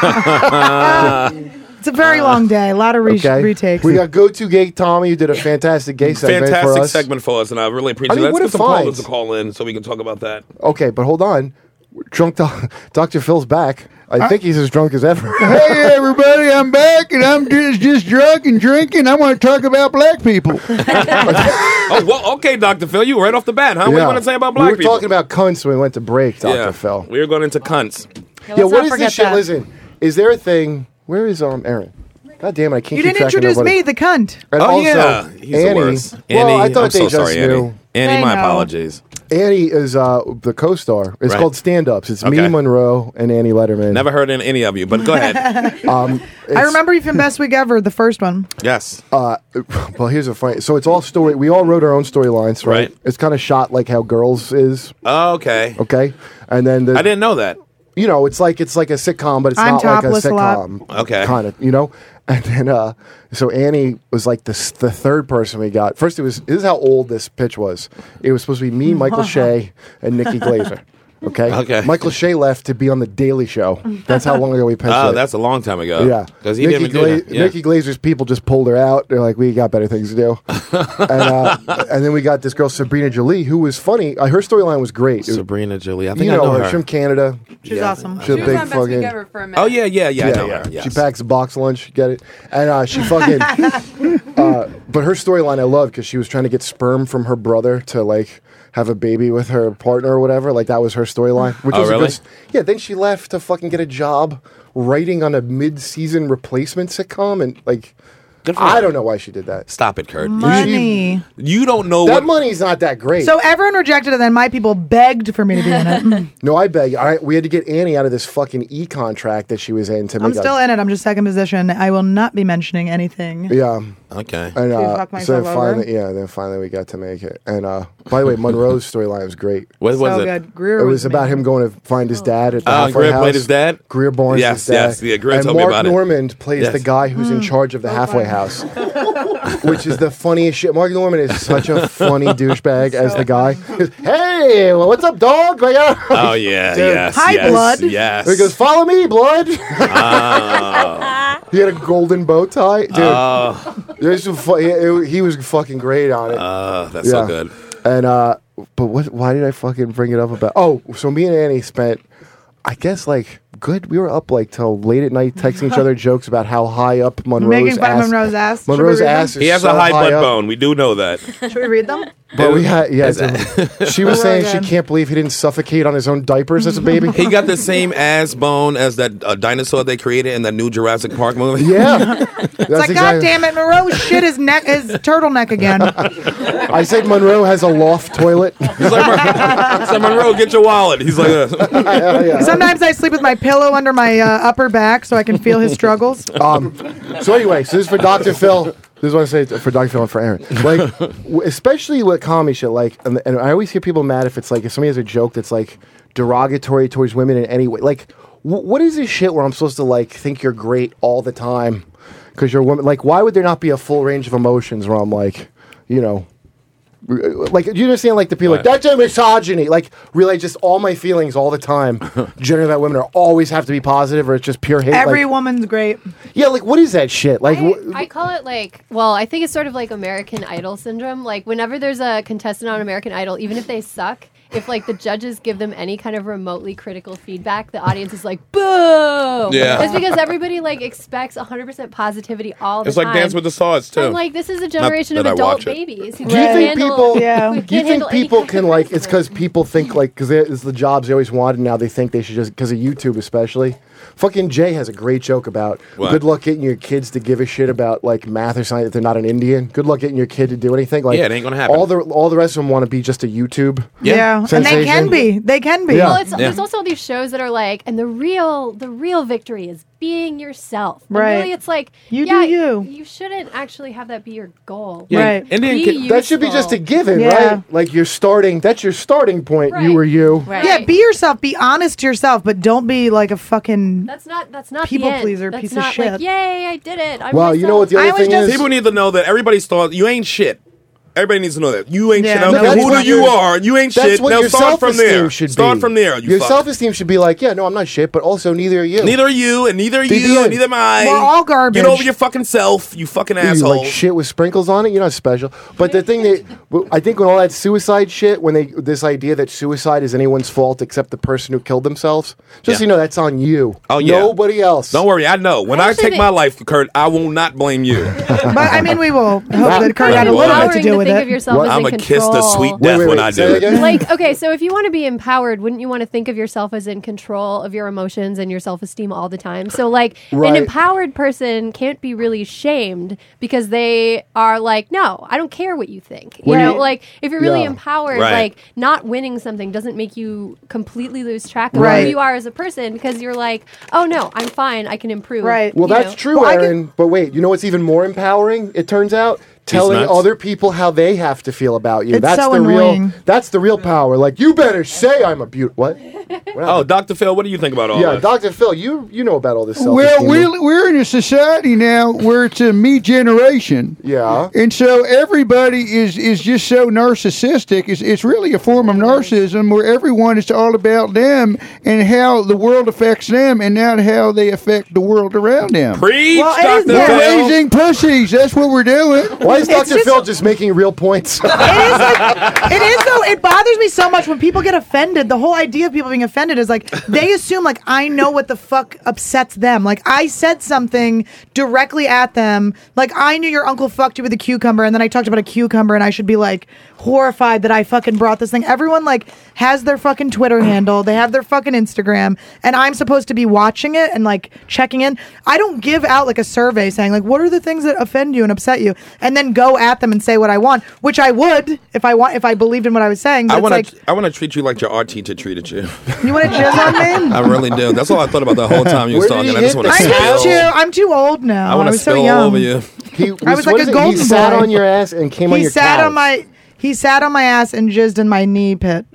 S2: the.
S5: (laughs) It's a very long day. A lot of re- retakes.
S2: Uh, We got go to gay Tommy who did a fantastic gay segment
S3: Fantastic
S2: for us.
S3: segment for us, and I really appreciate
S2: I mean,
S3: it.
S2: what
S3: Let's
S2: a
S3: get some callers
S2: find.
S3: to call in so we can talk about that.
S2: Okay, but hold on, drunk doc- (laughs) Doctor Phil's back. I think he's as drunk as ever.
S14: Hey everybody,
S2: (laughs)
S14: I'm back and I'm just, just drunk and drinking. I want to talk about black people.
S3: oh well, okay, Doctor Phil, you right off the bat, huh? What do you
S2: Yeah.
S3: want to say about
S2: We
S3: black
S2: were
S3: people?
S2: talking about cunts when we went to break, Doctor
S3: yeah,
S2: Phil.
S3: we were going into cunts.
S2: yeah, what is this shit? Listen, is there a thing? Where is um Aaron? God damn it! I can't. keep
S5: You didn't
S2: track of
S5: introduce
S2: nobody.
S5: me, the cunt.
S2: (laughs) And also,
S3: he's
S2: Annie,
S3: the worst.
S2: Well, I
S3: Annie,
S2: thought
S3: I'm
S2: they
S3: so
S2: just
S3: sorry,
S2: knew.
S3: Annie. Annie,
S5: They
S3: my
S5: know.
S3: apologies.
S2: Annie is uh, the co-star. It's
S3: Right.
S2: called Stand Ups. It's
S3: Okay.
S2: me, Monroe, and Annie Letterman.
S3: Never heard in any of you, but go
S5: (laughs)
S3: ahead.
S2: (laughs) Um,
S5: I remember you from Best Week Ever, the first one.
S3: yes.
S2: Uh, (laughs) well, here's a funny. So it's all story. We all wrote our own storylines, right?
S3: Right.
S2: It's kind of shot like how Girls is.
S3: Okay.
S2: Okay, and then the,
S3: I didn't know that.
S2: You know, it's like it's like a sitcom, but it's
S3: I'm
S2: not like a
S3: topless a lot.
S2: sitcom.
S3: Okay.
S2: kind of. You know, and then uh, so Annie was like the s- the third person we got. First, it was this is how old this pitch was. It was supposed to be me,
S3: (laughs)
S2: Michael Shea, and Nikki Glazer. Okay.
S3: Okay.
S2: Michael Shea left to be on the Daily Show. That's how long ago we pitched
S3: Oh,
S2: it.
S3: that's a long time ago.
S2: Yeah,
S3: because he
S2: Nikki
S3: didn't even do
S2: Gla-
S3: that. Yeah.
S2: Nikki Glazer's people just pulled her out. They're like, we got better things to
S3: (laughs)
S2: do. and, uh, and then we got this girl Sabrina Jolie, who was funny. Uh, her storyline was great.
S3: Sabrina Jolie, I think
S2: you
S3: I
S2: know,
S3: know
S2: her.
S3: her.
S2: She's from Canada.
S5: She's awesome.
S2: She's a big fucking.
S3: Oh yeah, yeah, yeah. I know her.
S2: She packs a box lunch. Get it? And uh, she
S5: (laughs)
S2: fucking. uh, but her storyline I love because she was trying to get sperm from her brother to like have a baby with her partner or whatever. Like that was her storyline, which
S3: Oh,
S2: was a
S3: really?
S2: good. s- Yeah. Then she left to fucking get a job writing on a mid-season replacement sitcom and like. I don't know why she did that.
S3: Stop it, Kurt.
S5: Money.
S3: You don't know
S2: that
S3: what-
S2: money's not that great.
S5: So everyone rejected it, then my people begged for me to be in
S2: (laughs)
S5: it. Mm.
S2: no, I beg. you. I, we had to get Annie out of this fucking e contract that she was in to make.
S5: I'm
S2: a-
S5: still in it. I'm just second position. I will not be mentioning anything.
S2: Yeah.
S3: Okay.
S2: And
S5: you
S2: uh,
S5: fuck
S2: so
S5: myself
S2: then
S5: over?
S2: finally, yeah, then finally we got to make it. And uh, by the way, Monroe's storyline was great.
S3: What
S5: So was it? good. Greer
S2: it
S5: was
S2: was about him going to find his dad at the
S3: Oh,
S2: halfway
S3: Greer
S2: house.
S3: played his dad?
S2: Greer Barnes.
S3: Yes,
S2: his dad.
S3: yes, yeah, Greer
S2: and
S3: told me
S2: Mark
S3: about it.
S2: Normand plays
S3: Yes.
S2: the guy who's
S5: Hmm.
S2: in charge of the halfway house,
S5: (laughs)
S2: which is the funniest shit. Mark Normand is such a funny douchebag as the guy. He's, (laughs) hey, well, what's up, dog? Like, uh,
S3: Oh yeah,
S2: Dude.
S3: yes, yes, Yes.
S2: He goes,
S3: (laughs)
S2: follow me,
S5: (laughs)
S2: blood.
S3: Oh.
S2: He had a golden bow tie, dude.
S3: Oh.
S2: There's some fu- he, he was fucking great on it.
S3: Oh, that's so good.
S2: And uh, but what? Why did I fucking bring it up about? Oh, so me and Annie spent, I guess like good. We were up like till late at night texting each other jokes about how high up Monroe's
S5: Making fun of
S2: ass.
S5: Monroe's ass. Should we
S2: Monroe's
S5: read them?
S2: ass. Is
S3: He has
S2: so
S3: a high butt
S2: up.
S3: bone. We do know that.
S5: Should we
S2: (laughs)
S5: read them?
S2: But we had (laughs) yeah.
S3: Is
S2: dude. she was
S5: Oh,
S2: saying
S5: God.
S2: she can't believe he didn't suffocate on his own diapers as a baby.
S3: He got
S2: (laughs)
S3: the same ass bone as that uh, dinosaur they created in that new Jurassic Park movie. (laughs)
S2: Yeah.
S5: It's like, God damn it, Monroe shit his
S2: (laughs)
S5: neck his turtleneck again.
S2: I said Monroe has a loft toilet. (laughs)
S3: (laughs) so Monroe, get your wallet. He's like, uh,
S2: (laughs) Oh,
S5: Sometimes I sleep with my pillow under my uh, upper back so I can feel his struggles.
S2: (laughs) Um, so anyway, so this is for Dr. Phil. This is what I say for Dr. Phil and for Aaron. Like, w- especially with comedy shit, like, and, and I always hear people mad if it's like, if somebody has a joke that's like derogatory towards women in any way. Like, wh- what is this shit where I'm supposed to like think you're great all the time because you're a woman? Like, why would there not be a full range of emotions where I'm like, you know, r- like you understand like the people like
S3: Right.
S2: that's a misogyny like really just all my feelings all the time generally that women are always have to be positive or it's just pure hate like-
S5: Every woman's great.
S2: yeah, like what is that shit? Like, wh-
S9: I call it like, well, I think it's sort of like American Idol syndrome. Like, whenever there's a contestant on American Idol, even if they suck, if like the judges give them any kind of remotely critical feedback, the audience is like, boo!
S3: Yeah.
S9: It's because everybody like expects 100% positivity all the
S3: it's
S9: time.
S3: like Dance with the Stars too.
S9: I'm like, this is a generation of
S3: that I
S9: adult
S3: watch it.
S9: babies. who
S2: do you
S9: can't
S2: think
S9: handle-
S2: people?
S9: who
S2: Do
S9: can't
S2: you think
S9: handle any
S2: people can like? It's because people think like because it's the jobs they always wanted. Now they think they should just because of YouTube, especially. Fucking Jay has a great joke about
S3: What?
S2: good luck getting your kids to give a shit about like math or science if they're not an Indian. Good luck getting your kid to do anything. Like,
S3: Yeah, it ain't gonna happen.
S2: All the all the rest of them want to be just a YouTube.
S5: Yeah. And they
S2: sensation.
S5: can be. They can be.
S2: Yeah.
S9: Well, it's,
S2: Yeah.
S9: there's also all these shows that are like, and the real, the real victory is being yourself. And
S5: Right.
S9: Really, it's like
S5: You
S9: yeah,
S5: do you.
S9: You shouldn't actually have that be your goal.
S5: Right.
S3: Indian
S9: Be
S2: that should be
S9: useful.
S2: just a given,
S5: Yeah.
S2: right? Like you're starting. That's your starting point. You were you.
S5: Yeah, be yourself. Be honest to yourself, but don't be like a fucking.
S9: That's not. That's not
S5: People
S9: the end.
S5: pleaser
S9: That's
S5: piece of
S9: not
S5: shit.
S9: Like, Yay! I did it. I'm
S5: Well, you know what the
S9: myself."
S5: other I was thing just-
S3: People need to know that everybody's thought you ain't shit. Everybody needs to know that you ain't
S2: Yeah,
S3: shit. I don't
S2: no,
S3: care
S2: that's
S3: who
S2: what
S3: do you
S2: your-
S3: are. You ain't
S2: that's
S3: shit.
S2: What
S3: Now
S2: your
S3: start from
S2: self-esteem
S3: there.
S2: Should
S3: Start
S2: be.
S3: from there. You
S2: your
S3: fuck.
S2: self-esteem should be like, yeah, no, I'm not shit, but also neither are you.
S3: Neither are you, and neither are
S2: Be
S3: you,
S2: good.
S3: and neither am I.
S2: We're all garbage.
S3: Get over your fucking self, you fucking
S2: Dude,
S3: asshole.
S2: You like shit with sprinkles on it. You're not special. But the thing that well, I think when all that suicide shit, when they this idea that suicide is anyone's fault except the person who killed themselves, just so you know that's on you.
S3: Oh yeah.
S2: Nobody else.
S3: Don't worry, I know. When I
S2: Actually,
S3: take
S2: they-
S3: my life, Kurt, I will not blame you.
S5: But I mean, we will hope
S3: Wow.
S5: that Kurt had a little bit to do with
S9: think
S5: it.
S9: of yourself as in
S3: I'm a kiss to
S9: control.
S3: sweet death when I do it.
S9: like okay so if you want to be empowered wouldn't you want to think of yourself as in control of your emotions and your self-esteem all the time so like an
S15: Right.
S9: empowered person can't be really shamed because they are like no i don't care what you think you
S15: When
S9: know
S15: you-
S9: like if you're really
S15: Yeah.
S9: empowered
S15: Right.
S9: like not winning something doesn't make you completely lose track of
S2: Right.
S9: who you are as a person because you're like oh no i'm fine i can improve
S2: Well,
S9: Uh, you
S2: that's
S9: know?
S2: true, Aaron. But wait, you know what's even more empowering? It turns out telling
S16: nuts.
S2: other people how they have to feel about you.
S16: It's
S2: that's
S16: so
S2: the
S16: annoying.
S2: real. That's the real power. Like you better say I'm a beaut. What?
S3: Oh, Dr. Phil, what do you think about all
S2: yeah,
S3: that?
S2: Doctor Phil, Oh, you you know about all this.
S14: Well,
S2: self-esteem.
S14: we're, we're in a society now where it's a me generation. (laughs)
S2: Yeah.
S14: And so everybody is, is just so narcissistic. It's, it's really a form of narcissism where everyone is all about them and how the world affects them and not how they affect the world around them.
S3: Preach,
S14: Well,
S3: Dr.
S14: We're
S3: Phil.
S14: raising pussies. That's what we're doing.
S2: Why is Dr. Phil just making real points? (laughs)
S5: it is though. It bothers me so much when people get offended. The whole idea of people being offended is like they assume like I know what the fuck upsets them. Like I said something directly at them. Like I knew your uncle fucked you with a cucumber, and then I talked about a cucumber, and I should be like horrified that I fucking brought this thing. Everyone like has their fucking Twitter handle. They have their fucking Instagram, and I'm supposed to be watching it and like checking in. I don't give out like a survey saying like what are the things that offend you and upset you, and then go at them and say what I want, which I would if I want if I believed in what I was saying. But
S3: I
S5: it's
S3: want
S5: like
S3: to. I want to treat you like your art teacher treated you.
S5: (laughs) you want to jizz on
S3: (laughs)
S5: me.
S3: I really do. That's all I thought about the whole time you was
S2: Where did
S3: talking.
S2: he
S3: I just
S2: hit
S3: want to
S2: that?
S5: I'm
S3: spill.
S5: just too. I'm too old now.
S3: I
S5: I,
S3: want to
S5: was so
S3: spill
S5: young.
S3: all over you.
S2: He
S5: I was
S2: what
S5: like a
S2: is it?
S5: golden
S2: He sat
S5: boy.
S2: on your ass and came on
S5: he
S2: your
S5: sat
S2: couch.
S5: on my. He sat on my ass and jizzed in my knee pit.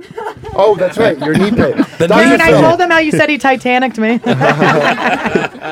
S2: Oh, that's right, your knee pit.
S5: (laughs) Dude, I told him how you said "Uh." he
S3: (laughs)
S5: Titanicked me.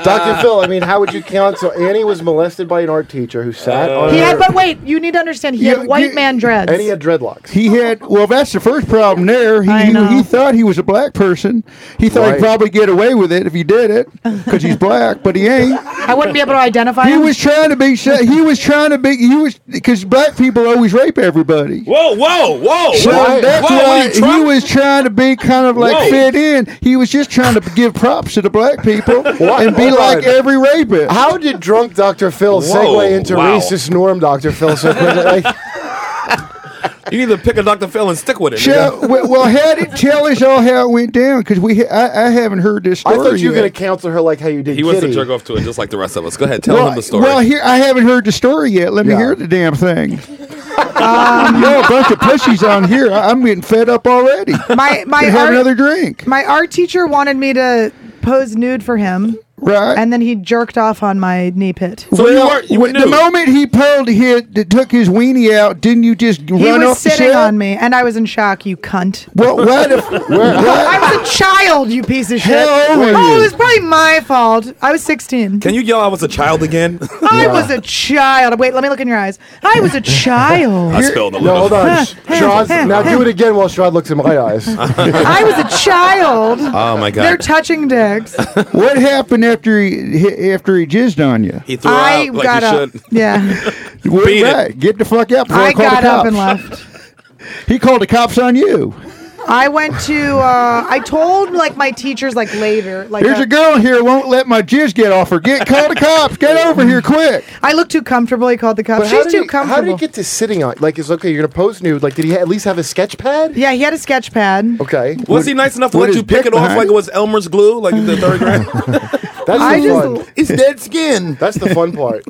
S2: Dr. Phil, I mean, how would you count? So Annie was molested by an art teacher who sat on
S5: Uh, he
S2: her,
S5: had, but wait, you need to understand. He
S14: Yeah,
S5: had white man dreads.
S2: and he had dreadlocks.
S14: He had well. That's the first problem there. He he, he thought he was a black person. He thought
S2: Right.
S14: he'd probably get away with it if he did it because he's black, but he ain't.
S5: I wouldn't be able to identify
S14: He
S5: him.
S14: was trying to be. se- He was trying to be. He was because black people always rape everybody.
S3: Whoa, whoa,
S2: Oh,
S3: whoa!
S14: So
S3: whoa,
S14: that's
S3: whoa, what are
S14: why
S3: you trying-
S14: he was trying to be kind of like
S3: Whoa.
S14: fit in. He was just trying to give props to the black people
S2: (laughs) What?
S14: and be
S2: Hold
S14: like
S2: on.
S14: every rapist.
S2: How did drunk Dr. Phil
S14: Whoa,
S2: segue into
S14: wow.
S2: racist norm Dr. Phil so quickly? Like,
S3: (laughs) You need to pick a Dr. Phil and stick with
S14: (laughs)
S3: it.
S14: Shall,
S3: nigga.
S14: well, well, how
S3: (laughs)
S14: did, tell us all how it went down because we ha- I, I haven't heard this
S2: I
S14: story.
S2: thought you were
S14: yet.
S2: going to counsel her like how you did
S3: he wants
S2: Kitty.
S3: to jerk off to it just like the rest of us. Go ahead, tell
S14: well,
S3: him the story.
S14: Well, here I haven't heard the story yet. Let me hear the damn thing.
S5: (laughs)
S14: Um, You're a bunch of pussies on here. I, I'm getting fed up already.
S5: (laughs) my my
S14: Could have
S5: art,
S14: another drink.
S5: My art teacher wanted me to pose nude for him.
S14: Right.
S5: And then he jerked off on my knee pit.
S14: well, when- the moment he pulled, he took his weenie out. Didn't you just
S5: he
S14: run
S5: was
S14: off
S5: sitting
S14: the
S5: on me, and I was in shock. You cunt!
S14: Well, what if-
S5: I was a (laughs) child, you piece of shit.
S3: How old were
S5: oh,
S3: you?
S5: it was probably my fault. I
S3: (laughs)
S5: was sixteen.
S3: Can you yell? I was a
S2: (laughs)
S3: child again.
S5: I was a child. Wait, let me look in your eyes. (laughs)
S2: (laughs)
S5: I was a child.
S3: I spilled a
S2: No, hold on.
S5: Huh,
S2: Sherrod's-
S5: huh,
S2: now
S5: huh.
S2: do it again while Sherrod looks in my eyes.
S5: (laughs)
S2: (laughs)
S5: I was a child.
S3: Oh my
S5: They're touching dicks.
S14: What happened after he he- after he jizzed on you?
S3: He
S5: threw her I out like got he up. should. (laughs) Yeah.
S14: Well,
S3: Beat it.
S14: right. Get the fuck out! Before I,
S5: I
S14: call
S5: got
S14: the
S5: up
S14: cops. (laughs)
S5: and
S14: he called the cops on you.
S5: I went to. Uh, I told like my teachers like later. Like
S14: There's
S5: uh,
S14: a girl here won't let my jizz get off her. Get call the cops. Get over here quick.
S5: I look too comfortable. He called the cops.
S2: But how
S5: She's
S2: did
S5: too
S2: he,
S5: comfortable.
S2: How did he get to sitting on? Like, it's okay. You're gonna pose nude. Like, did he at least have a sketch pad?
S5: Yeah, he had a sketch pad.
S2: Okay.
S3: Was he nice enough to let you pick it off like it was Elmer's glue, like
S2: (laughs)
S3: the third grade?
S2: That's
S3: I
S2: the
S3: just-
S2: fun. It's dead skin. That's the fun part.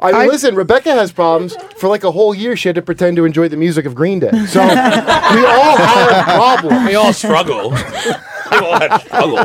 S2: I mean, listen, Rebecca has problems. For like a whole year, she had to pretend to enjoy the music of Green Day. So we all have problems.
S3: We all struggle.
S2: (laughs)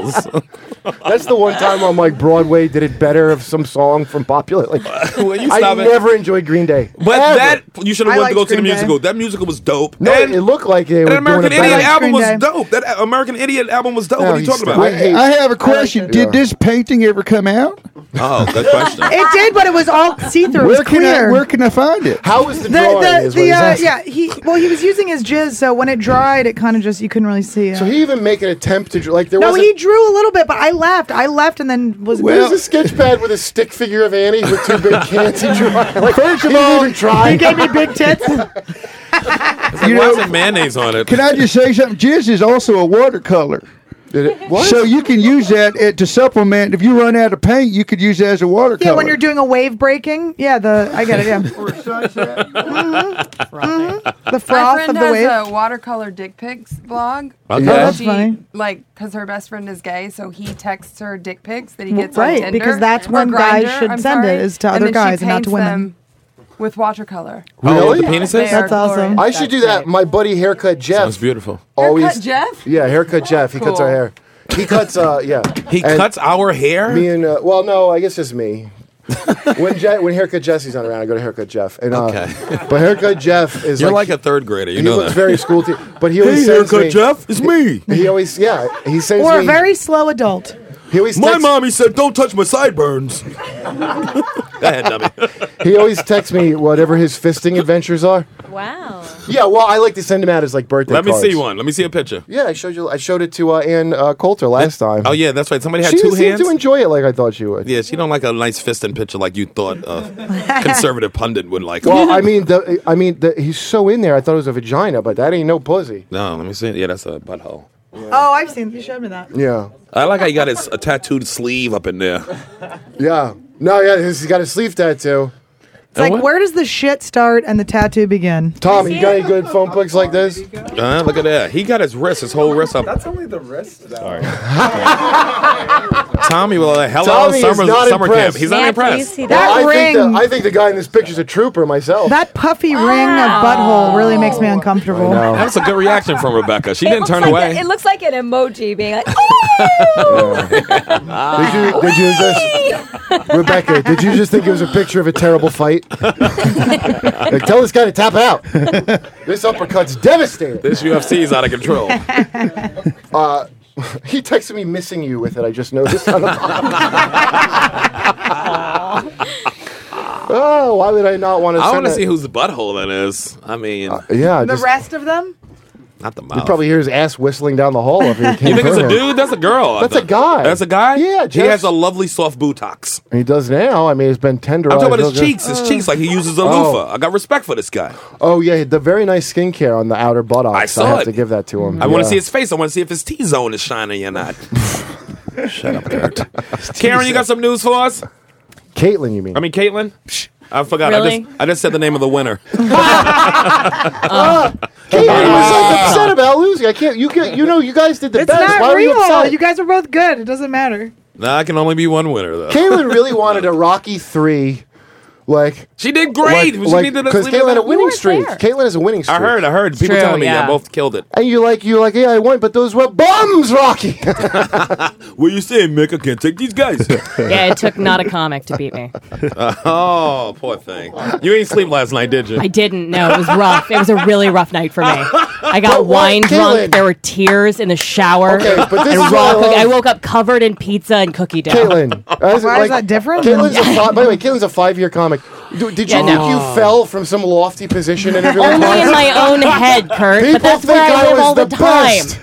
S2: That's the one time on like Broadway did it better of some song from popular.
S3: (laughs)
S2: Like,
S3: you
S2: I
S3: stop it?
S2: never enjoyed Green Day.
S3: But
S2: Ever.
S3: that you should have
S2: I
S3: went
S2: liked
S3: to go see the
S2: Green Day.
S3: musical. That musical was dope.
S2: No, it looked like they were
S3: That American
S2: doing it
S3: Idiot
S2: better.
S3: album was dope. That uh, American Idiot album was dope.
S2: No,
S3: what are you
S2: you
S3: talking
S2: stop.
S3: about?
S2: I hate-
S14: I have a question. Did this painting ever come out?
S3: Oh, good question.
S2: (laughs)
S5: It did, but it was all see through.
S14: Where can I where can I find it?
S2: How is
S5: The, the, the, uh, yeah, he well, he was using his jizz, so when it dried, it kind of just you couldn't really see it.
S2: So he even make an attempt to dr- like there
S5: no,
S2: wasn't-
S5: he drew a little bit, but I left. I left and then was.
S2: Where's a sketch pad
S5: (laughs)
S2: with a stick figure of Annie with two big cans? He drew- Like,
S14: First of
S2: he
S14: all,
S2: didn't try.
S14: he gave me
S5: big
S2: (laughs)
S5: tits.
S3: It's like,
S14: You
S3: why
S14: know-
S3: is there mayonnaise on it?
S14: Can I just say something? Jizz is also a watercolor. So you can use that uh, to supplement. If you run out of paint, you could use it as a watercolor.
S5: Yeah, when you're doing a wave breaking. Yeah, the I get
S2: (laughs)
S5: it. Yeah. The froth
S15: My friend
S5: of the
S15: has
S5: wave.
S15: a watercolor dick pics blog.
S5: Okay.
S15: and
S5: Oh, that's
S15: she,
S5: funny.
S15: Like, because her best friend is gay, so he texts her dick pics that he gets on
S5: Right,
S15: Tinder
S5: because that's
S15: or
S5: when guys
S15: Grindr,
S5: should
S15: I'm
S5: send it,
S15: sorry,
S5: is to
S15: and
S5: other
S15: then she
S5: guys and not to
S15: paints
S5: women.
S15: them With watercolor.
S2: Really?
S3: the penises?
S15: They are
S5: That's awesome.
S15: glorious.
S2: I should do that. My buddy haircut Jeff.
S3: It's beautiful.
S2: always
S15: Jeff?
S2: Yeah, haircut Jeff. He cuts our
S15: Cool.
S2: hair. He cuts uh yeah.
S3: He
S2: And
S3: cuts our hair.
S2: me and uh, well no, I guess it's me. (laughs) when Je- when haircut Jesse's not around, I go to haircut Jeff. And uh,
S3: Okay.
S2: but haircut Jeff is
S3: You're
S2: like,
S3: like a third grader. You
S2: he
S3: know
S2: looks
S3: that.
S2: very school te- but he always
S3: Hey,
S2: sends
S3: haircut
S2: me-
S3: Jeff, it's me.
S2: He always yeah, he sends
S5: Or a
S2: me
S5: very slow adult. (laughs)
S2: he always
S3: My
S2: texts-
S3: mommy said, "Don't touch my sideburns." Go
S5: Oh,
S3: ahead, dummy.
S2: (laughs) he always texts me whatever his fisting adventures are.
S6: Wow.
S2: Yeah, well, I like to send him out as like birthday
S3: Let me
S2: cards.
S3: see one. Let me see a picture.
S2: Yeah, I showed you. I showed it to uh, Ann uh, Coulter last time.
S3: Oh yeah, that's right. Somebody had
S2: she
S3: two
S2: seemed
S3: hands.
S2: to enjoy it like I thought she would.
S3: yeah, she don't like a nice fisting picture like you thought
S2: (laughs)
S3: a conservative pundit would like.
S2: Well, I mean, the, I mean, the, he's so in there. I thought it was a vagina, but that ain't no pussy.
S3: no, let me see. Yeah, that's a butthole.
S5: Oh, I've seen. You showed me that.
S2: Yeah,
S3: I like how you got his, a tattooed sleeve up in there.
S2: yeah. No, yeah. He's he's got a sleeve tattoo.
S5: It's like where does the shit start and the tattoo begin?
S2: Tom, you got any good phone books like this?
S3: Uh, look at that. He got his wrist, his whole wrist up. That's
S4: only the wrist, though.
S3: (laughs) All right. Tommy, well, uh, hello,
S2: Tommy
S3: summer,
S2: is not
S3: summer
S2: impressed.
S3: camp. He's not impressed.
S5: That
S2: I Think
S5: ring-
S2: the, I think the guy in this picture's a trooper myself.
S5: That puffy ring of butthole really makes me uncomfortable.
S3: That was a good reaction from Rebecca. She
S6: It
S3: didn't
S6: looks
S3: turn
S6: like
S3: away.
S6: a- it looks like an emoji being (laughs) like,
S2: did you did you just Rebecca? Did you just think it was a picture of a terrible fight? like, tell this guy to tap out. this uppercut's devastating.
S3: This UFC is out of control.
S2: (laughs) Uh, he texted me missing you with it. I just noticed. (laughs) on the bottom. oh, why would I not want to?
S3: I want to
S2: that?
S3: see whose butthole that is. I mean,
S2: Uh, Yeah,
S5: the
S2: Ah, just,
S5: rest of them?
S3: not the
S2: you
S3: mouth.
S2: probably hear his ass whistling down the hall. If he
S3: You think it's a dude? That's a girl. I
S2: That's a
S3: thought.
S2: guy.
S3: That's a guy.
S2: Yeah,
S3: he has
S2: just-
S3: a lovely soft buttocks.
S2: He does now. I mean, it's been tenderized.
S3: I'm talking about his
S2: real good.
S3: cheeks. His cheeks, like he uses a
S2: Uh, Oh.
S3: loofah. I got respect for this guy.
S2: Oh yeah, the very nice skincare on the outer buttocks. I,
S3: saw
S2: have
S3: it.
S2: to give that to him.
S3: I want to
S2: Yeah.
S3: see his face. I want to see if his T zone is shining
S2: (laughs)
S3: or not. Shut up, Kurt. (laughs) Karen, you got some news for us?
S2: Caitlin, you mean?
S3: I mean, Caitlin. Psh, I forgot. I
S2: Really?
S3: just I just said the name of the winner.
S2: Ah, Caitlin was like upset about losing. I can't. You can You know, you guys did the
S5: It's
S2: best. why
S5: not
S2: were you
S5: real.
S2: upset?
S5: You guys are both good. It doesn't matter.
S3: Nah, I can only be one winner though.
S2: Caitlin really wanted a Rocky three, like
S3: (laughs) She did great.
S2: Because
S3: She needed to leave it
S2: Caitlin had a
S3: alone. You
S2: winning
S3: weren't
S2: streak.
S3: there.
S2: Caitlin has a winning
S3: I
S2: streak.
S3: heard. I heard people
S2: True,
S3: telling me
S2: yeah.
S3: I both killed it.
S2: And you're like, you're like, yeah, I won, but those were bums, Rocky.
S3: What you saying, Mick? I can't take
S2: (laughs)
S3: these guys.
S10: yeah, it took not a comic to beat me.
S3: (laughs) oh, poor thing. You ain't sleep last night, did you?
S10: I didn't. No, it was rough. It was a really rough night for
S2: (laughs)
S10: me. I
S3: But
S10: got
S3: what,
S10: wine
S3: Caitlin?
S10: drunk. There were tears in the shower.
S2: Okay, but this
S10: and
S2: is what
S10: raw
S2: I
S10: cookie-
S2: love.
S10: I woke up covered in pizza and cookie dough.
S2: Caitlin. as-
S10: Why is that different?
S5: (laughs)
S2: Caitlin's a fi- by the way, Caitlin's a five-year comic. Do- did you
S10: Yeah,
S2: think
S10: no.
S2: you
S3: Oh.
S2: fell from some lofty position and everyone?
S10: Only in
S2: (laughs)
S10: my own head, Kurt.
S2: People
S10: but that's
S2: think
S10: where I,
S2: I
S10: live
S2: was
S10: all the,
S2: the
S10: time.
S2: best.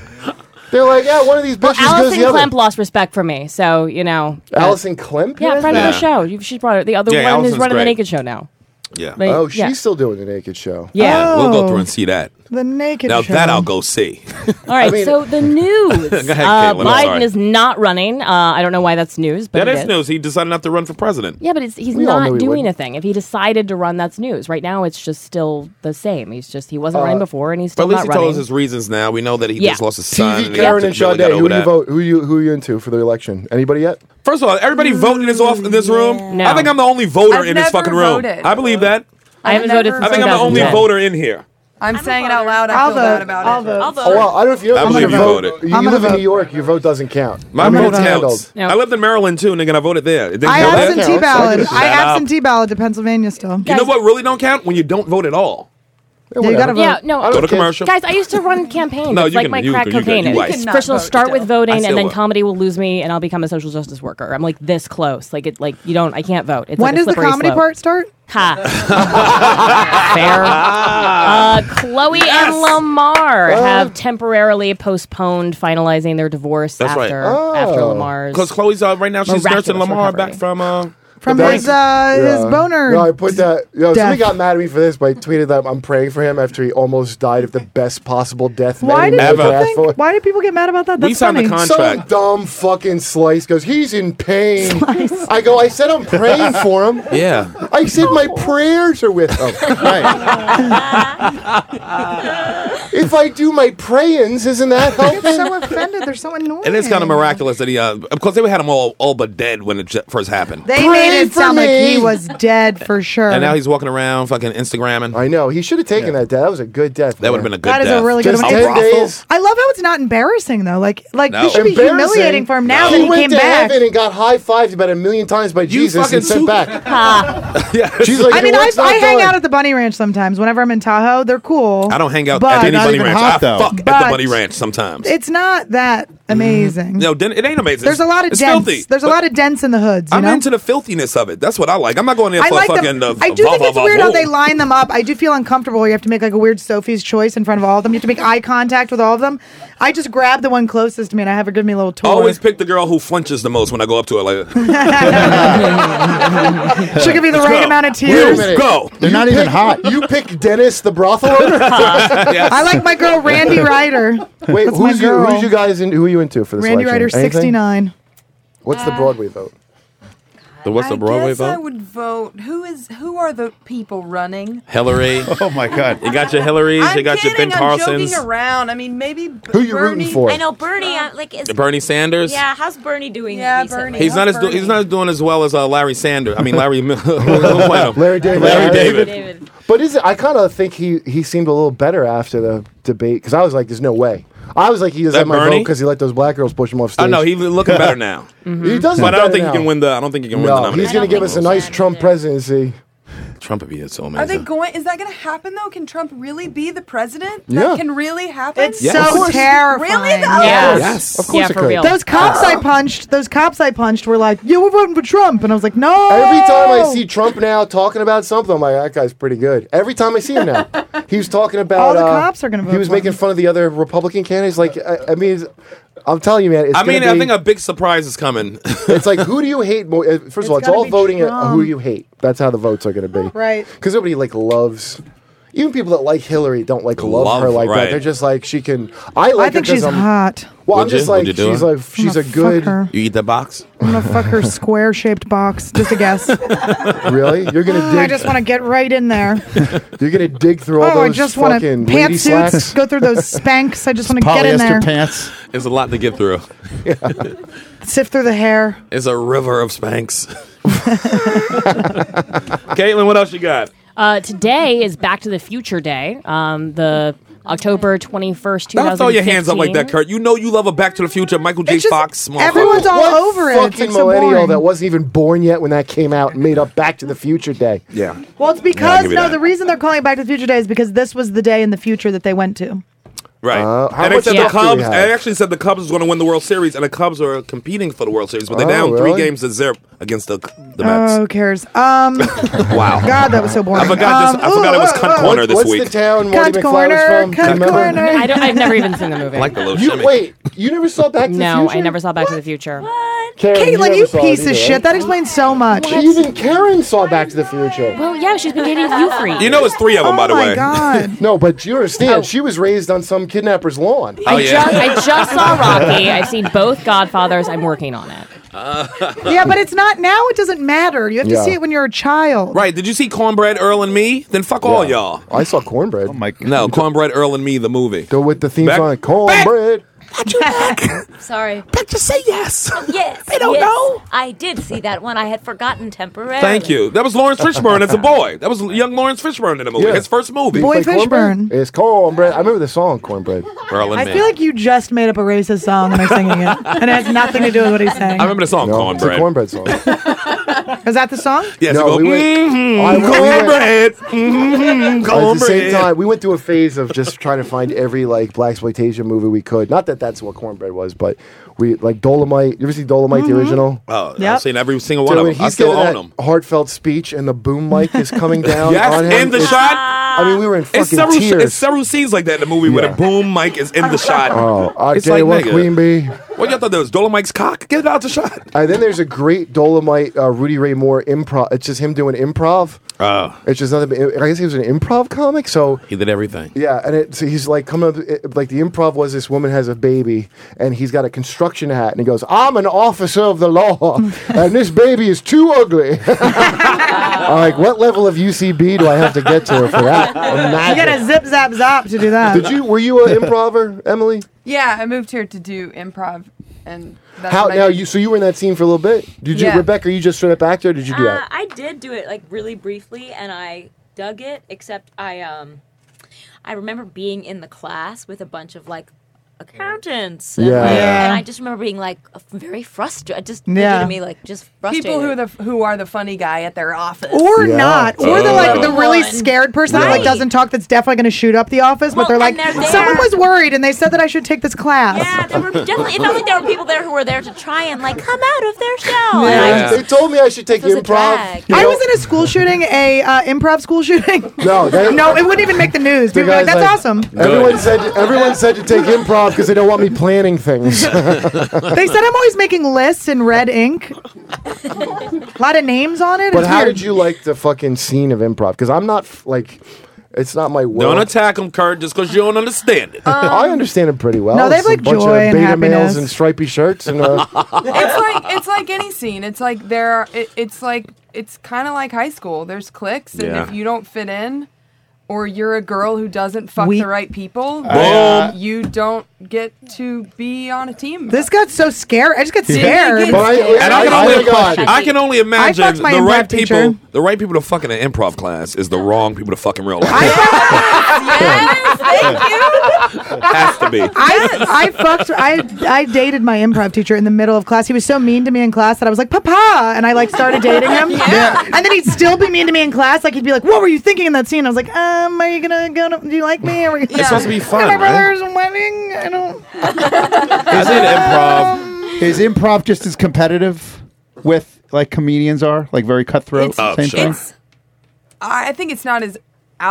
S2: They're like, yeah, one of these
S10: Well,
S2: bitches goes
S10: Allison
S2: the other.
S10: Klemp lost respect for me, so you know. uh,
S2: Allison Klemp.
S10: yeah, friend of
S2: Yeah.
S10: the show. You- She brought her. The other
S3: Yeah,
S10: one
S3: Allison's
S10: is running
S3: great.
S10: the Naked Show now.
S3: Yeah.
S10: But-
S2: oh, she's
S10: yeah.
S2: still doing the naked show.
S10: Yeah.
S3: We'll go
S10: Oh.
S3: through and see that.
S5: The naked
S3: Now
S5: show.
S3: that I'll go see.
S10: All right,
S2: (laughs)
S10: so the news.
S3: Go ahead,
S10: uh,
S3: Caitlin, I'm
S10: Biden
S3: sorry.
S10: is not running. Uh, I don't know why that's news, but
S3: That
S10: it
S3: is news. He decided not to run for president.
S10: Yeah, but it's, he's
S3: We all knew
S10: not
S3: he
S10: doing
S3: wouldn't.
S10: a thing. If he decided to run, that's news. Right now, it's just still the same. He's just he wasn't
S3: Uh,
S10: running before, and he's
S3: But
S10: still
S3: at least
S10: not
S3: he
S10: running.
S3: told us his reasons now. We know that he
S10: Yeah.
S3: just lost his son. and he
S2: Karen and
S3: really got
S2: Sade,
S3: over
S2: who do you
S3: that.
S2: vote? Who you who you into for the election? Anybody yet?
S3: First of all, everybody voting is off in this room.
S10: Mm, No.
S3: I think I'm the only voter
S10: I've
S3: in this
S10: never
S3: fucking room.
S10: voted.
S3: I believe that.
S10: I haven't voted since
S3: I think I'm the only
S10: 2010.
S3: voter in here.
S15: I'm, saying it out loud. I
S5: I'll
S15: feel
S5: vote.
S15: bad about
S5: I'll
S15: it.
S5: vote.
S2: Oh, well, I don't. If you,
S3: I
S2: don't
S3: believe you
S2: vote,
S3: voted.
S2: You
S3: I'm gonna
S2: live in New York. Your vote doesn't count.
S3: My
S2: I'm
S3: vote
S2: gonna
S3: counts. I lived in Maryland too, and they got vote voted there. It didn't
S5: I
S3: count there?
S5: absentee ballot. I
S3: Shut up.
S5: absentee ballot to Pennsylvania still.
S3: You know what really don't count when you don't vote at all.
S5: Yeah, you gotta vote.
S10: Yeah, no.
S3: Go to commercial.
S10: Guys, I used to run campaigns.
S3: No,
S10: it's
S3: you
S10: like
S3: can-
S10: my
S3: you
S10: crack
S3: can- you can-
S10: cocaine.
S3: you
S10: It's
S3: can
S10: First,
S3: not
S10: it'll
S3: vote
S10: start with voting,
S3: I
S10: and then
S3: still
S10: comedy will lose me, and I'll become a social justice worker. I'm like this close. Like it. Like you don't. I can't vote. It's like
S5: when
S10: a
S5: does the
S10: slippery
S5: comedy
S10: slope.
S5: part start?
S3: Uh,
S10: Ha. Fair. Uh, Chloe and Lamar
S2: Uh,
S5: Oh.
S10: have temporarily postponed finalizing their divorce
S3: That's right.
S10: after after Lamar's.
S3: Because Chloe's uh, right now she's
S10: Miraculous
S3: nursing Lamar back from uh,
S5: From
S3: the
S5: his, uh, his boner.
S2: No, I put that. Yo, somebody
S5: death.
S2: got mad at me for this, but I tweeted that I'm praying for him after he almost died of the best possible death.
S5: Why
S2: man
S5: did
S2: could
S5: people
S2: ask
S5: think-
S2: for.
S5: Why did people get mad about that? Oh, That's funny.
S2: Some dumb fucking slice goes. He's in pain. I go. I said I'm praying for him.
S3: (laughs) Yeah.
S2: I said my prayers are with
S3: (laughs)
S2: him. Right. (laughs) if I do my prayings, isn't
S5: (laughs)
S2: that
S5: They're
S2: helpful?
S5: so offended. They're so annoying.
S3: And it's kind of miraculous that he, uh, of course, they had him all, all but dead when it j- first happened.
S5: They made it sound like he was dead for sure.
S3: and now he's walking around fucking Instagramming.
S2: I know. He should have taken that death. That was a good death.
S3: That would have been a good
S5: that is
S3: death.
S5: a really good
S3: Just
S5: one.
S3: 10
S5: It's-
S3: days.
S5: I love how it's not embarrassing though. Like like
S3: No.
S5: this should be humiliating for him now that he
S2: went
S5: came
S2: to
S5: back.
S2: heaven and got high fived about a million times by Jesus
S5: fucking
S2: and sent
S5: suit-
S2: back.
S5: Ha.
S2: She's like,
S5: I mean,
S2: "Your
S5: I,
S2: work's not
S5: I hang
S2: done."
S5: out at the Bunny Ranch sometimes. Whenever I'm in Tahoe, they're cool.
S3: I don't hang out
S5: but
S3: at any bunny ranch. I
S5: though.
S3: fuck at
S5: But
S3: the bunny ranch sometimes.
S5: It's not that amazing.
S3: no, then- it ain't amazing.
S5: There's a lot of
S3: it's
S5: dents.
S3: filthy.
S5: There's a
S3: But
S5: lot of dents in the hoods. You
S3: I'm
S5: know?
S3: into the filthiness of it. That's what I like. I'm not going there
S5: I
S3: for
S5: like
S3: fucking.
S5: the,
S3: uh,
S5: I do
S3: blah,
S5: think
S3: blah,
S5: it's
S3: blah,
S5: weird how
S3: blah.
S5: they line them up. I do feel uncomfortable. where You have to make like a weird Sophie's choice in front of all of them. You have to make eye contact with all of them. I just grab the one closest to me and I have her give me a little tour.
S3: Always pick the girl who flinches the most when I go up to her. Like, (laughs)
S5: (laughs) She'll give me the
S3: Let's
S5: right
S3: go.
S5: amount of
S3: Wait a
S5: tears.
S3: minute. Go.
S2: They're not even hot. You pick Dennis the
S3: (laughs)
S2: brothel owner.
S3: Uh,
S5: I like my
S2: (laughs)
S5: girl Randy Ryder.
S2: Wait,
S5: That's my
S2: who's you?
S5: girl.
S2: Who's you guys? In, who are you into for this?
S5: Randy
S2: election?
S5: Ryder,
S2: Anything?
S5: sixty nine.
S2: What's the Broadway vote?
S3: The what's the Broadway
S15: Guess Uh, I
S3: vote?
S15: would vote. Who is? Who are the people running?
S3: Hillary. oh my God! You got your Hillarys. you got your Ben
S15: Kidding, I'm joking
S3: Carlsons.
S15: around. I mean, maybe.
S3: Who you rooting
S15: Bernie-
S3: for?
S6: I know Bernie. uh, like is
S3: Bernie Sanders.
S6: Yeah, how's Bernie doing?
S15: Yeah,
S6: recently?
S15: Bernie.
S3: He's not as do- he's not doing as well as uh, Larry Sanders. I mean Larry (laughs) Mil- Larry
S2: David. (laughs)
S3: Larry
S2: Larry
S3: David.
S2: But is it? I kind of think he he seemed a little better after the debate because I was like, "There's no way." I was like, "He doesn't
S3: That
S2: have my vote
S3: Bernie?
S2: because he let those black girls push him off stage."
S3: I know he's looking
S2: (laughs)
S3: better now.
S2: He does
S3: but
S2: look
S3: I don't
S2: better
S3: think
S2: now.
S3: he can win the. I don't think he can win the
S2: No,
S3: nomination.
S2: he's going to give us a nice Trump presidency.
S3: Trump would be so
S15: Are
S3: amazing.
S15: they going? Is that going to happen though? Can Trump really be the president?
S3: Yeah.
S15: That can really happen.
S5: It's so terrifying.
S15: Really? though?
S5: Yeah.
S3: Yes. Uh-huh.
S2: Of course Yeah, it for could. real.
S5: Those cops I punched, those cops I punched were like, "You were voting for Trump," and I was like, "No."
S2: Every time I
S5: Oh!
S2: see Trump now talking about something, I'm like, that guy's pretty good. Every time I see him
S5: (laughs)
S2: now, he was talking about
S5: All the
S2: uh,
S5: cops are gonna
S2: He
S5: vote
S2: was
S5: for
S2: making fun of the other Republican candidates. Like, I, I mean, I'm telling you, man. It's
S3: I mean,
S2: gonna
S3: I
S2: be-
S3: think a big surprise is coming. (laughs)
S2: it's like who do you hate more? uh, First of all, it's
S5: gotta
S2: all
S5: be
S2: voting at who
S5: Trump.
S2: you hate. That's how the votes are going to be,
S5: (laughs) Right.
S2: Because nobody like loves. Even people that like Hillary don't like love,
S3: Love,
S2: her like
S3: right.
S2: that. They're just like she can. I like.
S5: I think
S2: her 'cause
S5: she's
S2: I'm-
S5: hot.
S2: Well, I'm
S3: Would
S2: just
S3: you? Would
S2: like
S3: you do
S2: she's
S3: it?
S2: like she's a
S5: fuck
S2: good.
S5: her.
S3: you eat the box.
S5: I'm gonna fuck
S3: (laughs)
S5: her square shaped box. Just a guess.
S2: (laughs) Really, you're gonna dig.
S5: Oh, I just want to get right in there.
S2: You're gonna dig through all
S5: Oh, I
S2: those
S5: just want to
S2: fucking lady
S5: pantsuits.
S2: slacks.
S5: (laughs) Go through those
S2: (laughs)
S5: spanks. I just want to get in there.
S2: pants.
S3: It's a lot to
S2: (laughs)
S3: get through.
S5: Sift through the hair.
S3: It's a river
S2: (laughs)
S3: of spanks. Caitlin, what else you got?
S10: Uh, today is Back to the Future Day. Um, the October twenty first, two
S3: Don't
S10: thousand.
S3: throw your hands up like that, Kurt. You know you love a Back to the Future, Michael J. Fox. motherfucker.
S5: everyone's all
S2: What
S5: over it. It's,
S2: Fucking
S5: like, so
S2: millennial
S5: boring.
S2: that wasn't even born yet when that came out and made up Back to the Future Day.
S3: Yeah.
S5: Well, it's
S2: Yeah, I'll
S5: because
S2: give you
S5: no,
S2: that.
S5: the reason they're calling it Back to the Future Day is because this was the day in the future that they went to.
S3: Right.
S2: Uh, how
S3: and they
S2: much
S3: said the
S2: stuff do we
S3: Cubs.
S2: have?
S3: And they actually said the Cubs was going to win the World Series, and the Cubs are competing for the World Series, but they're
S2: Oh,
S3: down three
S2: really?
S3: games to zero against the the Mets.
S5: Oh, who cares?
S2: (laughs)
S3: (laughs)
S5: Um,
S3: wow.
S5: God, that was so boring.
S3: I forgot this. I
S5: Um,
S3: forgot it was
S5: ooh,
S3: Cunt
S5: ooh,
S3: Corner
S5: ooh.
S3: this
S2: What's
S3: week.
S2: the town
S5: Cut
S2: Marty McFly was
S5: corner,
S2: from?
S5: cut
S2: Do you remember?
S5: corner.
S10: I don't. I've never even seen the
S3: (laughs)
S10: movie.
S3: I like the little
S2: You,
S3: shimmy.
S2: wait, you never saw Back to the
S10: no,
S2: Future?
S10: I never saw Back to the Future.
S2: Karen,
S5: Caitlin,
S2: never
S5: you
S2: saw it
S5: piece of
S2: either,
S5: shit.
S2: right?
S5: That explains so much.
S2: Even Karen saw Back to the Future.
S10: Well, yeah, she's been dating you free.
S3: You know, it's three of them,
S5: Oh
S3: by the way. (laughs)
S2: no, but you understand, she was raised on some kidnapper's lawn.
S3: Oh, yeah.
S10: I just
S3: (laughs)
S10: saw Rocky. I've seen both Godfathers. I'm working on it.
S5: yeah, but it's not now. It doesn't matter. You have to
S3: Yeah.
S5: see it when you're a child.
S3: Right? Did you see Cornbread Earl and Me? Then fuck all y'all.
S2: I saw Cornbread. Oh, my
S3: No, Cornbread Earl and Me, the movie.
S2: Go with the theme
S3: Back-
S2: song, Cornbread.
S6: Not you, (laughs) Beck. Sorry. Oh,
S17: Beck, just say yes.
S3: (laughs)
S6: Yes.
S17: They don't
S6: yes.
S17: know.
S6: I did see that one. I had forgotten temporarily.
S3: Thank you. That was Lawrence Fishburne
S2: (laughs)
S3: as a boy. That was young Lawrence Fishburne in the movie.
S2: Yeah.
S3: His first movie.
S2: Like cornbread? It's cornbread. I remember the song cornbread.
S3: Merlin
S5: I
S3: Man.
S5: feel like you just made up a racist song and are singing it, and it has nothing to do with what he's saying.
S3: I remember the song
S2: No, it's a
S3: Cornbread.
S2: cornbread
S3: (laughs)
S2: song.
S5: Is that the song?
S3: Yes,
S2: No,
S3: it go,
S2: we went-
S3: "Mhm,
S5: mm-hmm.
S2: I- we went- (laughs)
S3: cornbread. mhm,
S2: At the same
S3: cornbread.
S2: time, we went through a phase of just trying to find every like black exploitation movie we could. Not that that's what cornbread was, but we like Dolomite. You ever see Dolomite
S5: Mm-hmm.
S2: the original?
S3: Oh,
S2: Mm-hmm. Yep.
S3: I've seen every single one
S2: Dude,
S3: of
S2: when
S3: them. I
S2: he's
S3: still
S2: giving
S3: own
S2: that
S3: them.
S2: Heartfelt speech, and the boom mic is
S3: (laughs)
S2: coming down.
S3: Yes,
S2: on him.
S3: in the
S2: It's-
S3: shot.
S2: I mean, we were in
S3: It's
S2: fucking
S3: several,
S2: tears.
S3: it's several scenes like that in the movie where the boom mic is in the shot.
S2: Oh, I
S3: it's
S2: tell you what,
S3: nigga,
S2: Queen Bee.
S3: What y'all thought that was Dolomite's cock? Get it out the shot.
S2: And then there's a great Dolomite uh, Rudy Ray Moore improv. It's just him doing improv.
S3: Oh,
S2: It's just nothing. but- I guess he was an improv comic, so
S3: he did everything.
S2: Yeah, and it, so he's like coming up. It, like the improv was this woman has a baby, and he's got a construction hat, and he goes, "I'm an officer of the law, and this baby is too ugly." (laughs) I'm like, what level of UCB do I have to get to her for that?
S5: (laughs) You got
S2: Imagine.
S5: to zip zap zap to do that.
S2: Did you? Were you an improver, Emily?
S15: Yeah, I moved here to do improv, and that's
S2: How
S15: what I
S2: now?
S15: did.
S2: You so you were in that scene for a little bit? Did you,
S15: Yeah.
S2: Rebecca? You just straight up actor? Or did you do
S6: Uh,
S5: Ah.
S2: that?
S6: I did do it like really briefly, and I dug it. Except I um, I remember being in the class with a bunch of like accountants. And,
S15: Yeah.
S6: like,
S15: Yeah.
S6: and I just remember being like very frustrated. Just
S15: Yeah.
S6: yeah. to me like just frustrated.
S15: people who are the who are the funny guy at their office,
S5: Or not, or the like the
S15: Whatever.
S5: Oh. really scared person that like
S15: Right.
S5: doesn't talk. That's definitely going to shoot up the office, but they're like, someone was worried and they said that I should take this class.
S6: yeah, there were definitely. It felt like there were people there who were there to try and like come out of their shell. And I
S2: Yeah.
S6: just-
S2: They told me I should take
S6: This was a
S2: improv.
S6: drag.
S2: you
S5: I
S2: know?
S5: was in a school shooting, a uh, improv school shooting.
S2: No, that-
S5: (laughs) no, it wouldn't even make the news.
S2: The
S5: People were like,
S2: guy's
S5: "That's awesome."
S2: Everyone said everyone said to take improv because they don't want me planning things.
S5: (laughs)
S2: (laughs)
S5: They said I'm always making lists in red ink, a lot of names on it.
S2: But
S5: it's
S2: how
S5: weird.
S2: did you like the fucking scene of improv? Because I'm not f- like, it's not my world.
S3: Don't attack him, Kurt, just because you don't understand
S2: (laughs)
S3: it.
S2: I understand it pretty well.
S5: Um, No, they
S2: It's
S5: have, like,
S2: a bunch
S5: joy
S2: of
S5: and
S2: beta
S5: happiness.
S2: males and stripy shirts and
S5: (laughs)
S2: uh, (laughs)
S15: it's like (laughs) it's like any scene. It's like there. Are, it, it's like it's kind of like high school. There's cliques, and
S2: Yeah.
S15: if you don't fit in, or you're a girl who doesn't fuck the right people,
S2: uh,
S15: you don't get to be on a team.
S5: This got so scared. I just got
S15: Yeah.
S5: scared.
S15: But I-
S3: and I can,
S15: I
S3: only,
S15: think I should-
S3: I can only imagine
S5: fucked my
S3: the right
S5: improv teacher.
S3: (laughs) people. The right people to fuck in an improv class is the wrong people to fuck in real life. (laughs) Has to be.
S5: I, I fucked. I I dated my improv teacher in the middle of class. He was so mean to me in class that I was like, "Papa," and I like started dating him.
S2: Yeah.
S5: And then he'd still be mean to me in class. Like he'd be like, "What were you thinking in that scene?" I was like, "Um, are you gonna go? To, do you like me?" (laughs) Are we,
S3: It's supposed to be fun,
S5: My
S3: right?
S5: brother's wedding. I don't.
S3: I did improv.
S16: Is improv just as competitive with like comedians are, like very cutthroat?
S15: It's- Oh, sure. it's- I I think it's not as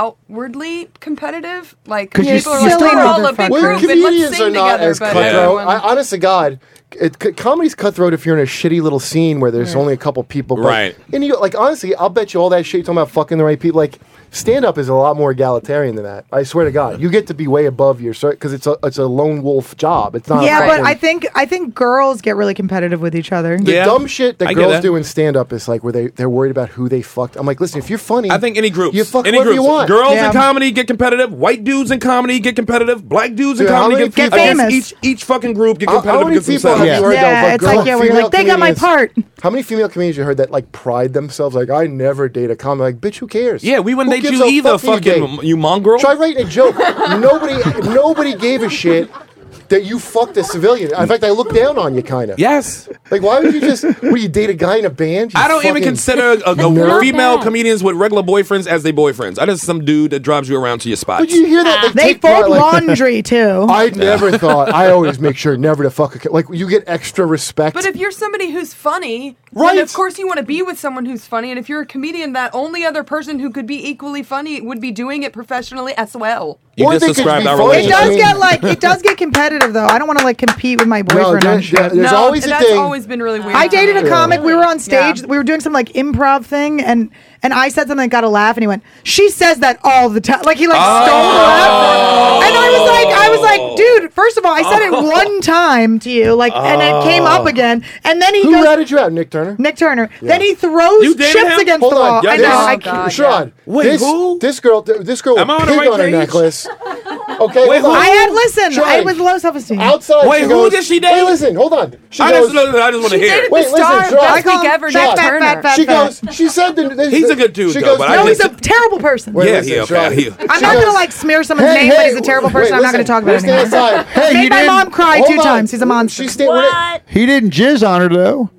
S15: outwardly competitive. Like
S16: 'Cause
S15: people
S16: you-
S15: are
S16: you
S15: like,
S16: still
S15: we're
S16: have
S15: all
S16: the
S15: a big
S16: front
S2: well,
S15: group and let's
S2: comedians
S15: sing
S2: are not
S15: together.
S2: as
S15: but
S2: cutthroat.
S15: everyone-
S2: I, honest to God, it, c- comedy's cutthroat if you're in a shitty little scene where there's only a couple people. But,
S3: Right.
S2: And you like honestly, I'll bet you all that shit you're talking about fucking the right people. Like stand up is a lot more egalitarian than that. I swear to God, you get to be way above your because it's a it's a lone wolf job. It's not. a
S5: yeah, but
S2: fucking-
S5: I think I think girls get really competitive with each other.
S2: The dumb shit that
S3: I get
S2: girls
S3: that.
S2: do in stand up is like where they, they're worried about who they fucked. I'm like, listen, if you're funny,
S3: I think any groups,
S2: you fuck
S3: any
S2: whoever you
S3: groups,
S2: want.
S3: girls in comedy get competitive, white dudes in comedy get competitive, black dudes in
S2: Dude, how
S3: comedy
S2: many
S3: get,
S2: people- Get
S3: against
S2: famous.
S3: Each each fucking group get
S2: How- how
S3: competitive
S2: many
S3: against
S2: people
S3: themselves.
S2: have you heard that, but girl- female comedians-
S5: part.
S2: How many female comedians you heard that like pride themselves like I never date a comic? Like, bitch, who cares?
S3: Yeah, we wouldn't
S2: Who
S3: date
S2: gives
S3: you
S2: a
S3: either,
S2: fuck who
S3: fucking
S2: date?
S3: m- you mongrel.
S2: Try writing a joke. nobody, nobody gave a shit that you fucked a civilian. In fact, I looked down on you, kind of.
S3: Yes.
S2: Like, why would you just? What do you date a guy in a band? You
S3: I don't even
S2: fucking
S3: consider a, a
S2: nerd?
S3: female comedians with regular boyfriends as they boyfriends. I just some dude that drives you around to your spots.
S2: But you hear that
S15: Ah.
S2: they,
S5: They
S2: take part,
S5: fold
S2: like- (laughs)
S5: laundry too.
S2: I
S3: (laughs)
S2: never thought. I always make sure never to fuck a co- like. You get extra respect.
S15: But if you're somebody who's funny,
S2: Right.
S15: then of course you want to be with someone who's funny. And if you're a comedian, that only other person who could be equally funny would be doing it professionally as well.
S3: You
S2: Or
S3: just
S2: they could
S3: described
S2: be
S3: our
S2: funny.
S5: It
S3: relationship.
S5: does get like it does get competitive though. I don't want to like compete with my boyfriend
S2: there-
S5: on shit.
S2: there- there's No, always a
S15: That's
S2: thing-
S15: always been really weird.
S5: I
S15: to
S5: dated a
S15: me.
S5: comic. We were on
S15: Yeah.
S5: stage. We were doing some like improv thing, and and I said something that got a laugh, and he went, "She says that all the time." Like he like
S3: Oh.
S5: stole the laugh, and I was like, I was like, dude. First of all, I
S3: (laughs)
S5: said it one time to you, like, and it came up
S2: Oh.
S5: again, and then he
S2: Who
S5: goes,
S2: ratted you out, Nick Turner?
S5: Nick Turner.
S2: Yeah.
S5: Then he throws
S2: You
S5: chips
S2: dated him?
S5: against
S2: Hold
S5: the wall.
S2: on.
S5: I
S2: this,
S3: Oh
S5: know. I,
S2: Sharon,
S5: yeah.
S2: this, this girl, this girl
S3: Am I on the
S2: pig
S3: right
S2: on her
S3: page?
S2: necklace. Okay,
S3: Wait,
S2: hold on.
S3: who-
S5: I had listen.
S2: Sure.
S5: I was low self esteem.
S2: Outside,
S3: Wait,
S2: she
S3: who
S2: goes-
S3: did she date?
S2: Wait, listen, hold on. She
S3: I
S2: goes,
S3: just, know- I just want to hear. it.
S2: Wait, listen, Sean,
S5: best week ever, Nat
S2: Sean.
S5: Turner.
S2: She
S5: Fat,
S2: goes, she said that this,
S3: He's a good dude,
S2: she
S3: though,
S2: goes,
S3: but I
S5: No,
S3: just-
S5: he's a terrible person.
S3: yeah, he okay. He,
S5: I'm not gonna like smear someone's
S2: Hey,
S5: name, but
S2: hey,
S5: he's a terrible
S2: wait,
S5: person. I'm not
S2: listen,
S5: gonna talk about it
S2: listen
S5: anymore.
S2: aside. Hey,
S5: Made
S2: you
S5: my
S2: didn't-
S5: mom cry
S2: hold
S5: two
S2: on.
S5: times. He's a monster.
S2: What?
S16: He didn't jizz on her though.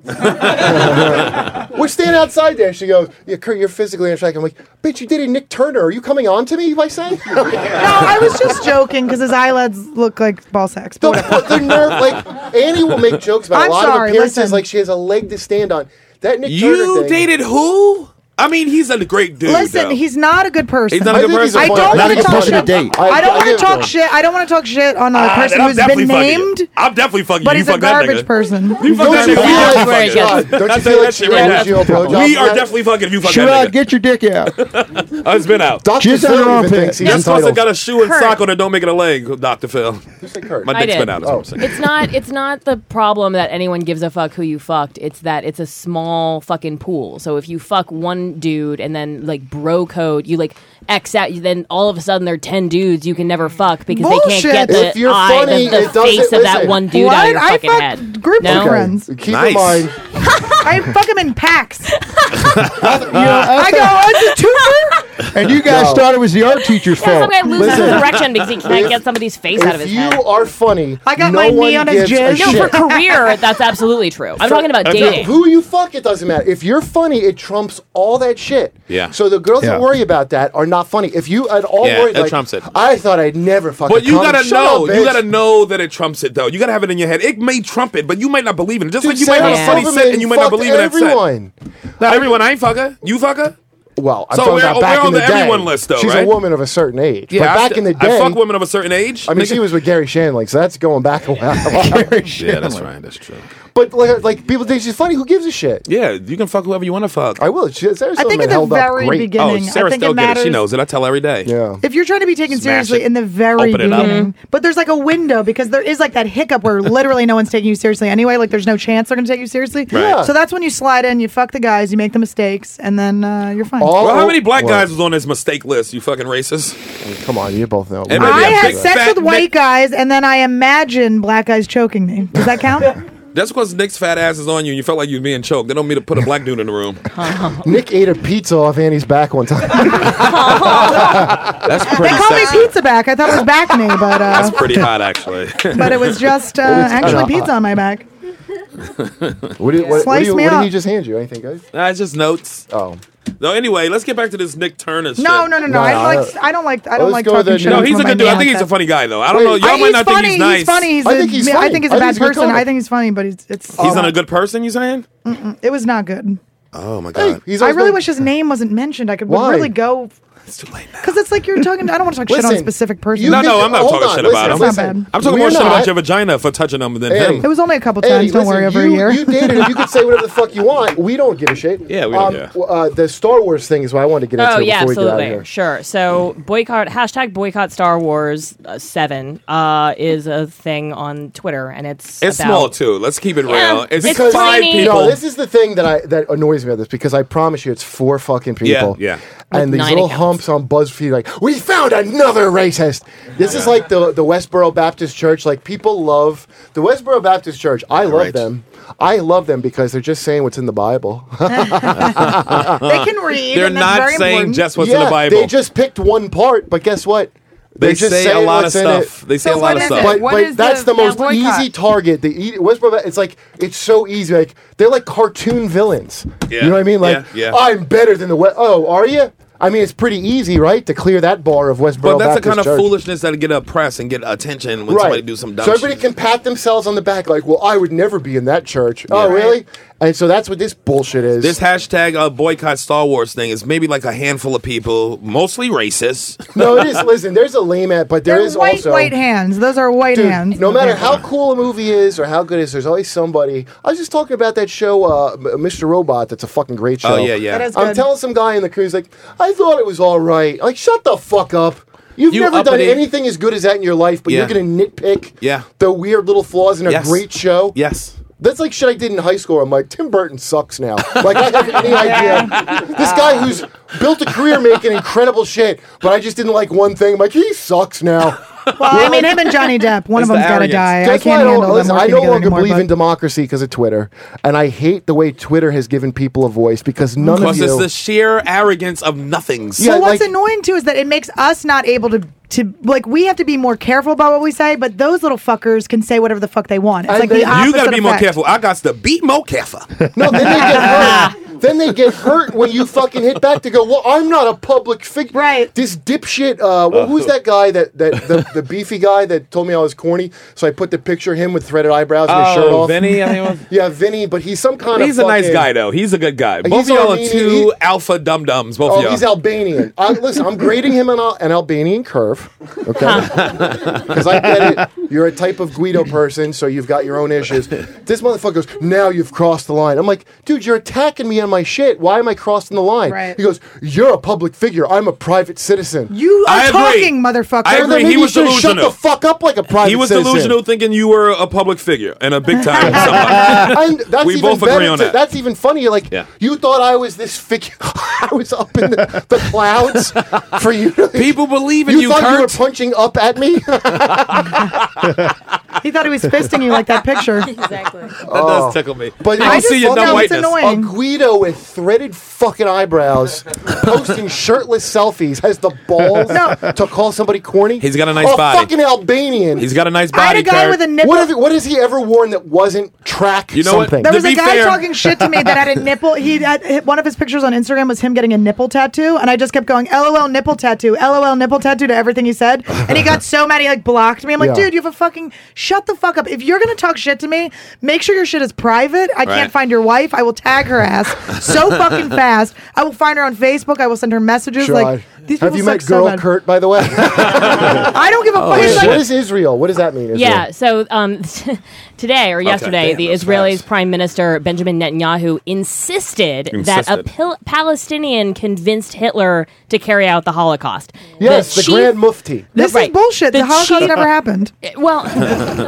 S2: We're standing outside there. She goes, yeah, Kurt, you're physically attractive. I'm like, bitch, you dated Nick Turner. Are you coming on to me by
S5: (laughs)
S2: saying? no,
S5: I was just
S2: (laughs)
S5: joking because his eyelids look like ball sacks. But whatever.
S2: the nerve, like Annie will make jokes about
S5: I'm
S2: a lot
S5: sorry,
S2: of appearances,
S5: listen.
S2: like she has a leg to stand on. That Nick Turner
S3: you
S2: thing-
S3: dated who? I mean, he's a great dude.
S5: Listen,
S3: though.
S5: he's not a good person.
S3: He's not a good I think he's person.
S5: I
S3: a
S5: don't
S3: funny-
S5: want
S3: Not a
S5: to
S3: good
S5: talk
S3: person to
S5: shit.
S3: date.
S5: I
S3: I-
S5: don't
S3: I
S5: want
S3: give
S5: to
S3: it to
S5: talk
S3: him.
S5: shit. I don't want to talk shit on a
S3: Ah,
S5: person
S3: then I'm
S5: who's
S3: definitely
S5: been
S3: fucking you.
S5: named,
S3: I'm definitely fucking
S5: but
S3: you.
S5: he's
S3: you
S5: a
S3: fuck that
S5: garbage
S3: nigga.
S5: person.
S3: You fuck that
S5: you
S3: nigga.
S5: feel
S3: You
S5: like-
S3: fucking
S5: where it gets-
S3: fucking-
S5: don't you
S3: I
S5: feel
S3: say
S5: like
S3: that shit
S5: she
S3: right
S5: loves
S3: now.
S5: you a blowjob?
S3: We are
S5: Yeah.
S3: definitely fucking if (laughs) you fuck that
S16: Sherrod,
S3: nigga.
S16: get your dick out.
S3: Oh, it's been out.
S16: Dr. Jizz on Phil your even armpit. thinks he's
S3: That's supposed to
S16: entitled.
S3: got a shoe and
S10: Kurt.
S3: sock on it. Don't make it a leg, Doctor Phil. My
S10: I
S3: dick's
S10: did.
S3: been
S2: Oh.
S3: out. Is what I'm saying.
S10: It's not. It's not the problem that anyone gives a fuck who you fucked. It's that it's a small fucking pool. So if you fuck one dude and then like bro code, you like X out. Then all of a sudden there are ten dudes you can never fuck because they
S5: Bullshit.
S10: can't get
S5: If
S10: the
S5: you're
S10: eye,
S5: funny,
S10: the,
S5: it
S10: the
S5: doesn't-
S10: face of that
S5: listen.
S10: one dude out of your
S5: What? I
S10: fucking
S5: fucked
S10: head.
S5: groups
S10: no?
S5: of friends.
S2: Keep in mind,
S5: I fuck him
S3: (laughs)
S5: in packs.
S16: I
S5: go, "Oh, it's a twofer.
S16: And you guys
S2: No.
S16: thought it was the art teacher's
S10: Yeah, some
S16: fault.
S10: guy loses
S2: Listen.
S10: his erection because he can't
S2: If-
S10: get somebody's face
S2: if
S10: out of his
S2: you
S10: head.
S2: are funny,
S10: I
S2: got no my knee one on his gives a jizz.
S10: No, for
S2: shit.
S10: career, that's absolutely true. I'm
S2: For-
S10: talking about
S2: No,
S10: dating.
S2: Who you fuck, it doesn't matter. If you're funny, it trumps all that shit.
S3: Yeah.
S2: So the girls
S3: Yeah.
S2: that worry about that are not funny. If you at all
S3: Yeah,
S2: worry,
S3: it
S2: like,
S3: trumps it.
S2: I thought I'd never fuck.
S3: But
S2: a
S3: you
S2: cum.
S3: gotta
S2: Shut
S3: know,
S2: up,
S3: you
S2: bitch.
S3: gotta know that it trumps it though. You gotta have it in your head. It may trump it, but you might not believe in it. Just
S2: Dude,
S3: like you might
S2: Sarah
S3: have a funny
S2: Silverman
S3: set and you might not
S2: fucked
S3: believe in that set.
S2: everyone.
S3: Not everyone. I ain't fucker. You fucker.
S2: Well, I'm
S3: So
S2: talking
S3: we're-
S2: about
S3: we're
S2: back
S3: on
S2: in the,
S3: the
S2: day.
S3: everyone list, though,
S2: She's
S3: right?
S2: a woman of a certain age.
S3: Yeah,
S2: but
S3: I
S2: back
S3: st-
S2: in the
S3: I
S2: day,
S3: fuck women of a certain age.
S2: I mean,
S3: nigga.
S2: she was with Gary Shanley, so that's going back a while.
S3: (laughs) Yeah, that's right. That's true.
S2: But like, like people think she's funny. Who gives a shit?
S3: Yeah, you can fuck whoever you want to fuck.
S2: I will. She, Sarah
S5: I
S2: Silverman
S5: think at the
S2: held up
S5: very
S2: great.
S5: beginning,
S3: Oh, Sarah
S5: I think
S3: still
S5: it
S3: gets it. She
S5: matters-
S3: knows it. I tell her every day.
S2: Yeah.
S5: If you're trying to be taken
S3: Smash
S5: seriously
S3: it.
S5: in the very
S3: Open it up.
S5: beginning, but there's like a window because there is like that hiccup where literally no one's taking you seriously anyway. Like there's no chance they're going to take you seriously.
S3: Right. Yeah.
S5: So that's when you slide in, you fuck the guys, you make the mistakes, and then uh, you're fine.
S3: well, how many black guys was on this mistake list? You fucking racist.
S2: Come on, you both know.
S3: Hey, baby,
S5: I
S3: a
S5: had
S3: big
S5: sex
S3: fat
S5: with white
S3: Nick-
S5: guys, and then I imagine black guys choking me. Does that count?
S3: That's because Nick's fat ass is on you and you felt like you was being choked. They don't mean to put a black dude in
S2: (laughs)
S3: the room.
S2: Nick ate a pizza off Annie's back one time.
S3: (laughs) That's
S5: they
S3: pretty
S5: call me
S3: sexy.
S5: pizza back. I thought it was back me, but uh,
S3: That's pretty hot, actually.
S5: (laughs) but it was just uh, actually pizza on my back.
S2: What did, what, what,
S5: Slice
S2: do you,
S5: me
S2: what did
S5: up.
S2: he just hand you? Anything, guys?
S3: Nah, it's just notes.
S2: Oh.
S3: No, anyway, let's get back to this Nick Turner shit.
S5: No, no, no, no. I
S2: No,
S5: like. I don't like. I don't
S2: Let's
S5: like
S2: go
S5: talking
S2: with the-
S5: shit.
S3: No,
S5: on
S3: he's a
S5: someone
S3: good dude.
S5: I
S3: I think
S5: don't like
S3: he's
S5: that.
S3: a funny guy, though. I don't know.
S5: I-
S3: Y'all might not
S5: funny.
S3: think he's nice.
S5: He's funny. He's
S2: I
S5: a-
S2: think he's
S5: I
S2: funny.
S5: think he's
S2: I
S5: a
S2: think
S5: bad
S2: he's a good
S5: person.
S2: comic.
S5: I think he's funny, but it's it's.
S3: He's not a good person, you saying?
S5: Mm-mm, it was not good.
S3: Oh, my
S2: God. he's
S5: I
S2: always
S5: really
S2: been-
S5: wish his name wasn't mentioned. I could
S2: Why?
S5: really go. It's too late now. Because it's like you're talking. I don't want to talk shit on a
S2: Listen,
S5: specific person.
S2: you
S3: No,
S2: can-
S3: no, I'm not
S2: hold
S3: talking
S2: on,
S3: shit
S2: listen,
S3: about him.
S2: listen.
S3: I'm talking
S2: We're
S3: more shit
S2: not-
S3: about your vagina for touching him than
S2: Hey.
S3: him.
S5: It was only a couple
S2: Hey,
S5: times. Don't
S2: listen,
S5: worry, over a
S2: you-
S5: year.
S2: You dated him. You could say whatever the fuck you want. We don't give a shit.
S3: Yeah, we don't
S2: Um,
S3: care.
S2: w- Uh, the Star Wars thing is what I wanted to get into
S10: oh yeah,
S2: before we get out of
S10: absolutely,
S2: here.
S10: sure. So boycott hashtag boycott Star Wars uh, Seven uh, is a thing on Twitter, and it's
S3: It's
S10: about-
S3: small, too. Let's keep it
S10: Yeah,
S3: real. It's,
S10: it's
S3: five
S10: tiny.
S3: people.
S2: No, this is the thing that I that annoys me about this because I promise you, it's four fucking
S3: Yeah,
S2: people.
S3: yeah.
S2: And
S10: With
S2: these
S10: nine
S2: little
S10: accounts.
S2: humps on BuzzFeed, like we found another racist. This is like the the Westboro Baptist Church. Like people love the Westboro Baptist Church. I love
S3: right.
S2: them. I love them because they're just saying what's in the Bible. (laughs)
S5: they can read.
S3: They're
S5: and that's
S3: not
S5: very
S3: saying
S5: important.
S3: just what's in the Bible.
S2: They just picked one part, but guess what?
S3: They
S2: They're just
S3: say a
S2: saying
S3: lot
S2: what's
S3: of
S2: in it.
S3: stuff. They say So a lot what of is stuff. it?
S2: But,
S3: What
S2: but
S3: is
S2: that's
S3: the-
S2: the,
S3: that
S2: most
S3: boycott?
S2: easy target. The e- Westboro, it's like it's so easy. Like they're like cartoon villains.
S3: Yeah.
S2: You know what I mean? Like
S3: Yeah, yeah.
S2: I'm better than the West. Oh, are you? I mean, it's pretty easy, right, to clear that bar of Westboro.
S3: But that's the
S2: Baptist
S3: kind of
S2: Church.
S3: foolishness that'll get a press and get attention when
S2: right.
S3: somebody do some dumb
S2: so
S3: shit.
S2: everybody can pat themselves on the back, like, "Well, I would never be in that church." Oh, really? And so that's what this bullshit is.
S3: This hashtag uh, boycott Star Wars thing is maybe like a handful of people, mostly racist.
S2: no, it is.
S3: (laughs)
S2: Listen, there's a lame at, but there
S5: (laughs) They're
S2: is
S5: white
S2: also
S5: white hands. Those are white
S2: Dude,
S5: hands.
S2: No matter how cool a movie is or how good it is, there's always somebody. I was just talking about that show, uh, M- Mr. Robot. That's a fucking great show.
S3: Oh, yeah, yeah. That is
S2: I'm
S3: good.
S2: telling some guy in the cruise, like, I thought it was all right. Like, shut the fuck up. You've
S3: You
S2: never done
S3: uppity-
S2: anything as good as that in your life, but
S3: Yeah.
S2: you're going to nitpick
S3: Yeah.
S2: the weird little flaws in a
S3: Yes.
S2: great show.
S3: Yes.
S2: That's like shit I did in high school. I'm like, Tim Burton sucks now. Like, I have
S3: (laughs)
S2: any idea. This guy who's built a career making incredible shit, but I just didn't like one thing. I'm like, he sucks now.
S5: Well, I mean, him and Johnny Depp. One
S2: It's
S5: of
S2: the
S5: them's got to
S2: arrogance.
S5: die. I
S2: That's why
S5: can't
S2: I don't-
S5: handle them
S2: listen, I
S5: working
S2: no
S5: together
S2: longer
S5: anymore.
S2: believe
S5: but-
S2: in democracy because of Twitter, and I hate the way Twitter has given people a voice because none of
S3: Because
S2: you.
S3: it's the sheer arrogance of nothings.
S5: So what's annoying too is that it makes us not able to to like we have to be more careful about what we say, but those little fuckers can say whatever the fuck they want. It's like the opposite
S3: you gotta be more
S5: effect.
S3: careful. I got to be more careful.
S2: no, then they get hurt. then they get hurt when you fucking hit back to go. Well, I'm not a public figure. Right. This dipshit. Uh, well, who's that guy that that the, the beefy guy that told me I was corny? So I put the picture of him with threaded eyebrows and his
S3: Oh,
S2: shirt off.
S3: Vinny, I think it was-
S2: (laughs) yeah, Vinny. But he's some kind of.
S3: He's a nice
S2: fucking-
S3: guy, though. He's a good guy. Both
S2: He's
S3: of y'all are
S2: Armenian.
S3: two alpha dum dums. Both
S2: oh,
S3: of y'all.
S2: he's Albanian. I, listen, I'm grading him an, Al- an Albanian curve, okay? Because I get it. You're a type of Guido person, so you've got your own
S3: (laughs)
S2: issues. This motherfucker goes, now you've crossed the line. I'm like, dude, you're attacking me on my shit. Why am I crossing the line?
S5: Right.
S2: He goes, you're a public figure. I'm a private citizen.
S5: You are talking, motherfucker.
S3: I
S2: Then
S3: agree. He
S2: maybe you
S3: was
S2: should've
S3: delusional.
S2: Shut the fuck up like a private
S3: he was
S2: citizen.
S3: delusional thinking you were a public figure and a
S2: (laughs)
S3: big (laughs) time
S2: and
S3: somebody.
S2: that's
S3: (laughs) we
S2: even
S3: both agree
S2: better
S3: on
S2: to-
S3: that.
S2: That's even funnier. Like you thought I was this figure. (laughs) I was up in the, the clouds for you.
S3: (laughs) People believe in you,
S2: thought you were
S3: Kurt.
S2: punching up at
S3: (laughs)
S2: me.
S5: He thought he was fisting you like that picture.
S14: exactly.
S3: That does tickle me.
S2: Oh. But
S3: I see your dumb whiteness.
S2: A Guido with threaded fucking eyebrows, posting shirtless selfies, has the balls to call somebody corny. Oh,
S3: He's got a nice
S2: a
S3: body.
S2: Fucking Albanian.
S3: He's got a nice body. Kurt.
S2: What, have, what has he ever worn that wasn't track?
S3: You know what?
S2: something?
S5: There
S3: To
S5: was a
S3: be
S5: guy
S3: fair-
S5: talking shit to me that had
S2: (laughs)
S5: a nipple. He had, uh, one of his pictures on Instagram was him getting a nipple tattoo, and I just kept going, "LOL nipple tattoo, LOL nipple tattoo" to everything he said, and he got so mad he like blocked me. I'm like,
S2: Yeah.
S5: dude, you have a fucking shut the fuck up. If you're gonna talk shit to me, make sure your shit is private. I
S2: Right.
S5: can't find your wife. I will tag her ass so fucking fast. I will find her on Facebook. I will send her messages
S2: Sure.
S5: like these
S2: have
S5: people
S2: you
S5: suck
S2: met
S5: so
S2: girl
S5: bad.
S2: Kurt, by the way?
S5: (laughs)
S2: (laughs)
S5: I don't
S3: Oh,
S5: give a fuck.
S2: What is-
S5: It's like-
S2: what is Israel? What does that mean? Israel?
S10: Yeah. So um, (laughs) today or
S2: Okay,
S10: yesterday,
S2: damn,
S10: the
S2: that's
S10: Israeli Prime Minister Benjamin Netanyahu insisted, that a
S2: Insisted.
S10: pil- Palestinian convinced Hitler to carry out the Holocaust.
S2: Yes, the,
S10: chief-
S2: Grand Mufti.
S10: This Right.
S5: It's bullshit. The,
S10: The
S5: Holocaust
S10: cheap-
S5: never happened.
S10: Well,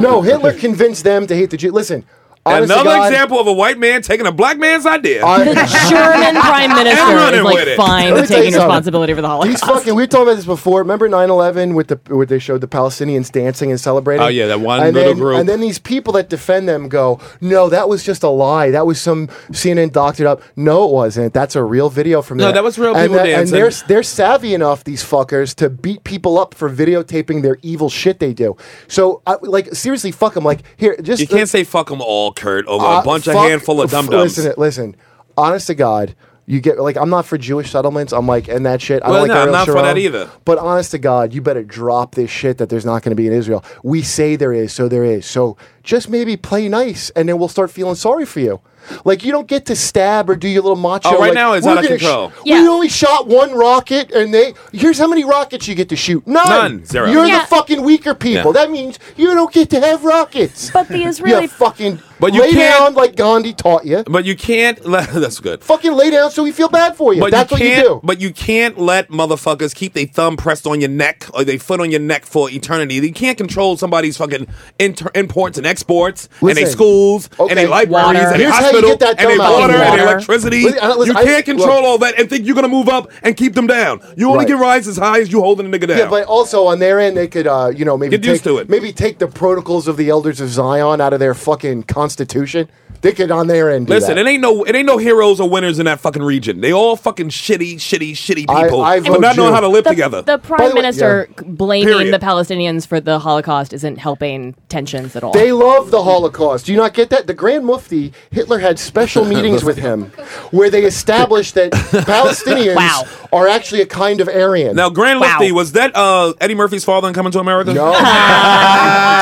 S2: (laughs) no, Hitler convinced them to hate the Jew. Listen, honest to
S3: Another
S2: God-
S3: example of a white man taking a black man's idea.
S2: The (laughs)
S10: German prime
S3: And
S10: minister
S3: running
S10: is like
S3: with it.
S2: Let
S10: fine with
S2: me tell you
S10: taking
S2: something.
S10: responsibility for the
S2: These
S10: Holocaust.
S2: fucking, we were talking about this before. Remember 9 11 with the, where they showed the Palestinians dancing and celebrating?
S3: Oh, yeah, that one
S2: and
S3: little
S2: then,
S3: group.
S2: And then these people that defend them go, no, that was just a lie. That was some CNN doctored up. No, it wasn't. That's a real video from
S3: No,
S2: that.
S3: that was real
S2: and
S3: people
S2: And
S3: dancing.
S2: they're, they're savvy enough, these fuckers, to beat people up for videotaping their evil shit they do. So, I, like, seriously, fuck them. Like, here, just.
S3: you can't say fuck them all, Kurt, over
S2: Uh,
S3: a bunch of
S2: fuck-
S3: handful of
S2: f-
S3: dum dums.
S2: Listen, listen. Honest to God, you get like I'm not for Jewish settlements. I'm like and that shit. I
S3: Well,
S2: don't like
S3: no,
S2: Ariel
S3: I'm not for
S2: Sharon.
S3: that either.
S2: But honest to God, you better drop this shit that there's not going to be in Israel. We say there is, so there is. So just maybe play nice, and then we'll start feeling sorry for you. Like you don't get to stab or do your little macho.
S3: Oh, right
S2: like,
S3: now it's
S2: we're
S3: out of
S2: gonna
S3: control.
S2: Sh- We only shot one rocket, and they here's how many rockets you get to shoot. None.
S3: None. Zero.
S2: You're
S3: Yeah.
S2: the fucking weaker people. That means you don't get to have rockets. But (laughs) the
S10: Israeli-
S2: fucking
S3: But you
S2: lay
S3: can't-
S2: down like Gandhi taught you.
S3: But you can't. (laughs) Let, that's good.
S2: Fucking lay down so we feel bad for you.
S3: But
S2: That's
S3: you
S2: what you
S3: can't.
S2: do.
S3: But you can't let motherfuckers keep their thumb pressed on your neck or their foot on your neck for eternity. You can't control somebody's fucking inter- imports and exports and their
S2: Listen.
S3: schools and their
S2: Okay.
S3: libraries
S2: Water.
S3: and their
S2: Here's how you
S3: hospital
S2: get that
S3: and their
S2: dumb out.
S3: water, and their
S2: Water.
S3: electricity.
S2: Listen, I- listen,
S3: you
S2: I-
S3: can't control
S2: look.
S3: all that and think you're gonna move up and keep them down. You only
S2: Right.
S3: can rise as high as you holding a nigga down.
S2: Yeah, but also on their end, they could, uh, you know, maybe
S3: Get used
S2: take,
S3: to it.
S2: maybe take the protocols of the elders of Zion out of their fucking constitution. They could on their end. Do
S3: Listen,
S2: that.
S3: it ain't no it ain't no heroes or winners in that fucking region. They all fucking shitty, shitty, shitty
S2: I-
S3: people.
S2: I
S3: who
S2: vote
S3: not knowing
S2: you.
S3: how to live
S2: The-
S3: together.
S10: the prime minister c- blaming
S3: Period.
S10: the Palestinians for the Holocaust isn't helping tensions at all.
S2: They love the Holocaust. Do you not get that? The Grand Mufti, Hitler had special
S3: (laughs)
S2: meetings with him where they established that Palestinians
S3: Wow.
S2: are actually a kind of Aryan.
S3: now, Grand Lefty, was that uh, Eddie Murphy's father in Coming to America? (laughs)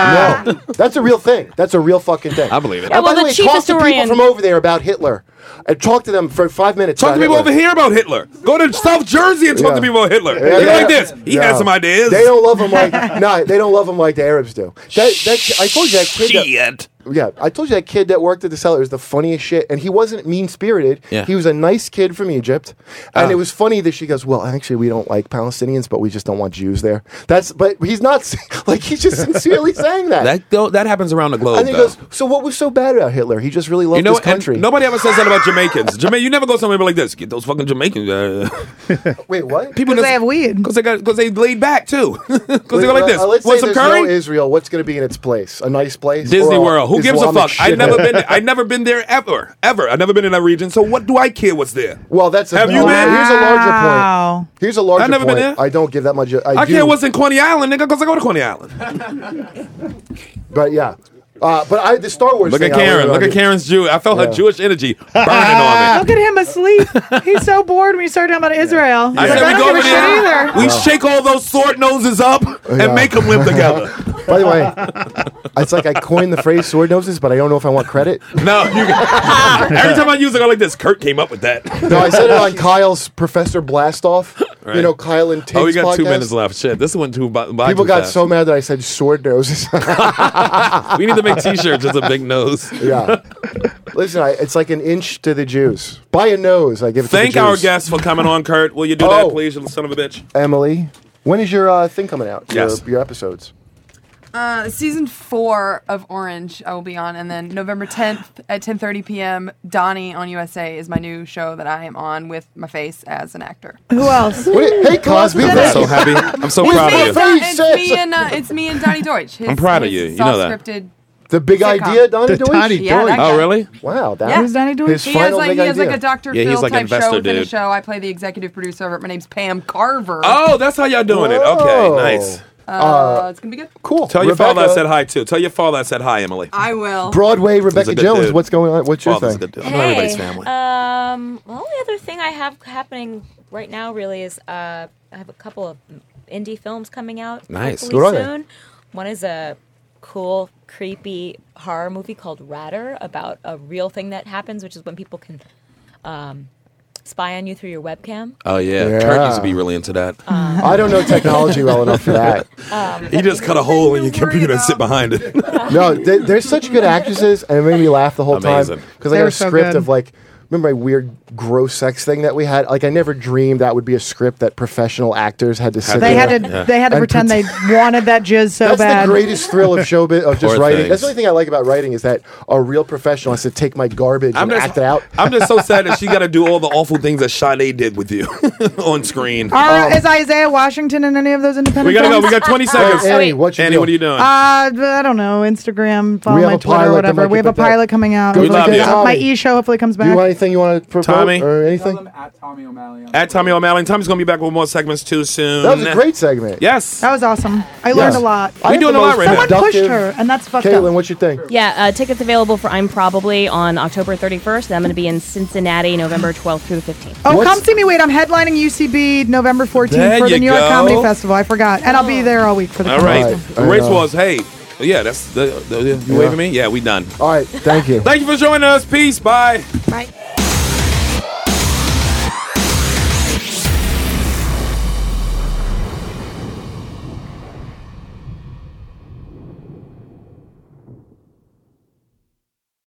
S2: No. no. That's a real thing. That's a real fucking thing. I believe it.
S3: Yeah,
S2: by
S3: well,
S2: the,
S3: the
S2: way,
S3: chief
S2: talk to people
S3: historian-
S2: from over there about Hitler. And talk to them for five minutes.
S3: Talk to
S2: about
S3: people
S2: Hitler.
S3: over here about Hitler. Go to South Jersey and talk
S2: Yeah.
S3: to people about Hitler.
S2: Yeah,
S3: They're
S2: yeah.
S3: like this. He
S2: No.
S3: has some ideas.
S2: They don't love him like
S3: (laughs)
S2: no, they don't love him like the Arabs do. That, that I told you that kid. that-
S3: Shit.
S2: yeah, I told you that kid that worked at the cellar was the funniest shit, and he wasn't mean spirited.
S3: Yeah.
S2: He was a nice kid from Egypt, and
S3: Ah.
S2: it was funny that she goes, "Well, actually, we don't like Palestinians, but we just don't want Jews there." That's but he's not (laughs) like he's just
S3: (laughs)
S2: sincerely saying that.
S3: That, though, that happens around the globe.
S2: and he
S3: though.
S2: goes, "So what was so bad about Hitler? He just really loved
S3: you know,
S2: his
S3: what? And
S2: country."
S3: nobody ever says that about Jamaicans. Jama- you never go somewhere like this. Get those fucking Jamaicans. uh,
S2: Wait, what?
S3: People
S5: they have weed
S3: because they got because they laid
S4: (laughs)
S3: back too. Because they go like this.
S2: Uh, let's
S3: Want
S2: say
S3: some
S2: there's
S3: curry?
S2: no Israel. What's going to be in its place? A nice place?
S3: Disney
S2: Or a
S3: World. Who gives a
S2: Islamic
S3: fuck? I've
S2: shit?
S3: never been. There. I've never been there ever. Ever. I've never been in that region. So what do I care what's there?
S2: Well, that's a,
S3: Have you been?
S2: Here's a larger point. Here's a (laughs) larger
S3: I've never been
S2: point.
S3: there.
S2: I don't give that much. I,
S3: I,
S2: do,
S3: care what's in Coney Island, nigga, because I go to Coney Island.
S2: But yeah, uh, but I the Star Wars.
S3: Look
S2: thing
S3: at
S2: I really
S3: Karen. Look
S2: like
S3: at Karen's Jew. I felt
S2: Yeah.
S3: her Jewish energy
S2: (laughs)
S3: burning on me.
S5: Look at him asleep. He's so bored when you start talking about Israel. He's
S3: I
S5: like,
S3: said
S5: I
S3: we
S5: don't
S3: go
S5: give
S3: over
S5: a shit
S3: there.
S5: either.
S3: We shake all those sword noses up and
S2: Yeah.
S3: make them live together.
S2: (laughs) By the way, (laughs) it's like I coined the phrase "sword noses," but I don't know if I want credit.
S3: No,
S2: (laughs)
S3: you, (laughs) every time I use it, I go like this. Kurt came up with that.
S2: No, I said it
S3: (laughs)
S2: on Kyle's Professor Blastoff.
S3: Right.
S2: You know, Kyle and Tate's
S3: Oh, we got two
S2: podcast.
S3: minutes left. Shit, this went too. By, by
S2: People
S3: too
S2: got
S3: fast.
S2: so mad that I said sword noses. (laughs)
S3: We need to make T-shirts with a big nose.
S2: (laughs) yeah. Listen, I, it's like an inch to the Jews. By a nose, I give it
S3: (laughs) Thank
S2: to the
S3: our
S2: Jews.
S3: guests for coming on, Kurt. Will you do
S2: Oh.
S3: that, please, you son of a bitch?
S2: Emily, when is your uh, thing coming out?
S3: Yes.
S2: Your, your episodes.
S15: Uh, season four of Orange, I will be on, and then November 10th at 10:30 p.m. Donnie on USA is my new show that I am on with my face as an actor.
S5: Who else?
S2: hey, Cosby.
S3: I'm so happy. I'm so
S2: Who's
S3: proud
S2: my
S3: of you.
S2: friend? Hey,
S15: It's
S2: sis.
S15: me and uh, it's me and Donnie Deutsch. His-
S3: I'm proud of
S15: his
S3: you. You know that.
S15: Scripted.
S2: The big
S15: Sitcom.
S2: idea, Donnie
S15: The
S2: Deutsch.
S15: Donnie Yeah, that Deutsch. guy.
S3: Oh, really?
S2: Wow, that
S15: Yeah.
S2: was His
S15: he
S2: final
S15: has like
S2: big
S15: he has
S2: idea.
S15: like a Dr.
S3: Yeah, he's
S15: Phil
S3: like
S15: type
S3: investor
S15: show within a
S3: dude.
S15: show. I play the executive producer of it. My name's Pam Carver.
S3: Oh, that's how y'all doing it.
S2: Whoa.
S3: Okay, nice.
S15: Uh, it's gonna be good.
S2: Cool.
S3: Tell your father I
S2: Rebecca-
S3: said hi too. Tell your father I said hi, Emily.
S15: I will.
S2: Broadway,
S3: He's a
S2: Rebecca
S3: good
S2: Jones.
S3: dude.
S2: What's going on? What's your
S3: Father's
S2: thing?
S3: a good dude. I know everybody's family.
S6: Um, the only other thing I have happening right now really is uh, I have a couple of indie films coming out.
S3: Nice.
S6: hopefully
S3: What are they?
S6: soon. One is a cool, creepy horror movie called Ratter about a real thing that happens, which is when people can um, spy on you through your webcam.
S3: Oh yeah.
S2: Yeah.
S3: Kurt used to be really into that.
S2: I don't know technology well enough for that.
S6: Um,
S3: he just cut a hole in your computer and sit behind it.
S2: No, they, they're such good actresses, and it made me laugh the whole
S3: Amazing.
S2: time because I
S3: They
S2: got
S3: were
S2: a
S3: so
S2: script
S3: good.
S2: of like. Remember my weird, gross sex thing that we had? Like, I never dreamed that would be a script that professional actors had to sit.
S5: They
S2: there
S5: had to. They had to
S2: and
S5: pretend they wanted that jizz so
S2: That's
S5: bad.
S2: the greatest thrill of showbiz of just
S3: Poor
S2: writing.
S3: things.
S2: That's the only thing I like about writing is that a real professional has to take my garbage
S3: I'm
S2: and
S3: just-
S2: act it out.
S3: I'm
S2: (laughs)
S3: just so sad that she got to do all the awful things that Sade did with you (laughs) on screen.
S5: (laughs) Are,
S2: Um,
S5: is Isaiah Washington in any of those independent?
S3: we gotta go.
S5: films?
S3: We got 20 seconds.
S2: Hey, Uh, Annie, what you
S3: Annie,
S2: doing?
S3: what are you doing?
S5: Uh, but I don't know. Instagram, follow
S2: We have
S5: my
S2: a
S5: Twitter,
S2: pilot
S5: or
S2: that
S5: whatever.
S2: might
S5: We have
S2: get
S5: a
S2: picked up.
S5: pilot coming out.
S3: We love
S5: Hopefully-
S3: you.
S5: My e show hopefully comes
S2: Do you
S5: back.
S2: want anything you want to promote
S3: Tommy?
S2: or anything?
S3: At Tommy O'Malley. Tommy's gonna be back with more segments too soon.
S2: That was a great segment.
S3: Yes.
S5: That was awesome. I learned
S2: Yeah.
S5: a lot.
S2: I
S3: We
S2: have
S3: doing
S2: the
S3: a lot
S2: most
S3: right now.
S5: Someone pushed
S2: productive-
S5: her, and that's fucked
S2: Caitlin,
S5: up.
S2: what you think?
S10: Yeah, uh, tickets available for I'm Probably on October 31st. And I'm going to be in Cincinnati November 12th through the 15th.
S5: Oh, come see me. Wait, I'm headlining UCB November 14th
S3: There
S5: for the
S3: you
S5: New York Comedy
S3: go.
S5: Festival. I forgot. And I'll be there all week for the
S3: All
S5: comedy.
S3: right.
S2: All right.
S3: Race
S2: I know.
S3: Wars. Hey. Yeah, that's the, the, the you
S2: Yeah.
S3: waving me. Yeah, we done.
S2: All right, thank you.
S3: Thank you for joining us. Peace. Bye.
S5: Bye.